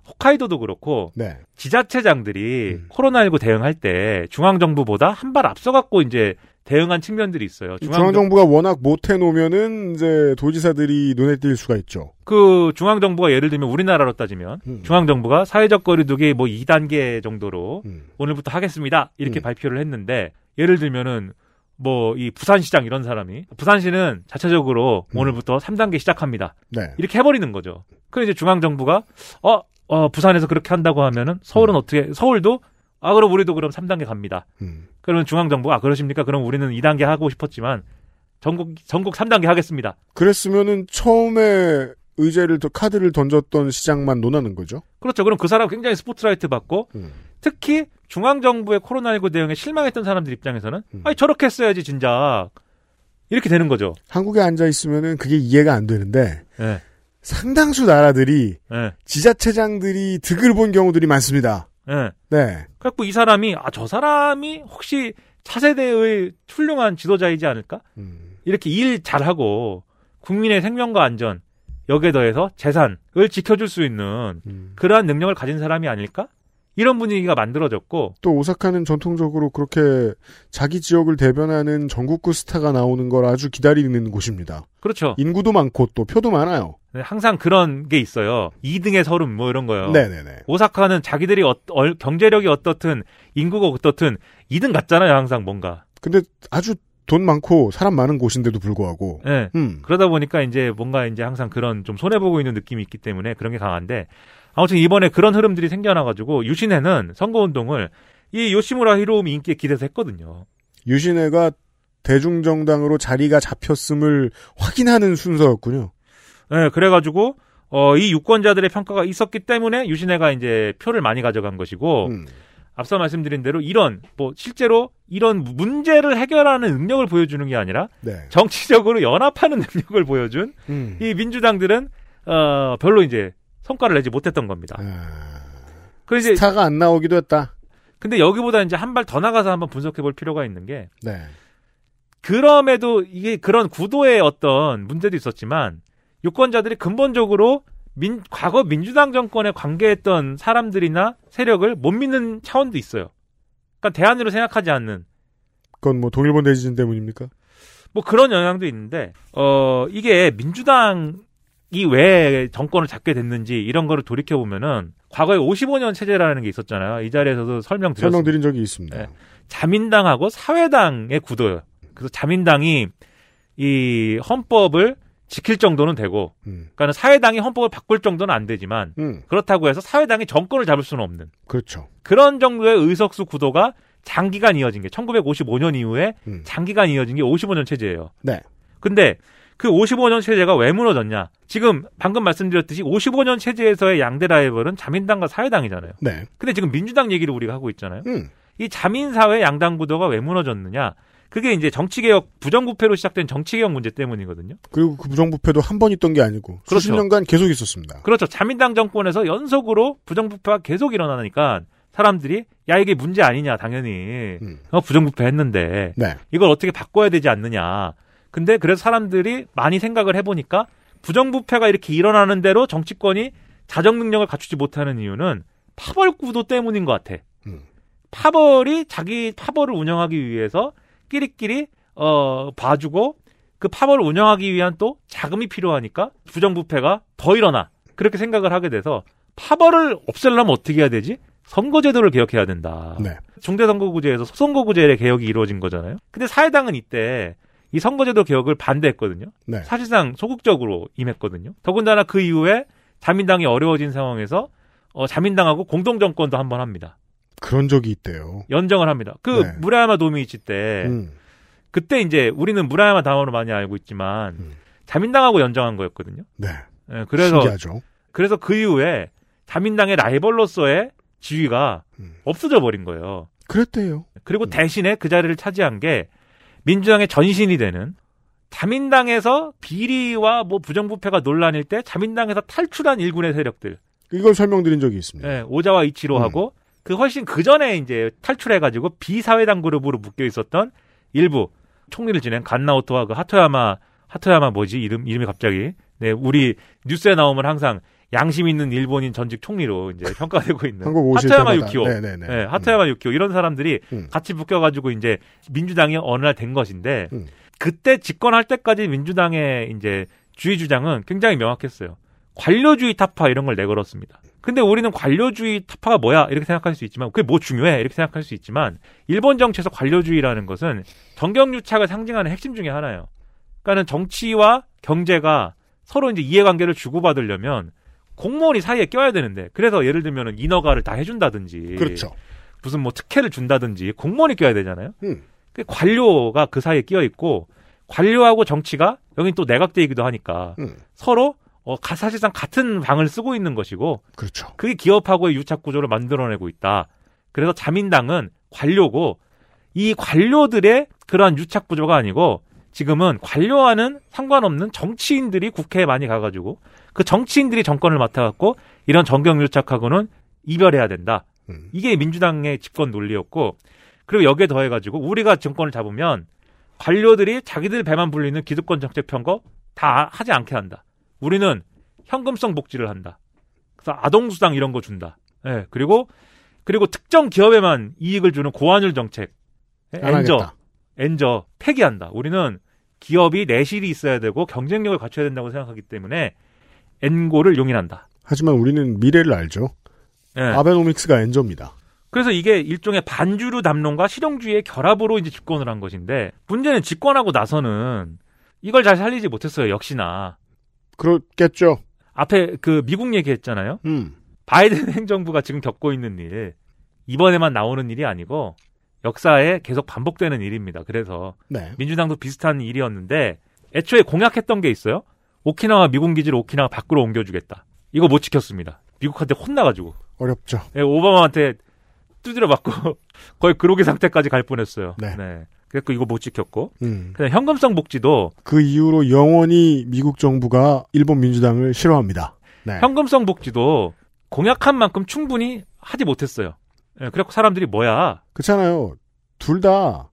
Speaker 11: 홋카이도도 그렇고
Speaker 2: 네.
Speaker 11: 지자체장들이
Speaker 2: 음.
Speaker 11: 코로나19 대응할 때 중앙정부보다 한 발 앞서갖고 이제 대응한 측면들이 있어요.
Speaker 2: 중앙 정부가 워낙 못해 놓으면은 이제 도지사들이 눈에 띌 수가 있죠.
Speaker 11: 그 중앙정부가 예를 들면 우리나라로 따지면 중앙정부가 사회적 거리두기 뭐
Speaker 2: 음.
Speaker 11: 2단계 정도로 오늘부터 하겠습니다 이렇게 발표를 했는데 예를 들면은 뭐 이 부산시장 이런 사람이 부산시는 자체적으로 오늘부터 3단계 시작합니다.
Speaker 2: 네.
Speaker 11: 이렇게 해버리는 거죠. 그럼 이제 중앙 정부가 어, 어, 부산에서 그렇게 한다고 하면은 서울은 어떻게 서울도 아 그럼 우리도 그럼 3단계 갑니다.
Speaker 2: 음.
Speaker 11: 그러면 중앙 정부가 아 그러십니까? 그럼 우리는 2단계 하고 싶었지만 전국 전국 3단계 하겠습니다.
Speaker 2: 그랬으면은 처음에 의제를 더- 카드를 던졌던 시장만 논하는 거죠.
Speaker 11: 그렇죠. 그럼 그 사람 굉장히 스포트라이트 받고
Speaker 2: 음.
Speaker 11: 특히 중앙 정부의 코로나19 대응에 실망했던 사람들 입장에서는
Speaker 2: 음.
Speaker 11: 아니 저렇게 했어야지 진작 이렇게 되는 거죠.
Speaker 2: 한국에 앉아 있으면은 그게 이해가 안 되는데
Speaker 11: 예.
Speaker 2: 상당수 나라들이
Speaker 11: 예.
Speaker 2: 지자체장들이 득을 본 경우들이 많습니다.
Speaker 11: 예.
Speaker 2: 네.
Speaker 11: 그래갖고 이 사람이 아 저 사람이 혹시 차세대의 훌륭한 지도자이지 않을까?
Speaker 2: 음.
Speaker 11: 이렇게 일 잘하고 국민의 생명과 안전 여기에 더해서 재산을 지켜줄 수 있는
Speaker 2: 음.
Speaker 11: 그러한 능력을 가진 사람이 아닐까? 이런 분위기가 만들어졌고
Speaker 2: 또 오사카는 전통적으로 그렇게 자기 지역을 대변하는 전국구 스타가 나오는 걸 아주 기다리는 곳입니다.
Speaker 11: 그렇죠.
Speaker 2: 인구도 많고 또 표도 많아요.
Speaker 11: 네, 항상 그런 게 있어요. 2등의 서름 뭐 이런 거요.
Speaker 2: 네네네.
Speaker 11: 오사카는 자기들이 어- 얼- 경제력이 어떻든 인구가 어떻든 2등 같잖아요. 항상 뭔가.
Speaker 2: 근데 아주 돈 많고 사람 많은 곳인데도 불구하고
Speaker 11: 예.
Speaker 2: 음.
Speaker 11: 그러다 보니까 이제 뭔가 이제 항상 그런 좀 손해 보고 있는 느낌이 있기 때문에 그런 게 강한데 아무튼 이번에 그런 흐름들이 생겨나가지고 유신해는 선거 운동을 이 요시무라 히로우미 인기에 기대서 했거든요.
Speaker 2: 유신회가 대중정당으로 자리가 잡혔음을 확인하는 순서였군요.
Speaker 11: 예, 그래가지고 어, 이 유권자들의 평가가 있었기 때문에 유신해가 이제 표를 많이 가져간 것이고
Speaker 2: 음.
Speaker 11: 앞서 말씀드린 대로 이런 뭐 실제로 이런 문제를 해결하는 능력을 보여주는 게 아니라
Speaker 2: 네. 음.
Speaker 11: 정치적으로 연합하는 능력을 보여준 이 민주당들은 어, 별로 이제 성과를 내지 못했던 겁니다. 그 이제
Speaker 2: 네. 아, 스타가 안 나오기도 했다.
Speaker 11: 근데 여기보다 이제 한 발 더 나가서 한번 분석해 볼 필요가 있는 게
Speaker 2: 네.
Speaker 11: 그럼에도 이게 그런 구도의 어떤 문제도 있었지만 유권자들이 근본적으로 민- 과거 민주당 정권에 관계했던 사람들이나 세력을 못 믿는 차원도 있어요. 그러니까 대안으로 생각하지 않는
Speaker 2: 그건 뭐 동일본 대지진 때문입니까?
Speaker 11: 뭐 그런 영향도 있는데 어 이게 민주당이 왜 정권을 잡게 됐는지 이런 거를 돌이켜 보면은 과거에 55년 체제라는 게 있었잖아요. 이 자리에서도 설명드렸습니다.
Speaker 2: 설명드린 적이 있습니다.
Speaker 11: 네. 자민당하고 사회당의 구도예요. 그래서 자민당이 이 헌법을 지킬 정도는 되고, 그러니까 사회당이 헌법을 바꿀 정도는 안 되지만
Speaker 2: 음.
Speaker 11: 그렇다고 해서 사회당이 정권을 잡을 수는 없는
Speaker 2: 그렇죠.
Speaker 11: 그런 정도의 의석수 구도가 장기간 이어진 게 1955년 이후에 장기간 이어진 게 55년 체제예요.
Speaker 2: 네.
Speaker 11: 근데 그 55년 체제가 왜 무너졌냐? 지금 방금 말씀드렸듯이 55년 체제에서의 양대 라이벌은 자민당과 사회당이잖아요.
Speaker 2: 네.
Speaker 11: 근데 지금 민주당 얘기를 우리가 하고 있잖아요.
Speaker 2: 음.
Speaker 11: 이 자민사회 양당 구도가 왜 무너졌느냐? 그게 이제 정치개혁 부정부패로 시작된 정치개혁 문제 때문이거든요.
Speaker 2: 그리고 그 부정부패도 한 번 있던 게 아니고 수십
Speaker 11: 그렇죠.
Speaker 2: 년간 계속 있었습니다.
Speaker 11: 그렇죠. 자민당 정권에서 연속으로 부정부패가 계속 일어나니까 사람들이 야 이게 문제 아니냐 당연히 어, 부정부패 했는데
Speaker 2: 음. 네.
Speaker 11: 이걸 어떻게 바꿔야 되지 않느냐. 근데 그래서 사람들이 많이 생각을 해보니까 부정부패가 이렇게 일어나는 대로 정치권이 자정 능력을 갖추지 못하는 이유는 파벌 구도 때문인 것 같아. 파벌이 자기 파벌을 운영하기 위해서 끼리끼리 어 봐주고 그 파벌을 운영하기 위한 또 자금이 필요하니까 부정부패가 더 일어나 그렇게 생각을 하게 돼서 파벌을 없애려면 어떻게 해야 되지? 선거제도를 개혁해야 된다.
Speaker 2: 네.
Speaker 11: 중대선거구제에서 소선거구제의 개혁이 이루어진 거잖아요. 근데 사회당은 이때 이 선거제도 개혁을 반대했거든요.
Speaker 2: 네.
Speaker 11: 사실상 소극적으로 임했거든요. 더군다나 그 이후에 자민당이 어려워진 상황에서 어, 자민당하고 공동정권도 한번 합니다.
Speaker 2: 그런 적이 있대요.
Speaker 11: 연정을 합니다. 그
Speaker 2: 네. 음.
Speaker 11: 무라야마 도미이치 때 그때 이제 우리는 무라야마 당원으로 많이 알고 있지만 자민당하고 연정한 거였거든요.
Speaker 2: 네.
Speaker 11: 예, 그래서
Speaker 2: 음. 신기하죠.
Speaker 11: 그래서 그 이후에 자민당의 라이벌로서의 지위가
Speaker 2: 음.
Speaker 11: 없어져 버린 거예요.
Speaker 2: 그랬대요.
Speaker 11: 그리고 대신에 그 자리를 차지한 게 민주당의 전신이 되는 자민당에서 비리와 뭐 부정부패가 논란일 때 자민당에서 탈출한 일군의 세력들
Speaker 2: 이걸 설명드린 적이 있습니다.
Speaker 11: 예, 오자와 이치로
Speaker 2: 음.
Speaker 11: 하고 그 훨씬 그 전에 이제 탈출해가지고 비사회당 그룹으로 묶여 있었던 일부 총리를 지낸 간나오토와 그 하토야마 하토야마 뭐지 이름 이름이 갑자기 네 우리 뉴스에 나오면 항상 양심 있는 일본인 전직 총리로 이제 평가되고 있는
Speaker 2: 한국 오실
Speaker 11: 네. 하토야마
Speaker 2: 때마다.
Speaker 11: 유키오,
Speaker 2: 네네네. 음.
Speaker 11: 예, 하토야마 유키오 이런 사람들이 같이 묶여가지고 이제 민주당이 어느 날 된 것인데
Speaker 2: 음.
Speaker 11: 그때 집권할 때까지 민주당의 이제 주의 주장은 굉장히 명확했어요. 관료주의 타파 이런 걸 내걸었습니다. 근데 우리는 관료주의 타파가 뭐야 이렇게 생각할 수 있지만 그게 뭐 중요해 이렇게 생각할 수 있지만 일본 정치에서 관료주의라는 것은 정경유착을 상징하는 핵심 중에 하나예요. 그러니까는 정치와 경제가 서로 이제 이해관계를 주고받으려면 공무원이 사이에 껴야 되는데 그래서 예를 들면은 인허가를 다 해준다든지
Speaker 2: 그렇죠.
Speaker 11: 무슨 뭐 특혜를 준다든지 공무원이 껴야 되잖아요.
Speaker 2: 음.
Speaker 11: 그 관료가 그 사이에 끼어 있고 관료하고 정치가 여긴 또 내각제이기도 하니까
Speaker 2: 음.
Speaker 11: 서로 어, 가- 사실상 같은 방을 쓰고 있는 것이고
Speaker 2: 그렇죠.
Speaker 11: 그게 기업하고의 유착 구조를 만들어내고 있다. 그래서 자민당은 관료고 이 관료들의 그러한 유착 구조가 아니고 지금은 관료와는 상관없는 정치인들이 국회에 많이 가가지고 그 정치인들이 정권을 맡아갖고 이런 정경 유착하고는 이별해야 된다.
Speaker 2: 음.
Speaker 11: 이게 민주당의 집권 논리였고 그리고 여기에 더해가지고 우리가 정권을 잡으면 관료들이 자기들 배만 불리는 기득권 정책 편거 다 하지 않게 한다. 우리는 현금성 복지를 한다. 그래서 아동수당 이런 거 준다. 예, 그리고, 그리고 특정 기업에만 이익을 주는 고환율 정책. 예,
Speaker 2: 안
Speaker 11: 엔저.
Speaker 2: 하겠다.
Speaker 11: 엔저. 폐기한다. 우리는 기업이 내실이 있어야 되고 경쟁력을 갖춰야 된다고 생각하기 때문에 엔고를 용인한다.
Speaker 2: 하지만 우리는 미래를 알죠.
Speaker 11: 예.
Speaker 2: 아베노믹스가 엔저입니다.
Speaker 11: 그래서 이게 일종의 반주류 담론과 실용주의의 결합으로 이제 집권을 한 것인데 문제는 집권하고 나서는 이걸 잘 살리지 못했어요. 역시나.
Speaker 2: 그렇겠죠. 음.
Speaker 11: 앞에 그 미국 얘기했잖아요. 바이든 행정부가 지금 겪고 있는 일 이번에만 나오는 일이 아니고 역사에 계속 반복되는 일입니다. 그래서
Speaker 2: 네.
Speaker 11: 민주당도 비슷한 일이었는데 애초에 공약했던 게 있어요. 오키나와 미군 기지를 오키나와 밖으로 옮겨주겠다. 이거 못 지켰습니다. 미국한테 혼나가지고
Speaker 2: 어렵죠.
Speaker 11: 예, 오바마한테 두드려 맞고 거의 그로기 상태까지 갈 뻔했어요. 네. 그래서 이거 못 지켰고
Speaker 2: 음.
Speaker 11: 그냥 현금성 복지도
Speaker 2: 그 이후로 영원히 미국 정부가 일본 민주당을 싫어합니다. 네.
Speaker 11: 현금성 복지도 공약한 만큼 충분히 하지 못했어요. 예, 그래갖고 사람들이 뭐야?
Speaker 2: 그렇잖아요. 둘 다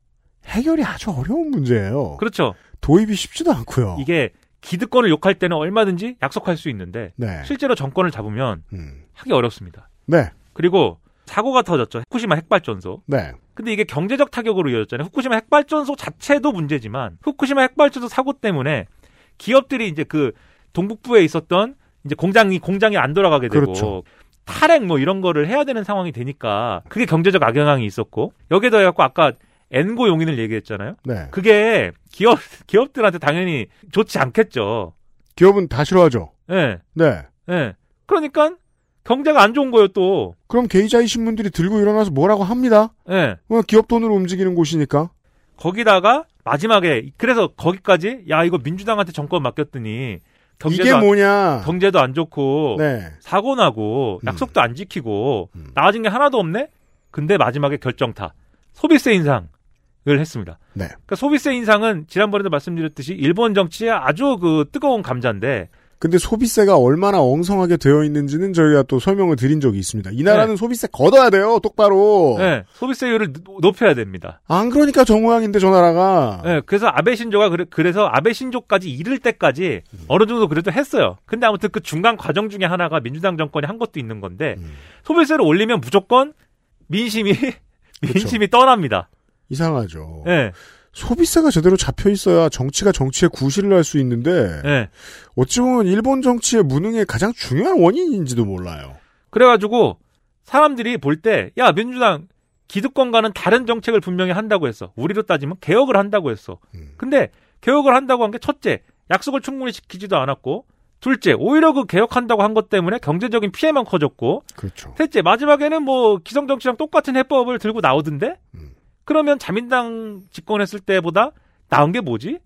Speaker 2: 해결이 아주 어려운 어. 문제예요.
Speaker 11: 그렇죠.
Speaker 2: 도입이 쉽지도 않고요.
Speaker 11: 이게 기득권을 욕할 때는 얼마든지 약속할 수 있는데
Speaker 2: 네. 음.
Speaker 11: 실제로 정권을 잡으면 하기 어렵습니다.
Speaker 2: 네.
Speaker 11: 그리고 사고가 터졌죠. 후쿠시마 핵발전소.
Speaker 2: 네.
Speaker 11: 근데 이게 경제적 타격으로 이어졌잖아요. 후쿠시마 핵발전소 자체도 문제지만 후쿠시마 핵발전소 사고 때문에 기업들이 이제 그 동북부에 있었던 이제 공장이 공장이 안 돌아가게 되고
Speaker 2: 그렇죠.
Speaker 11: 탈핵 뭐 이런 거를 해야 되는 상황이 되니까 그게 경제적 악영향이 있었고 여기에 더해갖고 아까 엔고 용인을 얘기했잖아요.
Speaker 2: 네.
Speaker 11: 그게 기업 기업들한테 당연히 좋지 않겠죠.
Speaker 2: 기업은 다 싫어하죠.
Speaker 11: 예.
Speaker 2: 네.
Speaker 11: 예. 그러니까 경제가 안 좋은 거예요 또.
Speaker 2: 그럼 게이자이 신문들이 들고 일어나서 뭐라고 합니다.
Speaker 11: 예.
Speaker 2: 어, 기업 돈으로 움직이는 곳이니까.
Speaker 11: 거기다가 마지막에 그래서 거기까지 야 이거 민주당한테 정권 맡겼더니 경제도
Speaker 2: 이게
Speaker 11: 안-
Speaker 2: 뭐냐.
Speaker 11: 경제도 안 좋고
Speaker 2: 네. 음.
Speaker 11: 사고 나고 약속도 안 지키고 나아진 게 하나도 없네. 근데 마지막에 결정타 소비세 인상을 했습니다.
Speaker 2: 네.
Speaker 11: 그러니까 소비세 인상은 지난번에도 말씀드렸듯이 일본 정치의 아주 그 뜨거운 감자인데
Speaker 2: 근데 소비세가 얼마나 엉성하게 되어 있는지는 저희가 또 설명을 드린 적이 있습니다. 이
Speaker 11: 네.
Speaker 2: 나라는 소비세 걷어야 돼요, 똑바로.
Speaker 11: 예, 소비세율을 노- 높여야 됩니다.
Speaker 2: 안 그러니까 저 모양인데 저 나라가.
Speaker 11: 예, 그래서 아베 신조가 그래, 서 아베 신조까지 이를 때까지 어느 정도 그래도 했어요. 근데 아무튼 그 중간 과정 중에 하나가 민주당 정권이 한 것도 있는 건데
Speaker 2: 음.
Speaker 11: 소비세를 올리면 무조건 민심이 민심이 떠납니다.
Speaker 2: 이상하죠.
Speaker 11: 예.
Speaker 2: 소비세가 제대로 잡혀 있어야 정치가 정치의 구실을 할 수 있는데
Speaker 11: 예.
Speaker 2: 어찌 보면 일본 정치의 무능의 가장 중요한 원인인지도 몰라요.
Speaker 11: 그래가지고 사람들이 볼 때 야 민주당 기득권과는 다른 정책을 분명히 한다고 했어. 우리로 따지면 개혁을 한다고 했어.
Speaker 2: 음,
Speaker 11: 근데 개혁을 한다고 한 게 첫째 약속을 충분히 지키지도 않았고 둘째 오히려 그 개혁한다고 한 것 때문에 경제적인 피해만 커졌고
Speaker 2: 그렇죠.
Speaker 11: 셋째 마지막에는 뭐 기성정치랑 똑같은 해법을 들고 나오던데 그러면 자민당 집권했을 때보다 나은 게 뭐지?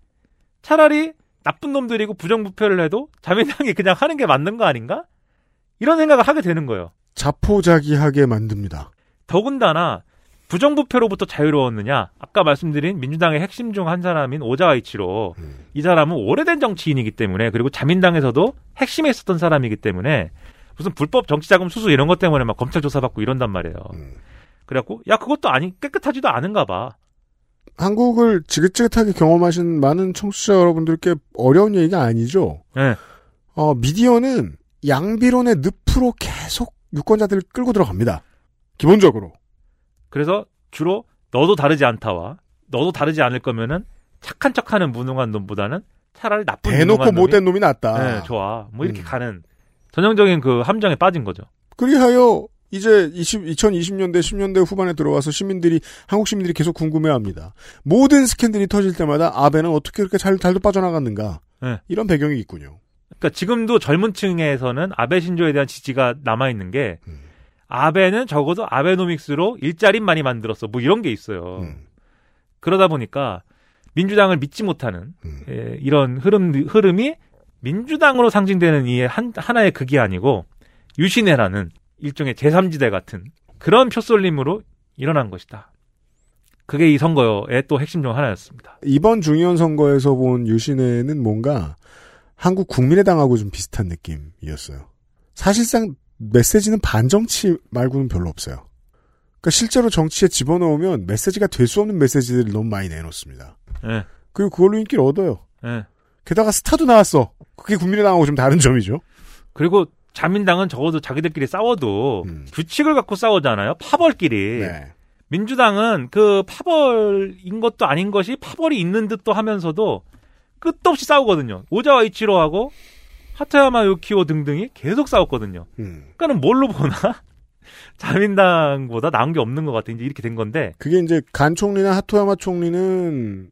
Speaker 11: 차라리 나쁜 놈들이고 부정부패를 해도 자민당이 그냥 하는 게 맞는 거 아닌가? 이런 생각을 하게 되는 거예요.
Speaker 2: 자포자기하게 만듭니다.
Speaker 11: 더군다나 부정부패로부터 자유로웠느냐? 아까 말씀드린 민주당의 핵심 중 한 사람인 오자와이치로 이 사람은 오래된 정치인이기 때문에 그리고 자민당에서도 핵심에 있었던 사람이기 때문에 무슨 불법 정치자금 수수 이런 것 때문에 막 검찰 조사받고 이런단 말이에요.
Speaker 2: 음.
Speaker 11: 그래갖고 야 그것도 아니 깨끗하지도 않은가 봐.
Speaker 2: 한국을 지긋지긋하게 경험하신 많은 청취자 여러분들께 어려운 얘기가 아니죠.
Speaker 11: 예.
Speaker 2: 어, 미디어는 양비론의 늪으로 계속 유권자들을 끌고 들어갑니다. 기본적으로.
Speaker 11: 그래서 주로 너도 다르지 않다와 너도 다르지 않을 거면은 착한 척하는 무능한 놈보다는 차라리 나쁜
Speaker 2: 대놓고
Speaker 11: 무능한 놈이
Speaker 2: 못된 놈이 낫다.
Speaker 11: 네, 좋아. 뭐 이렇게
Speaker 2: 음.
Speaker 11: 가는 전형적인 그 함정에 빠진 거죠.
Speaker 2: 그리하여 이제 20, 2020년대 10년대 후반에 들어와서 시민들이 한국 시민들이 계속 궁금해합니다. 모든 스캔들이 터질 때마다 아베는 어떻게 그렇게 잘 달도 빠져나갔는가
Speaker 11: 네.
Speaker 2: 이런 배경이 있군요.
Speaker 11: 그러니까 지금도 젊은 층에서는 아베 신조에 대한 지지가 남아 있는 게
Speaker 2: 음.
Speaker 11: 아베는 적어도 아베노믹스로 일자리 많이 만들었어. 뭐 이런 게 있어요.
Speaker 2: 음.
Speaker 11: 그러다 보니까 민주당을 믿지 못하는 예, 이런 흐름 흐름이 민주당으로 상징되는 이 한, 하나의 극이 아니고 유신회라는 일종의 제3지대 같은 그런 표쏠림으로 일어난 것이다. 그게 이 선거의 또 핵심 중 하나였습니다.
Speaker 2: 이번 중의원 선거에서 본 유신회는 뭔가 한국 국민의당하고 좀 비슷한 느낌이었어요. 사실상 메시지는 반정치 말고는 별로 없어요. 그러니까 실제로 정치에 집어넣으면 메시지가 될 수 없는 메시지들을 너무 많이 내놓습니다.
Speaker 11: 예,
Speaker 2: 그리고 그걸로 인기를 얻어요.
Speaker 11: 예.
Speaker 2: 게다가 스타도 나왔어. 그게 국민의당하고 좀 다른 점이죠.
Speaker 11: 그리고 자민당은 적어도 자기들끼리 싸워도 규칙을 갖고 싸우잖아요. 파벌끼리.
Speaker 2: 네.
Speaker 11: 민주당은 그 파벌인 것도 아닌 것이 파벌이 있는 듯도 하면서도 끝도 없이 싸우거든요. 오자와 이치로하고 하타야마 요키오 등등이 계속 싸웠거든요.
Speaker 2: 음.
Speaker 11: 그러니까는 뭘로 보나 자민당보다 나은 게 없는 것 같아. 이제 이렇게 된 건데.
Speaker 2: 그게 이제 간 총리나 하토야마 총리는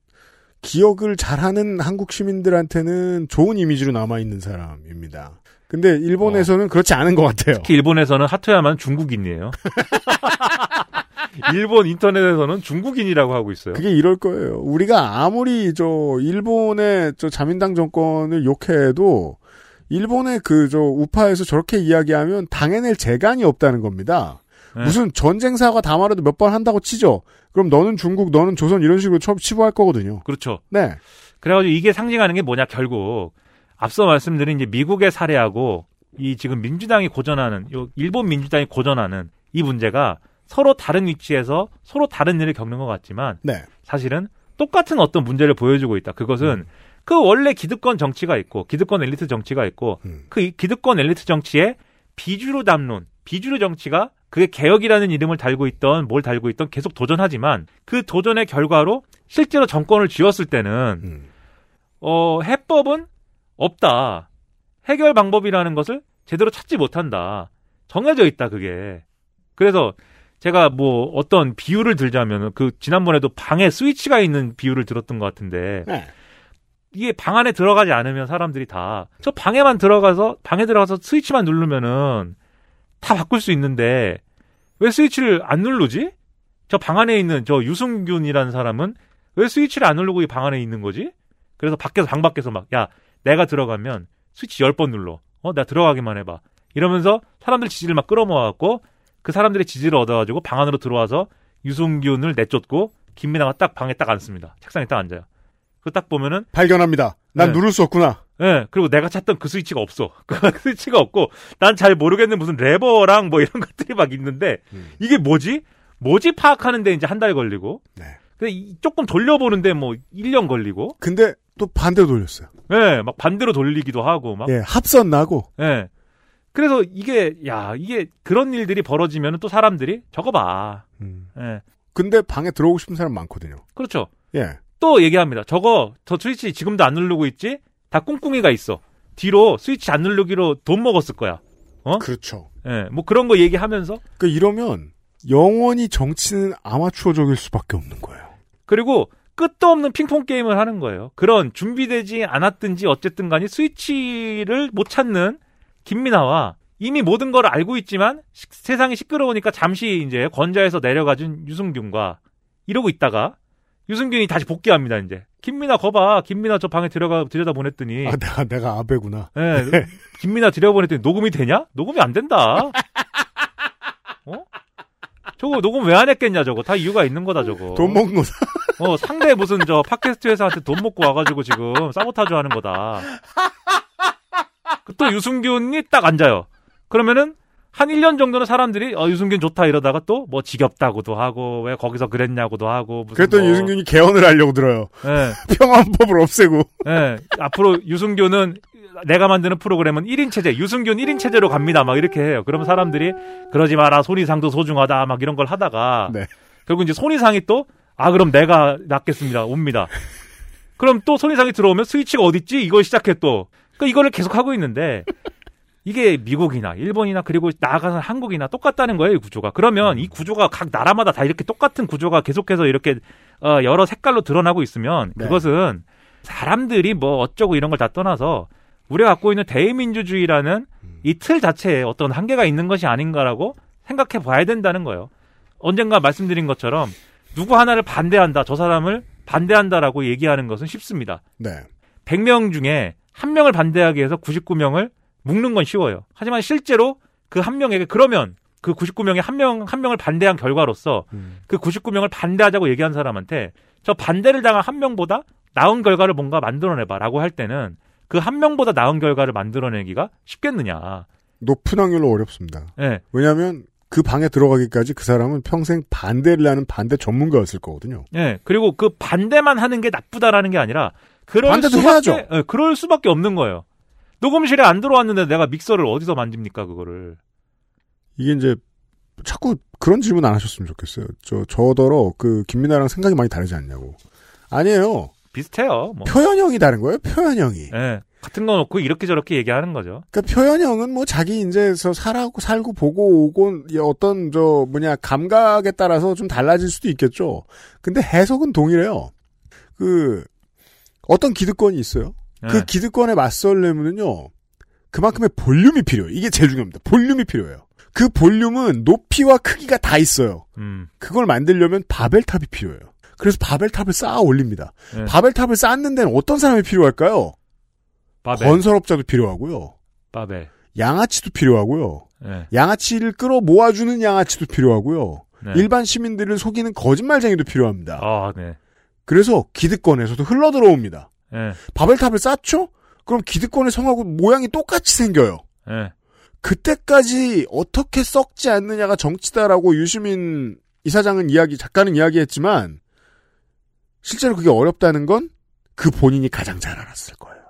Speaker 2: 기억을 잘하는 한국 시민들한테는 좋은 이미지로 남아있는 사람입니다. 근데 일본에서는 그렇지 않은 것 같아요.
Speaker 11: 특히 일본에서는 하토야만 중국인이에요. 일본 인터넷에서는 중국인이라고 하고 있어요.
Speaker 2: 그게 이럴 거예요. 우리가 아무리 저 일본의 저 자민당 정권을 욕해도 일본의 그 저 우파에서 저렇게 이야기하면 당해낼 재간이 없다는 겁니다.
Speaker 11: 네.
Speaker 2: 무슨 전쟁사가 담화라도 몇 번 한다고 치죠. 그럼 너는 중국, 너는 조선 이런 식으로 처음 치부할 거거든요.
Speaker 11: 그렇죠.
Speaker 2: 네.
Speaker 11: 그래가지고 이게 상징하는 게 뭐냐 결국 앞서 말씀드린 이제 미국의 사례하고 이 지금 민주당이 고전하는 요 일본 민주당이 고전하는 이 문제가 서로 다른 위치에서 서로 다른 일을 겪는 것 같지만
Speaker 2: 네.
Speaker 11: 사실은 똑같은 어떤 문제를 보여주고 있다. 그것은 그 원래 기득권 정치가 있고 기득권 엘리트 정치가 있고 그 이- 기득권 엘리트 정치의 비주류 담론, 비주류 정치가 그게 개혁이라는 이름을 달고 있던 뭘 달고 있던 계속 도전하지만 그 도전의 결과로 실제로 정권을 쥐었을 때는 어, 해법은 없다. 해결 방법이라는 것을 제대로 찾지 못한다. 정해져 있다, 그게. 그래서 제가 뭐 어떤 비유를 들자면 그 지난번에도 방에 스위치가 있는 비유를 들었던 것 같은데 이게 방 안에 들어가지 않으면 사람들이 다 저 방에만 들어가서 방에 들어가서 스위치만 누르면은 다 바꿀 수 있는데 왜 스위치를 안 누르지? 저 방 안에 있는 저 유승균이라는 사람은 왜 스위치를 안 누르고 이 방 안에 있는 거지? 그래서 밖에서 방 밖에서 막 야 내가 들어가면 스위치 10번 눌러. 어, 나 들어가기만 해 봐. 이러면서 사람들 지지를 막 끌어모아 갖고 그 사람들의 지지를 얻어 가지고 방 안으로 들어와서 유승균을 내쫓고 김민아가 딱 방에 딱 앉습니다. 책상에 딱 앉아요. 그 딱 보면은
Speaker 2: 발견합니다. 난
Speaker 11: 네.
Speaker 2: 누를 수 없구나.
Speaker 11: 예, 그리고 내가 찾던 그 스위치가 없어. 그 스위치가 없고, 난 잘 모르겠는 무슨 레버랑 뭐 이런 것들이 막 있는데, 이게 뭐지? 뭐지 파악하는데 이제 한 달 걸리고, 근데 이- 조금 돌려보는데 뭐 1년 걸리고,
Speaker 2: 근데 또 반대로 돌렸어요.
Speaker 11: 예, 막 반대로 돌리기도 하고, 막.
Speaker 2: 예, 합선 나고.
Speaker 11: 예. 그래서 이게, 야, 이게 그런 일들이 벌어지면 또 사람들이 저거 봐.
Speaker 2: 음.
Speaker 11: 예.
Speaker 2: 근데 방에 들어오고 싶은 사람 많거든요.
Speaker 11: 그렇죠.
Speaker 2: 예.
Speaker 11: 또 얘기합니다. 저거 저 스위치 지금도 안 누르고 있지? 다 꿍꿍이가 있어. 뒤로 스위치 안 누르기로 돈 먹었을 거야. 어?
Speaker 2: 그렇죠.
Speaker 11: 예, 뭐 그런 거 얘기하면서
Speaker 2: 그 이러면 영원히 정치는 아마추어적일 수밖에 없는 거예요.
Speaker 11: 그리고 끝도 없는 핑퐁 게임을 하는 거예요. 그런 준비되지 않았든지 어쨌든 간에 스위치를 못 찾는 김민아와 이미 모든 걸 알고 있지만 시- 세상이 시끄러우니까 잠시 이제 권좌에서 내려가준 유승균과 이러고 있다가 유승균이 다시 복귀합니다. 이제 김민아 거봐, 김민아 저 방에 들어가 들여다 보냈더니
Speaker 2: 아, 내가 내가 아베구나.
Speaker 11: 예, 김민아 들여보냈더니 녹음이 되냐? 녹음이 안 된다. 어? 저거 녹음 왜 안 했겠냐 저거 다 이유가 있는 거다 저거.
Speaker 2: 돈 먹는 거다.
Speaker 11: 어 상대 무슨 저 팟캐스트 회사한테 돈 먹고 와가지고 지금 사보타주 하는 거다. 그또 유승균이 딱 앉아요. 그러면은 한 1년 정도는 사람들이 어 유승균 좋다 이러다가 또 뭐 지겹다고도 하고 왜 거기서 그랬냐고도 하고 무슨
Speaker 2: 그랬더니
Speaker 11: 뭐-
Speaker 2: 유승균이 개헌을 하려고 들어요.
Speaker 11: 예.
Speaker 2: 평안법을 없애고.
Speaker 11: 예. 앞으로 유승균은 내가 만드는 프로그램은 1인 체제, 유승균 1인 체제로 갑니다. 막 이렇게 해요. 그러면 사람들이 그러지 마라. 손이상도 소중하다. 막 이런 걸
Speaker 2: 네.
Speaker 11: 하다가 결국 이제 손이상이 또 아, 그럼 내가 낫겠습니다. 옵니다. 그럼 또 손이상이 들어오면 스위치가 어딨지? 이걸 시작해 또. 그러니까 이거를 계속 하고 있는데 이게 미국이나 일본이나 그리고 나아가서 한국이나 똑같다는 거예요, 이 구조가. 그러면 이 구조가 각 나라마다 다 이렇게 똑같은 구조가 계속해서 이렇게 어, 여러 색깔로 드러나고 있으면
Speaker 16: 네.
Speaker 11: 그것은 사람들이 뭐 어쩌고 이런 걸 다 떠나서 우리가 갖고 있는 대의민주주의라는 이 틀 자체에 어떤 한계가 있는 것이 아닌가라고 생각해 봐야 된다는 거예요. 언젠가 말씀드린 것처럼 누구 하나를 반대한다, 저 사람을 반대한다라고 얘기하는 것은 쉽습니다.
Speaker 2: 네.
Speaker 11: 100명 중에 한 명을 반대하기 위해서 99명을 묶는 건 쉬워요. 하지만 실제로 그 한 명에게 그러면 그 99명의 한 명 한 명을 반대한 결과로서 그 99명을 반대하자고 얘기한 사람한테 저 반대를 당한 한 명보다 나은 결과를 뭔가 만들어내봐라고 할 때는 그 한 명보다 나은 결과를 만들어내기가 쉽겠느냐.
Speaker 2: 높은 확률로 어렵습니다.
Speaker 11: 예.
Speaker 2: 왜냐하면 그 방에 들어가기까지 그 사람은 평생 반대를 하는 반대 전문가였을 거거든요.
Speaker 11: 예. 그리고 그 반대만 하는 게 나쁘다라는 게 아니라 그럴
Speaker 2: 반대도
Speaker 11: 수밖에
Speaker 2: 해야죠.
Speaker 11: 예, 그럴 수밖에 없는 거예요. 녹음실에 안 들어왔는데 내가 믹서를 어디서 만집니까 그거를.
Speaker 2: 이게 이제 자꾸 그런 질문 안 하셨으면 좋겠어요. 저 저더러 그 김민아랑 생각이 많이 다르지 않냐고. 아니에요.
Speaker 11: 비슷해요. 뭐.
Speaker 2: 표현형이 다른 거예요. 표현형이.
Speaker 11: 예. 같은 거 놓고 이렇게 저렇게 얘기하는 거죠.
Speaker 2: 그러니까 표현형은 뭐 자기 인제서 살고 살고 보고 오고 이 어떤 저 뭐냐 감각에 따라서 좀 달라질 수도 있겠죠. 근데 해석은 동일해요. 그 어떤 기득권이 있어요. 그
Speaker 11: 네.
Speaker 2: 기득권에 맞설려면은요 그만큼의 볼륨이 필요해요. 이게 제일 중요합니다. 볼륨이 필요해요. 그 볼륨은 높이와 크기가 다 있어요.
Speaker 11: 음.
Speaker 2: 그걸 만들려면 바벨탑이 필요해요. 그래서 바벨탑을 쌓아 올립니다.
Speaker 11: 네.
Speaker 2: 바벨탑을 쌓는 데는 어떤 사람이 필요할까요?
Speaker 11: 바벨.
Speaker 2: 건설업자도 필요하고요.
Speaker 11: 바벨.
Speaker 2: 양아치도 필요하고요.
Speaker 11: 예.
Speaker 2: 양아치를 끌어 모아주는 양아치도 필요하고요.
Speaker 11: 네.
Speaker 2: 일반 시민들을 속이는 거짓말쟁이도 필요합니다.
Speaker 11: 아, 네.
Speaker 2: 그래서 기득권에서도 흘러들어옵니다.
Speaker 11: 예.
Speaker 2: 바벨탑을 쌓죠? 그럼 기득권의 성하고 모양이 똑같이 생겨요.
Speaker 11: 예.
Speaker 2: 그때까지 어떻게 썩지 않느냐가 정치다라고 유시민 이사장은 이야기, 작가는 이야기했지만, 실제로 그게 어렵다는 건 그 본인이 가장 잘 알았을 거예요.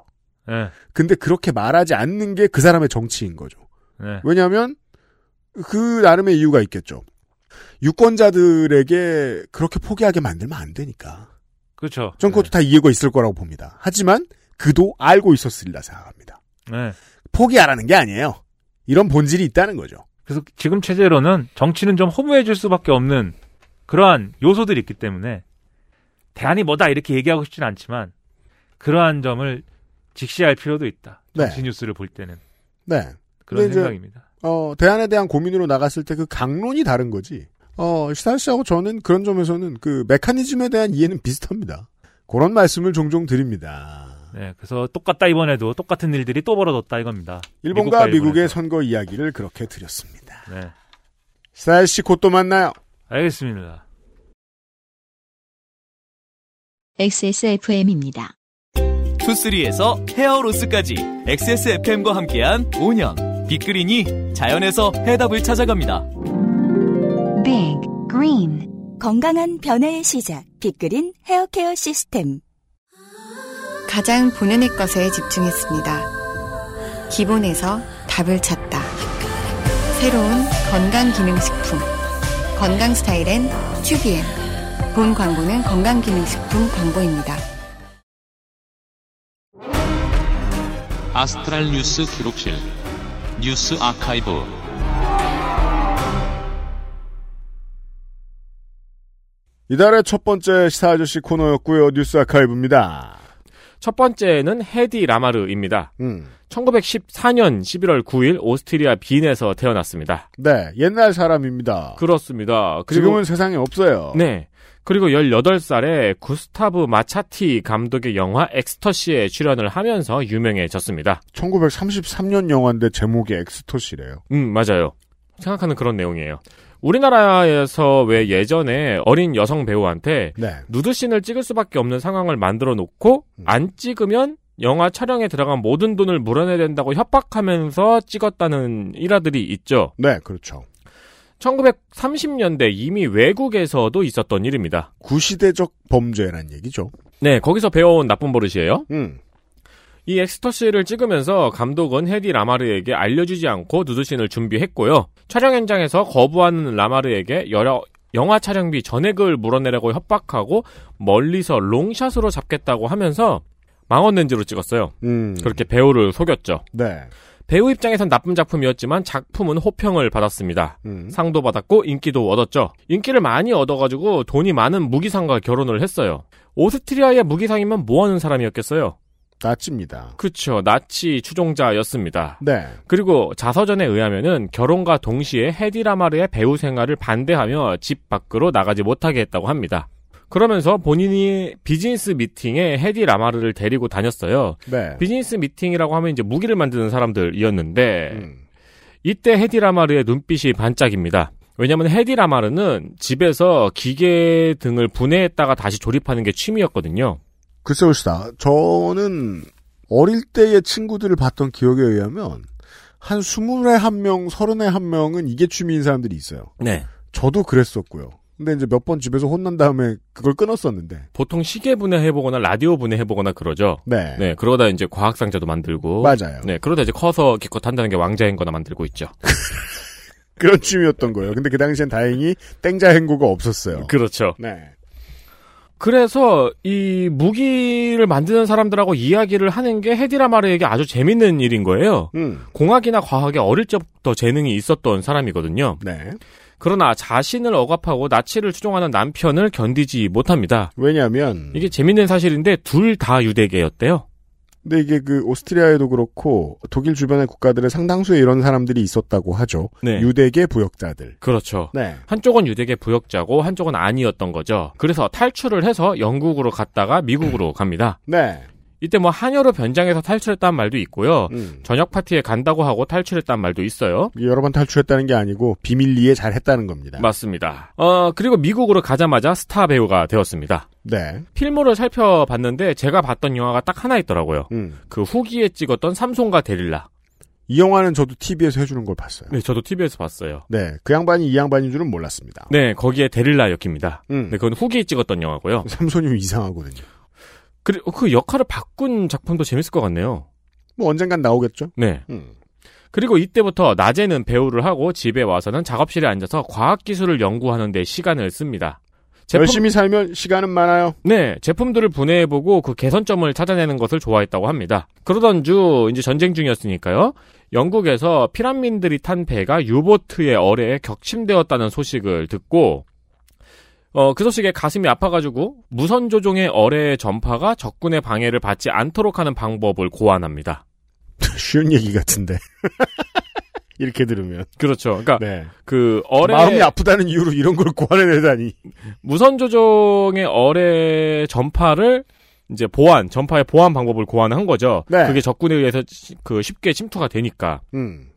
Speaker 11: 예.
Speaker 2: 근데 그렇게 말하지 않는 게 그 사람의 정치인 거죠.
Speaker 11: 네.
Speaker 2: 왜냐하면 그 나름의 이유가 있겠죠. 유권자들에게 그렇게 포기하게 만들면 안 되니까.
Speaker 11: 그렇죠.
Speaker 2: 전 그것도 다 이해가 있을 거라고 봅니다. 하지만 그도 알고 있었으리라 생각합니다.
Speaker 11: 네.
Speaker 2: 포기하라는 게 아니에요. 이런 본질이 있다는 거죠.
Speaker 11: 그래서 지금 체제로는 정치는 좀 허무해질 수밖에 없는 그러한 요소들이 있기 때문에 대안이 뭐다 이렇게 얘기하고 싶진 않지만 그러한 점을 직시할 필요도 있다.
Speaker 2: 네.
Speaker 11: 정치 뉴스를 볼 때는
Speaker 2: 네.
Speaker 11: 그런
Speaker 2: 근데 이제,
Speaker 11: 생각입니다.
Speaker 2: 어, 대안에 대한 고민으로 나갔을 때 그 강론이 다른 거지. 어, 시사 씨하고 저는 그런 점에서는 그 메커니즘에 대한 이해는 비슷합니다. 그런 말씀을 종종 드립니다.
Speaker 11: 네, 그래서 똑같다 이번에도 똑같은 일들이 또 벌어졌다 이겁니다.
Speaker 2: 일본과
Speaker 11: 미국과
Speaker 2: 미국의 선거 이야기를 그렇게 드렸습니다.
Speaker 11: 일본에서. 네,
Speaker 2: 사일 씨곧 또 만나요.
Speaker 11: 알겠습니다.
Speaker 1: XSFM입니다.
Speaker 17: 투쓰리에서 헤어로스까지 XSFM과 함께한 5년 빅그린이 자연에서 해답을 찾아갑니다.
Speaker 8: Big Green 건강한 변화의 시작 빅그린 헤어케어 시스템
Speaker 9: 가장 본연의 것에 집중했습니다. 기본에서 답을 찾다. 새로운 건강기능식품. 건강 스타일엔 튜비엔. 본 광고는 건강기능식품 광고입니다.
Speaker 10: 아스트랄 뉴스 기록실 뉴스 아카이브
Speaker 2: 이달의 첫 번째 시사 아저씨 코너였고요. 뉴스 아카이브입니다.
Speaker 3: 첫 번째는 헤디 라마르입니다.
Speaker 2: 음.
Speaker 3: 1914년 11월 9일 오스트리아 빈에서 태어났습니다.
Speaker 2: 네, 옛날 사람입니다.
Speaker 3: 그렇습니다. 그리고-
Speaker 2: 아, 지금은 세상에 없어요.
Speaker 3: 네. 그리고 18살에 구스타브 마차티 감독의 영화 엑스터시에 출연을 하면서 유명해졌습니다.
Speaker 2: 1933년 영화인데 제목이 엑스토시래요.
Speaker 3: 음, 맞아요. 생각하는 그런 내용이에요. 우리나라에서 왜 예전에 어린 여성 배우한테
Speaker 2: 네.
Speaker 3: 누드씬을 찍을 수밖에 없는 상황을 만들어 놓고
Speaker 2: 음.
Speaker 3: 안 찍으면 영화 촬영에 들어간 모든 돈을 물어내야 된다고 협박하면서 찍었다는 일화들이 있죠.
Speaker 2: 네, 그렇죠.
Speaker 3: 1930년대 이미 외국에서도 있었던 일입니다.
Speaker 2: 구시대적 범죄란 얘기죠.
Speaker 3: 네, 거기서 배워온 나쁜 버릇이에요.
Speaker 2: 음.
Speaker 3: 이 엑스터시를 찍으면서 감독은 헤디 라마르에게 알려주지 않고 누드신을 준비했고요. 촬영 현장에서 거부하는 라마르에게 여러 영화 촬영비 전액을 물어내라고 협박하고 멀리서 롱샷으로 잡겠다고 하면서 망원렌즈로 찍었어요.
Speaker 2: 음.
Speaker 3: 그렇게 배우를 속였죠.
Speaker 2: 네.
Speaker 3: 배우 입장에선 나쁜 작품이었지만 작품은 호평을 받았습니다. 상도 받았고 인기도 얻었죠. 인기를 많이 얻어가지고 돈이 많은 무기상과 결혼을 했어요. 오스트리아의 무기상이면 뭐하는 사람이었겠어요?
Speaker 2: 나치입니다.
Speaker 3: 그쵸, 나치 추종자였습니다.
Speaker 2: 네.
Speaker 3: 그리고 자서전에 의하면은 결혼과 동시에 헤디라마르의 배우 생활을 반대하며 집 밖으로 나가지 못하게 했다고 합니다. 그러면서 본인이 비즈니스 미팅에 헤디 라마르를 데리고 다녔어요.
Speaker 2: 네.
Speaker 3: 비즈니스 미팅이라고 하면 이제 무기를 만드는 사람들이었는데
Speaker 2: 음.
Speaker 3: 이때 헤디 라마르의 눈빛이 반짝입니다. 왜냐하면 헤디 라마르는 집에서 기계 등을 분해했다가 다시 조립하는 게 취미였거든요.
Speaker 2: 글쎄 봅시다. 저는 어릴 때의 친구들을 봤던 기억에 의하면 한 스물에 한 명, 서른에 한 명은 이게 취미인 사람들이 있어요.
Speaker 3: 네.
Speaker 2: 저도 그랬었고요. 근데 이제 몇 번 집에서 혼난 다음에 그걸 끊었었는데.
Speaker 3: 보통 시계 분해해보거나 라디오 분해해보거나 그러죠.
Speaker 2: 네.
Speaker 3: 네, 그러다 이제 과학상자도 만들고.
Speaker 2: 맞아요.
Speaker 3: 네, 그러다 이제 커서 기껏 한다는 게 왕자인 거나 만들고 있죠.
Speaker 2: 그런 취미였던 거예요. 근데 그 당시엔 다행히 땡자 행고가 없었어요.
Speaker 3: 그렇죠.
Speaker 2: 네.
Speaker 3: 그래서 이 무기를 만드는 사람들하고 이야기를 하는 게 헤디라마르에게 아주 재밌는 일인 거예요.
Speaker 2: 음.
Speaker 3: 공학이나 과학에 어릴 적부터 재능이 있었던 사람이거든요.
Speaker 2: 네.
Speaker 3: 그러나 자신을 억압하고 나치를 추종하는 남편을 견디지 못합니다.
Speaker 2: 왜냐하면
Speaker 3: 이게 재밌는 사실인데 둘 다 유대계였대요.
Speaker 2: 근데 이게 그 오스트리아에도 그렇고 독일 주변의 국가들의 상당수에 이런 사람들이 있었다고 하죠.
Speaker 3: 네.
Speaker 2: 유대계 부역자들.
Speaker 3: 그렇죠.
Speaker 2: 네.
Speaker 3: 한쪽은 유대계 부역자고 한쪽은 아니었던 거죠. 그래서 탈출을 해서 영국으로 갔다가 미국으로 갑니다.
Speaker 2: 네.
Speaker 3: 이때 뭐 한여로 변장해서 탈출했다는 말도 있고요. 저녁 파티에 간다고 하고 탈출했다는 말도 있어요.
Speaker 2: 네. 여러 번 탈출했다는 게 아니고 비밀리에 잘 했다는 겁니다.
Speaker 3: 맞습니다. 어, 그리고 미국으로 가자마자 스타 배우가 되었습니다.
Speaker 2: 네.
Speaker 3: 필모를 살펴봤는데 제가 봤던 영화가 딱 하나 있더라고요.
Speaker 2: 음.
Speaker 3: 그 후기에 찍었던 삼손과 데릴라.
Speaker 2: 이 영화는 저도 TV에서 해주는 걸 봤어요.
Speaker 3: 네, 저도 TV에서 봤어요.
Speaker 2: 네. 그 양반이 이 양반인 줄은 몰랐습니다.
Speaker 3: 네, 거기에 데릴라 역입니다.
Speaker 2: 음.
Speaker 3: 네, 그건 후기에 찍었던 영화고요.
Speaker 2: 삼손이 이상하거든요.
Speaker 3: 그리고 그 역할을 바꾼 작품도 재밌을 것 같네요.
Speaker 2: 뭐 언젠간 나오겠죠?
Speaker 3: 네.
Speaker 2: 음.
Speaker 3: 그리고 이때부터 낮에는 배우를 하고 집에 와서는 작업실에 앉아서 과학 기술을 연구하는 데 시간을 씁니다.
Speaker 2: 열심히 살면 시간은 많아요.
Speaker 3: 네, 제품들을 분해해보고 그 개선점을 찾아내는 것을 좋아했다고 합니다. 그러던 중 이제 전쟁 중이었으니까요. 영국에서 피란민들이 탄 배가 유보트의 어뢰에 격침되었다는 소식을 듣고 어, 그 소식에 가슴이 아파가지고 무선 조종의 어뢰의 전파가 적군의 방해를 받지 않도록 하는 방법을 고안합니다.
Speaker 2: 쉬운 얘기 같은데. 이렇게 들으면.
Speaker 3: 그렇죠. 그러니까
Speaker 2: 네.
Speaker 3: 그 어뢰
Speaker 2: 마음이 아프다는 이유로 이런 걸 고안해내다니.
Speaker 3: 무선 조종의 어뢰 전파를 이제 보안 전파의 보안 방법을 고안한 거죠.
Speaker 2: 네.
Speaker 3: 그게 적군에 의해서 시- 그 쉽게 침투가 되니까.
Speaker 2: 음.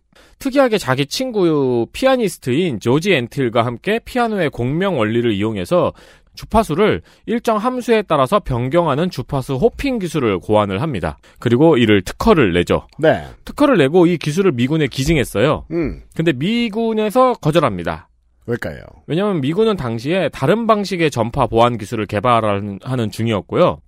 Speaker 3: 특이하게 자기 친구 피아니스트인 조지 엔틸과 함께 피아노의 공명 원리를 이용해서 주파수를 일정 함수에 따라서 변경하는 주파수 호핑 기술을 고안을 합니다. 그리고 이를 특허를 내죠.
Speaker 2: 네.
Speaker 3: 특허를 내고 이 기술을 미군에 기증했어요.
Speaker 2: 음.
Speaker 3: 근데 미군에서 거절합니다.
Speaker 2: 왜일까요?
Speaker 3: 왜냐하면 미군은 당시에 다른 방식의 전파 보안 기술을 개발하는 하는 중이었고요.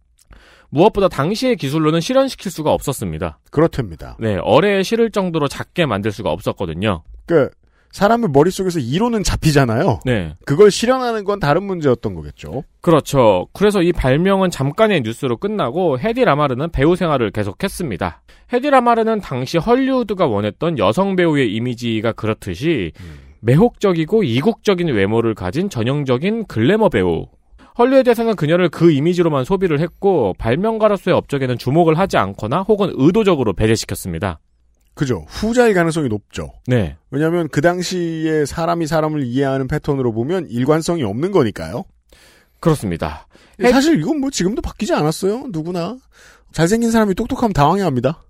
Speaker 3: 무엇보다 당시의 기술로는 실현시킬 수가 없었습니다.
Speaker 2: 그렇답니다.
Speaker 3: 네, 어뢰에 실을 정도로 작게 만들 수가 없었거든요.
Speaker 2: 그, 사람의 머릿속에서 이론은 잡히잖아요.
Speaker 3: 네.
Speaker 2: 그걸 실현하는 건 다른 문제였던 거겠죠.
Speaker 3: 그렇죠. 그래서 이 발명은 잠깐의 뉴스로 끝나고 헤디 라마르는 배우 생활을 계속했습니다. 헤디 라마르는 당시 헐리우드가 원했던 여성 배우의 이미지가 그렇듯이 매혹적이고 이국적인 외모를 가진 전형적인 글래머 배우. 헐리우드에서는 그녀를 그 이미지로만 소비를 했고 발명가로서의 업적에는 주목을 하지 않거나 혹은 의도적으로 배제시켰습니다.
Speaker 2: 그죠. 후자일 가능성이 높죠.
Speaker 3: 네.
Speaker 2: 왜냐하면 그 당시에 사람이 사람을 이해하는 패턴으로 보면 일관성이 없는 거니까요.
Speaker 3: 그렇습니다.
Speaker 2: 사실 이건 뭐 지금도 바뀌지 않았어요. 누구나 잘생긴 사람이 똑똑하면 당황해합니다.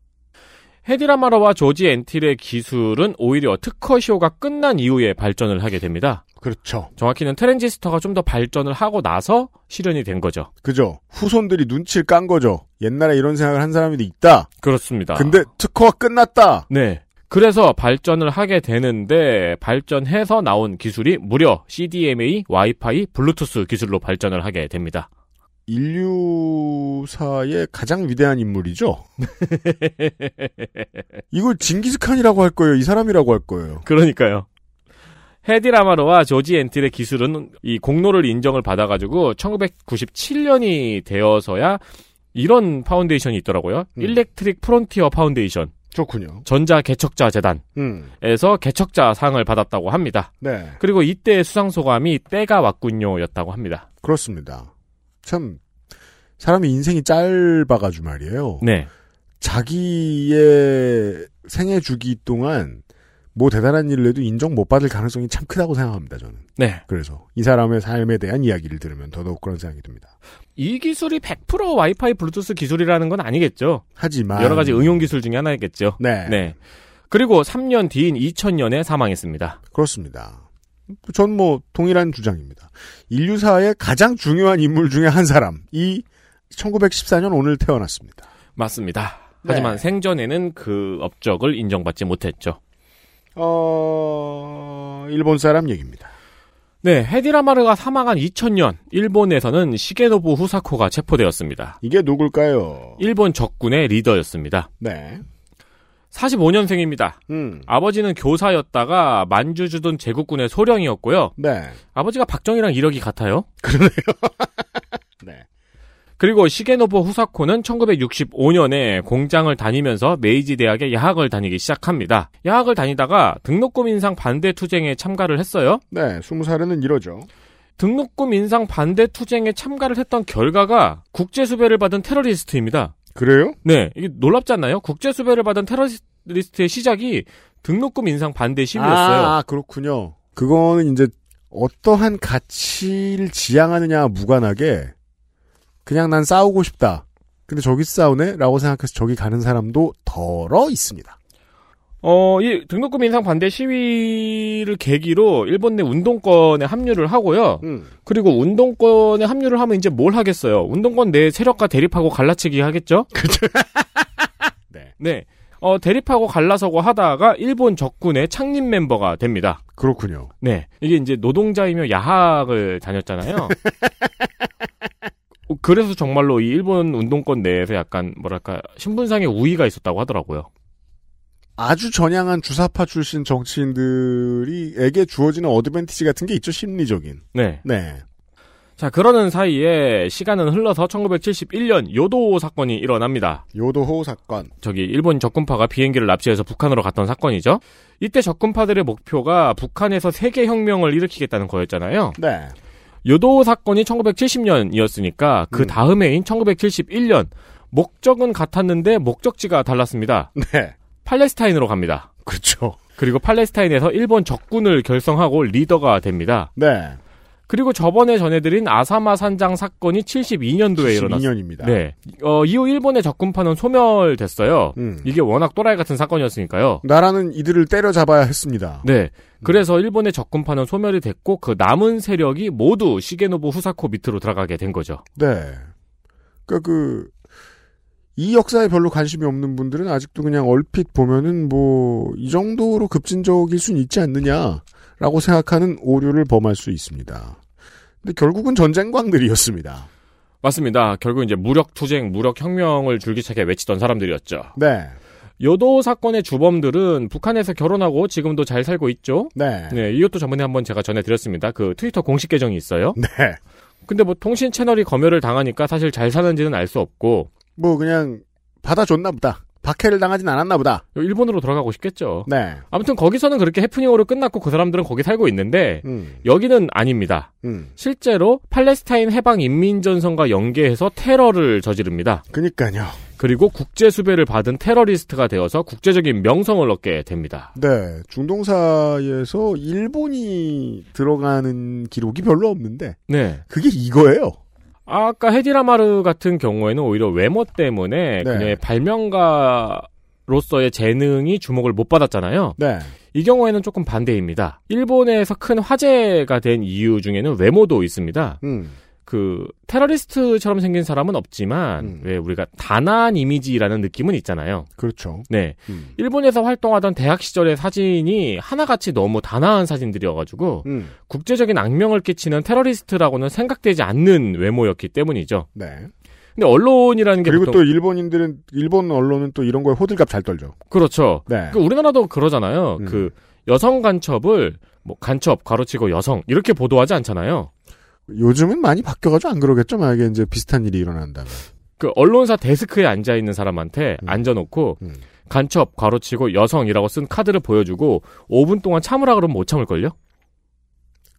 Speaker 3: 헤디라마르와 조지 엔틸의 기술은 오히려 특허시효가 끝난 이후에 발전을 하게 됩니다.
Speaker 2: 그렇죠.
Speaker 3: 정확히는 트랜지스터가 좀 더 발전을 하고 나서 실현이 된 거죠.
Speaker 2: 그죠. 후손들이 눈치를 깐 거죠. 옛날에 이런 생각을 한 사람이 있다.
Speaker 3: 그렇습니다.
Speaker 2: 근데 특허가 끝났다.
Speaker 3: 네. 그래서 발전을 하게 되는데 발전해서 나온 기술이 무려 CDMA, 와이파이, 블루투스 기술로 발전을 하게 됩니다.
Speaker 2: 인류사의 가장 위대한 인물이죠. 이걸 징기스칸이라고 할 거예요. 이 사람이라고 할 거예요.
Speaker 3: 그러니까요. 헤디라마르와 조지 엔틸의 기술은 이 공로를 인정을 받아가지고 음. 1997년이 되어서야 이런 파운데이션이 있더라고요. 일렉트릭 프론티어 파운데이션.
Speaker 2: 좋군요.
Speaker 3: 전자 개척자 재단에서
Speaker 2: 음.
Speaker 3: 개척자 상을 받았다고 합니다.
Speaker 2: 네.
Speaker 3: 그리고 이때 수상 소감이 때가 왔군요였다고 합니다.
Speaker 2: 그렇습니다. 참 사람이 인생이 짧아가지고 말이에요.
Speaker 3: 네.
Speaker 2: 자기의 생애 주기 동안 뭐 대단한 일을 해도 인정 못 받을 가능성이 참 크다고 생각합니다. 저는.
Speaker 3: 네.
Speaker 2: 그래서 이 사람의 삶에 대한 이야기를 들으면 더더욱 그런 생각이 듭니다.
Speaker 3: 이 기술이 100% 와이파이 블루투스 기술이라는 건 아니겠죠.
Speaker 2: 하지만
Speaker 3: 여러 가지 응용 기술 중에 하나겠죠.
Speaker 2: 네.
Speaker 3: 그리고 3년 뒤인 2000년에 사망했습니다.
Speaker 2: 그렇습니다. 전 뭐 동일한 주장입니다. 인류사의 가장 중요한 인물 중에 한 사람이 1914년 오늘 태어났습니다.
Speaker 3: 맞습니다.
Speaker 2: 네.
Speaker 3: 하지만 생전에는 그 업적을 인정받지 못했죠.
Speaker 2: 어, 일본 사람 얘기입니다.
Speaker 3: 네, 헤디라마르가 사망한 2000년 일본에서는 시게노부 후사코가 체포되었습니다.
Speaker 2: 이게 누굴까요?
Speaker 3: 일본 적군의 리더였습니다.
Speaker 2: 네.
Speaker 3: 45년생입니다.
Speaker 2: 음.
Speaker 3: 아버지는 교사였다가 만주 주둔 제국군의 소령이었고요.
Speaker 2: 네.
Speaker 3: 아버지가 박정희랑 이력이 같아요.
Speaker 2: 네.
Speaker 3: 그리고 시게노부 후사코는 1965년에 공장을 다니면서 메이지 대학의 야학을 다니기 시작합니다. 야학을 다니다가 등록금 인상 반대 투쟁에 참가를 했어요.
Speaker 2: 네, 20살에는 이러죠.
Speaker 3: 등록금 인상 반대 투쟁에 참가를 했던 결과가 국제 수배를 받은 테러리스트입니다.
Speaker 2: 그래요?
Speaker 3: 네, 이게 놀랍지 않나요? 국제 수배를 받은 테러리스트의 시작이 등록금 인상 반대 시위였어요.
Speaker 2: 아, 그렇군요. 그거는 이제 어떠한 가치를 지향하느냐 무관하게 그냥 난 싸우고 싶다. 근데 저기 싸우네? 라고 생각해서 저기 가는 사람도 덜어 있습니다.
Speaker 3: 어, 이 등록금 인상 반대 시위를 계기로 일본 내 운동권에 합류를 하고요. 그리고 운동권에 합류를 하면 이제 뭘 하겠어요? 운동권 내 세력과 대립하고 갈라치기 하겠죠?
Speaker 2: 그죠.
Speaker 3: 네. 어, 대립하고 갈라서고 하다가 일본 적군의 창립 멤버가 됩니다.
Speaker 2: 그렇군요.
Speaker 3: 네. 이게 이제 노동자이며 야학을 다녔잖아요. 어, 그래서 정말로 이 일본 운동권 내에서 약간 뭐랄까 신분상의 우위가 있었다고 하더라고요.
Speaker 2: 아주 전향한 주사파 출신 정치인들이에게 주어지는 어드밴티지 같은 게 있죠, 심리적인.
Speaker 3: 네.
Speaker 2: 네.
Speaker 3: 자, 그러는 사이에 시간은 흘러서 1971년 요도호 사건이 일어납니다.
Speaker 2: 요도호 사건.
Speaker 3: 저기 일본 적군파가 비행기를 납치해서 북한으로 갔던 사건이죠. 이때 적군파들의 목표가 북한에서 세계 혁명을 일으키겠다는 거였잖아요.
Speaker 2: 네.
Speaker 3: 요도호 사건이 1970년이었으니까 그 다음해인 1971년 목적은 같았는데 목적지가 달랐습니다.
Speaker 2: 네.
Speaker 3: 팔레스타인으로 갑니다.
Speaker 2: 그렇죠.
Speaker 3: 그리고 팔레스타인에서 일본 적군을 결성하고 리더가 됩니다.
Speaker 2: 네.
Speaker 3: 그리고 저번에 전해드린 아사마 산장 사건이 72년도에 일어났습니다.
Speaker 2: 12년입니다.
Speaker 3: 네. 어, 이후 일본의 적군파는 소멸됐어요. 이게 워낙 또라이 같은 사건이었으니까요.
Speaker 2: 음. 나라는 이들을 때려잡아야 했습니다.
Speaker 3: 네. 그래서 일본의 적군파는 소멸이 됐고 그 남은 세력이 모두 시게노부 후사코 밑으로 들어가게 된 거죠.
Speaker 2: 네. 그러니까 그, 이 역사에 별로 관심이 없는 분들은 아직도 그냥 얼핏 보면은 뭐, 이 정도로 급진적일 순 있지 않느냐라고 생각하는 오류를 범할 수 있습니다. 근데 결국은 전쟁광들이었습니다.
Speaker 3: 맞습니다. 결국 이제 무력 투쟁, 무력 혁명을 줄기차게 외치던 사람들이었죠.
Speaker 2: 네.
Speaker 3: 요도 사건의 주범들은 북한에서 결혼하고 지금도 잘 살고 있죠.
Speaker 2: 네.
Speaker 3: 네, 이것도 저번에 한번 제가 전해드렸습니다. 그 트위터 공식 계정이 있어요.
Speaker 2: 네.
Speaker 3: 근데 뭐 통신 채널이 검열을 당하니까 사실 잘 사는지는 알 수 없고
Speaker 2: 뭐, 그냥, 받아줬나 보다. 박해를 당하진 않았나 보다.
Speaker 3: 일본으로 돌아가고 싶겠죠.
Speaker 2: 네.
Speaker 3: 아무튼 거기서는 그렇게 해프닝으로 끝났고 그 사람들은 거기 살고 있는데
Speaker 2: 음.
Speaker 3: 여기는 아닙니다.
Speaker 2: 음.
Speaker 3: 실제로 팔레스타인 해방 인민전선과 연계해서 테러를 저지릅니다.
Speaker 2: 그니까요.
Speaker 3: 그리고 국제 수배를 받은 테러리스트가 되어서 국제적인 명성을 얻게 됩니다.
Speaker 2: 네. 중동사에서 일본이 들어가는 기록이 별로 없는데,
Speaker 3: 네.
Speaker 2: 그게 이거예요.
Speaker 3: 아까 헤디라마르 같은 경우에는 오히려 외모 때문에 그녀의 발명가로서의 재능이 주목을 못 받았잖아요.
Speaker 2: 네.
Speaker 3: 이 경우에는 조금 반대입니다. 일본에서 큰 화제가 된 이유 중에는 외모도 있습니다.
Speaker 2: 음.
Speaker 3: 그 테러리스트처럼 생긴 사람은 없지만
Speaker 2: 음.
Speaker 3: 왜 우리가 단아한 이미지라는 느낌은 있잖아요.
Speaker 2: 그렇죠.
Speaker 3: 네.
Speaker 2: 음.
Speaker 3: 일본에서 활동하던 대학 시절의 사진이 하나같이 너무 단아한 사진들이어가지고
Speaker 2: 음.
Speaker 3: 국제적인 악명을 끼치는 테러리스트라고는 생각되지 않는 외모였기 때문이죠.
Speaker 2: 네.
Speaker 3: 근데 언론이라는 게
Speaker 2: 그리고
Speaker 3: 보통-
Speaker 2: 또 일본인들은 일본 언론은 또 이런 거에 호들갑 잘 떨죠.
Speaker 3: 그렇죠.
Speaker 2: 네. 음.
Speaker 3: 그 우리나라도 그러잖아요. 그 여성 간첩을 뭐 간첩 가로치고 여성 이렇게 보도하지 않잖아요.
Speaker 2: 요즘은 많이 바뀌어가지고 안 그러겠죠. 만약에 이제 비슷한 일이 일어난다면. 음.
Speaker 3: 그 언론사 데스크에 앉아 있는 사람한테 앉아놓고 간첩 괄호치고 여성이라고 쓴 카드를 보여주고 5분 동안 참으라 그러면 못 참을걸요?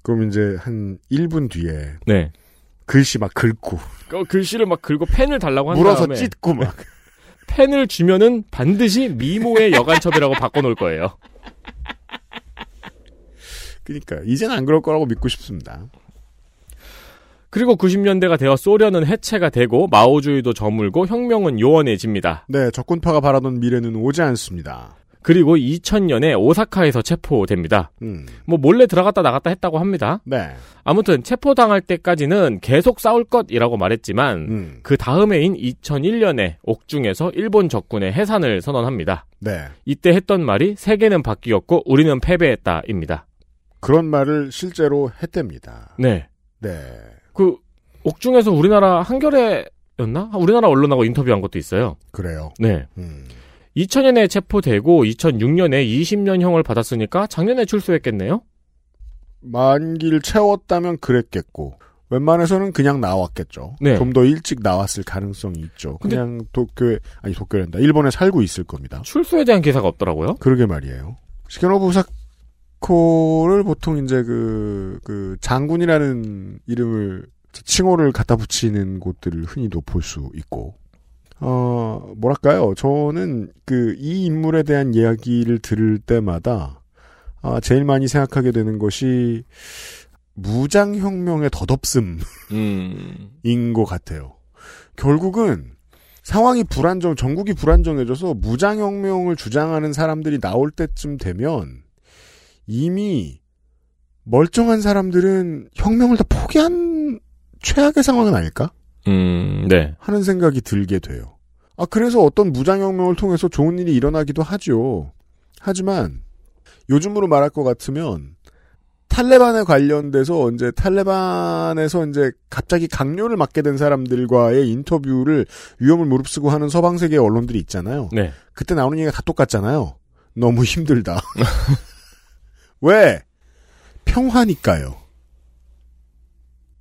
Speaker 2: 그럼 이제 한 1분 뒤에
Speaker 3: 네.
Speaker 2: 글씨 막 긁고
Speaker 3: 그 글씨를 막 긁고 펜을 달라고 한
Speaker 2: 물어서
Speaker 3: 다음에 네.
Speaker 2: 찢고 막
Speaker 3: 펜을 주면은 반드시 미모의 여간첩이라고 바꿔놓을 거예요.
Speaker 2: 그러니까 이젠 안 그럴 거라고 믿고 싶습니다.
Speaker 3: 그리고 90년대가 되어 소련은 해체가 되고 마오주의도 저물고 혁명은 요원해집니다.
Speaker 2: 네, 적군파가 바라던 미래는 오지 않습니다.
Speaker 3: 그리고 2000년에 오사카에서 체포됩니다.
Speaker 2: 음.
Speaker 3: 뭐 몰래 들어갔다 나갔다 했다고 합니다.
Speaker 2: 네.
Speaker 3: 아무튼 체포당할 때까지는 계속 싸울 것이라고 말했지만
Speaker 2: 음.
Speaker 3: 그 다음해인 2001년에 옥중에서 일본 적군의 해산을 선언합니다.
Speaker 2: 네.
Speaker 3: 이때 했던 말이 세계는 바뀌었고 우리는 패배했다입니다.
Speaker 2: 그런 말을 실제로 했답니다.
Speaker 3: 네.
Speaker 2: 네.
Speaker 3: 그 옥중에서 우리나라 한겨레였나? 우리나라 언론하고 인터뷰한 것도 있어요.
Speaker 2: 그래요.
Speaker 3: 네.
Speaker 2: 음.
Speaker 3: 2000년에 체포되고 2006년에 20년형을 받았으니까 작년에 출소했겠네요.
Speaker 2: 만기를 채웠다면 그랬겠고 웬만해서는 그냥 나왔겠죠.
Speaker 3: 네.
Speaker 2: 좀 더 일찍 나왔을 가능성이 있죠.
Speaker 3: 근데-
Speaker 2: 그냥 도쿄에 아니 도쿄란다. 일본에 살고 있을 겁니다.
Speaker 3: 출소에 대한 기사가 없더라고요.
Speaker 2: 그러게 말이에요. 시게노부 사코를 보통 이제 그, 그 장군이라는 이름을, 칭호를 갖다 붙이는 곳들을 흔히도 볼 수 있고, 어, 뭐랄까요. 저는 그, 이 인물에 대한 이야기를 들을 때마다, 아, 제일 많이 생각하게 되는 것이, 무장혁명의 덧없음.
Speaker 3: 음.
Speaker 2: 인 것 같아요. 결국은 상황이 불안정, 전국이 불안정해져서 무장혁명을 주장하는 사람들이 나올 때쯤 되면 이미 멀쩡한 사람들은 혁명을 다 포기한 최악의 상황은 아닐까?
Speaker 3: 음, 네.
Speaker 2: 하는 생각이 들게 돼요. 아, 그래서 어떤 무장혁명을 통해서 좋은 일이 일어나기도 하죠. 하지만 요즘으로 말할 것 같으면 탈레반에 관련돼서 이제 탈레반에서 이제 갑자기 강요를 맡게 된 사람들과의 인터뷰를 위험을 무릅쓰고 하는 서방 세계 언론들이 있잖아요.
Speaker 3: 네.
Speaker 2: 그때 나오는 얘기가 다 똑같잖아요. 너무 힘들다. 왜? 평화니까요.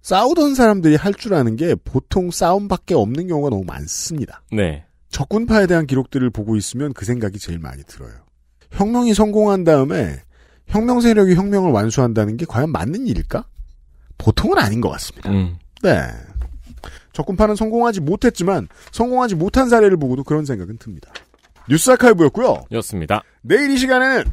Speaker 2: 싸우던 사람들이 할 줄 아는 게 보통 싸움밖에 없는 경우가 너무 많습니다.
Speaker 3: 네.
Speaker 2: 적군파에 대한 기록들을 보고 있으면 그 생각이 제일 많이 들어요. 혁명이 성공한 다음에 혁명 세력이 혁명을 완수한다는 게 과연 맞는 일일까? 보통은 아닌 것 같습니다.
Speaker 3: 음.
Speaker 2: 네. 적군파는 성공하지 못했지만 성공하지 못한 사례를 보고도 그런 생각은 듭니다. 뉴스 아카이브였고요.
Speaker 3: 였습니다.
Speaker 2: 내일 이 시간에는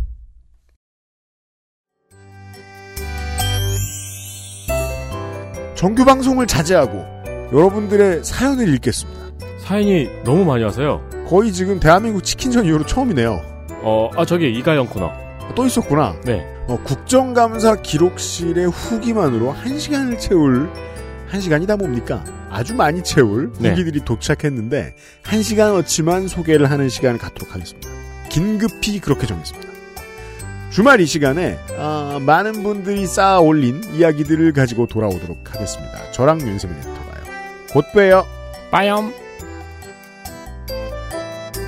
Speaker 2: 정규 방송을 자제하고 여러분들의 사연을 읽겠습니다.
Speaker 3: 사연이 너무 많이 와서요.
Speaker 2: 거의 지금 대한민국 치킨전 이후로 처음이네요.
Speaker 3: 어, 아, 저기 이가영 코너.
Speaker 2: 또 있었구나.
Speaker 3: 네.
Speaker 2: 어, 국정감사 기록실의 후기만으로 한 시간을 채울 한 시간이다 뭡니까? 아주 많이 채울
Speaker 3: 네.
Speaker 2: 후기들이 도착했는데 한 시간 어치만 소개를 하는 시간을 갖도록 하겠습니다. 긴급히 그렇게 정했습니다. 주말 이 시간에 아, 많은 분들이 쌓아 올린 이야기들을 가지고 돌아오도록 하겠습니다. 저랑 윤세민 에터가요. 곧 봬요.
Speaker 3: 빠염.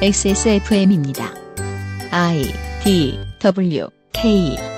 Speaker 1: XSFM입니다. I D W K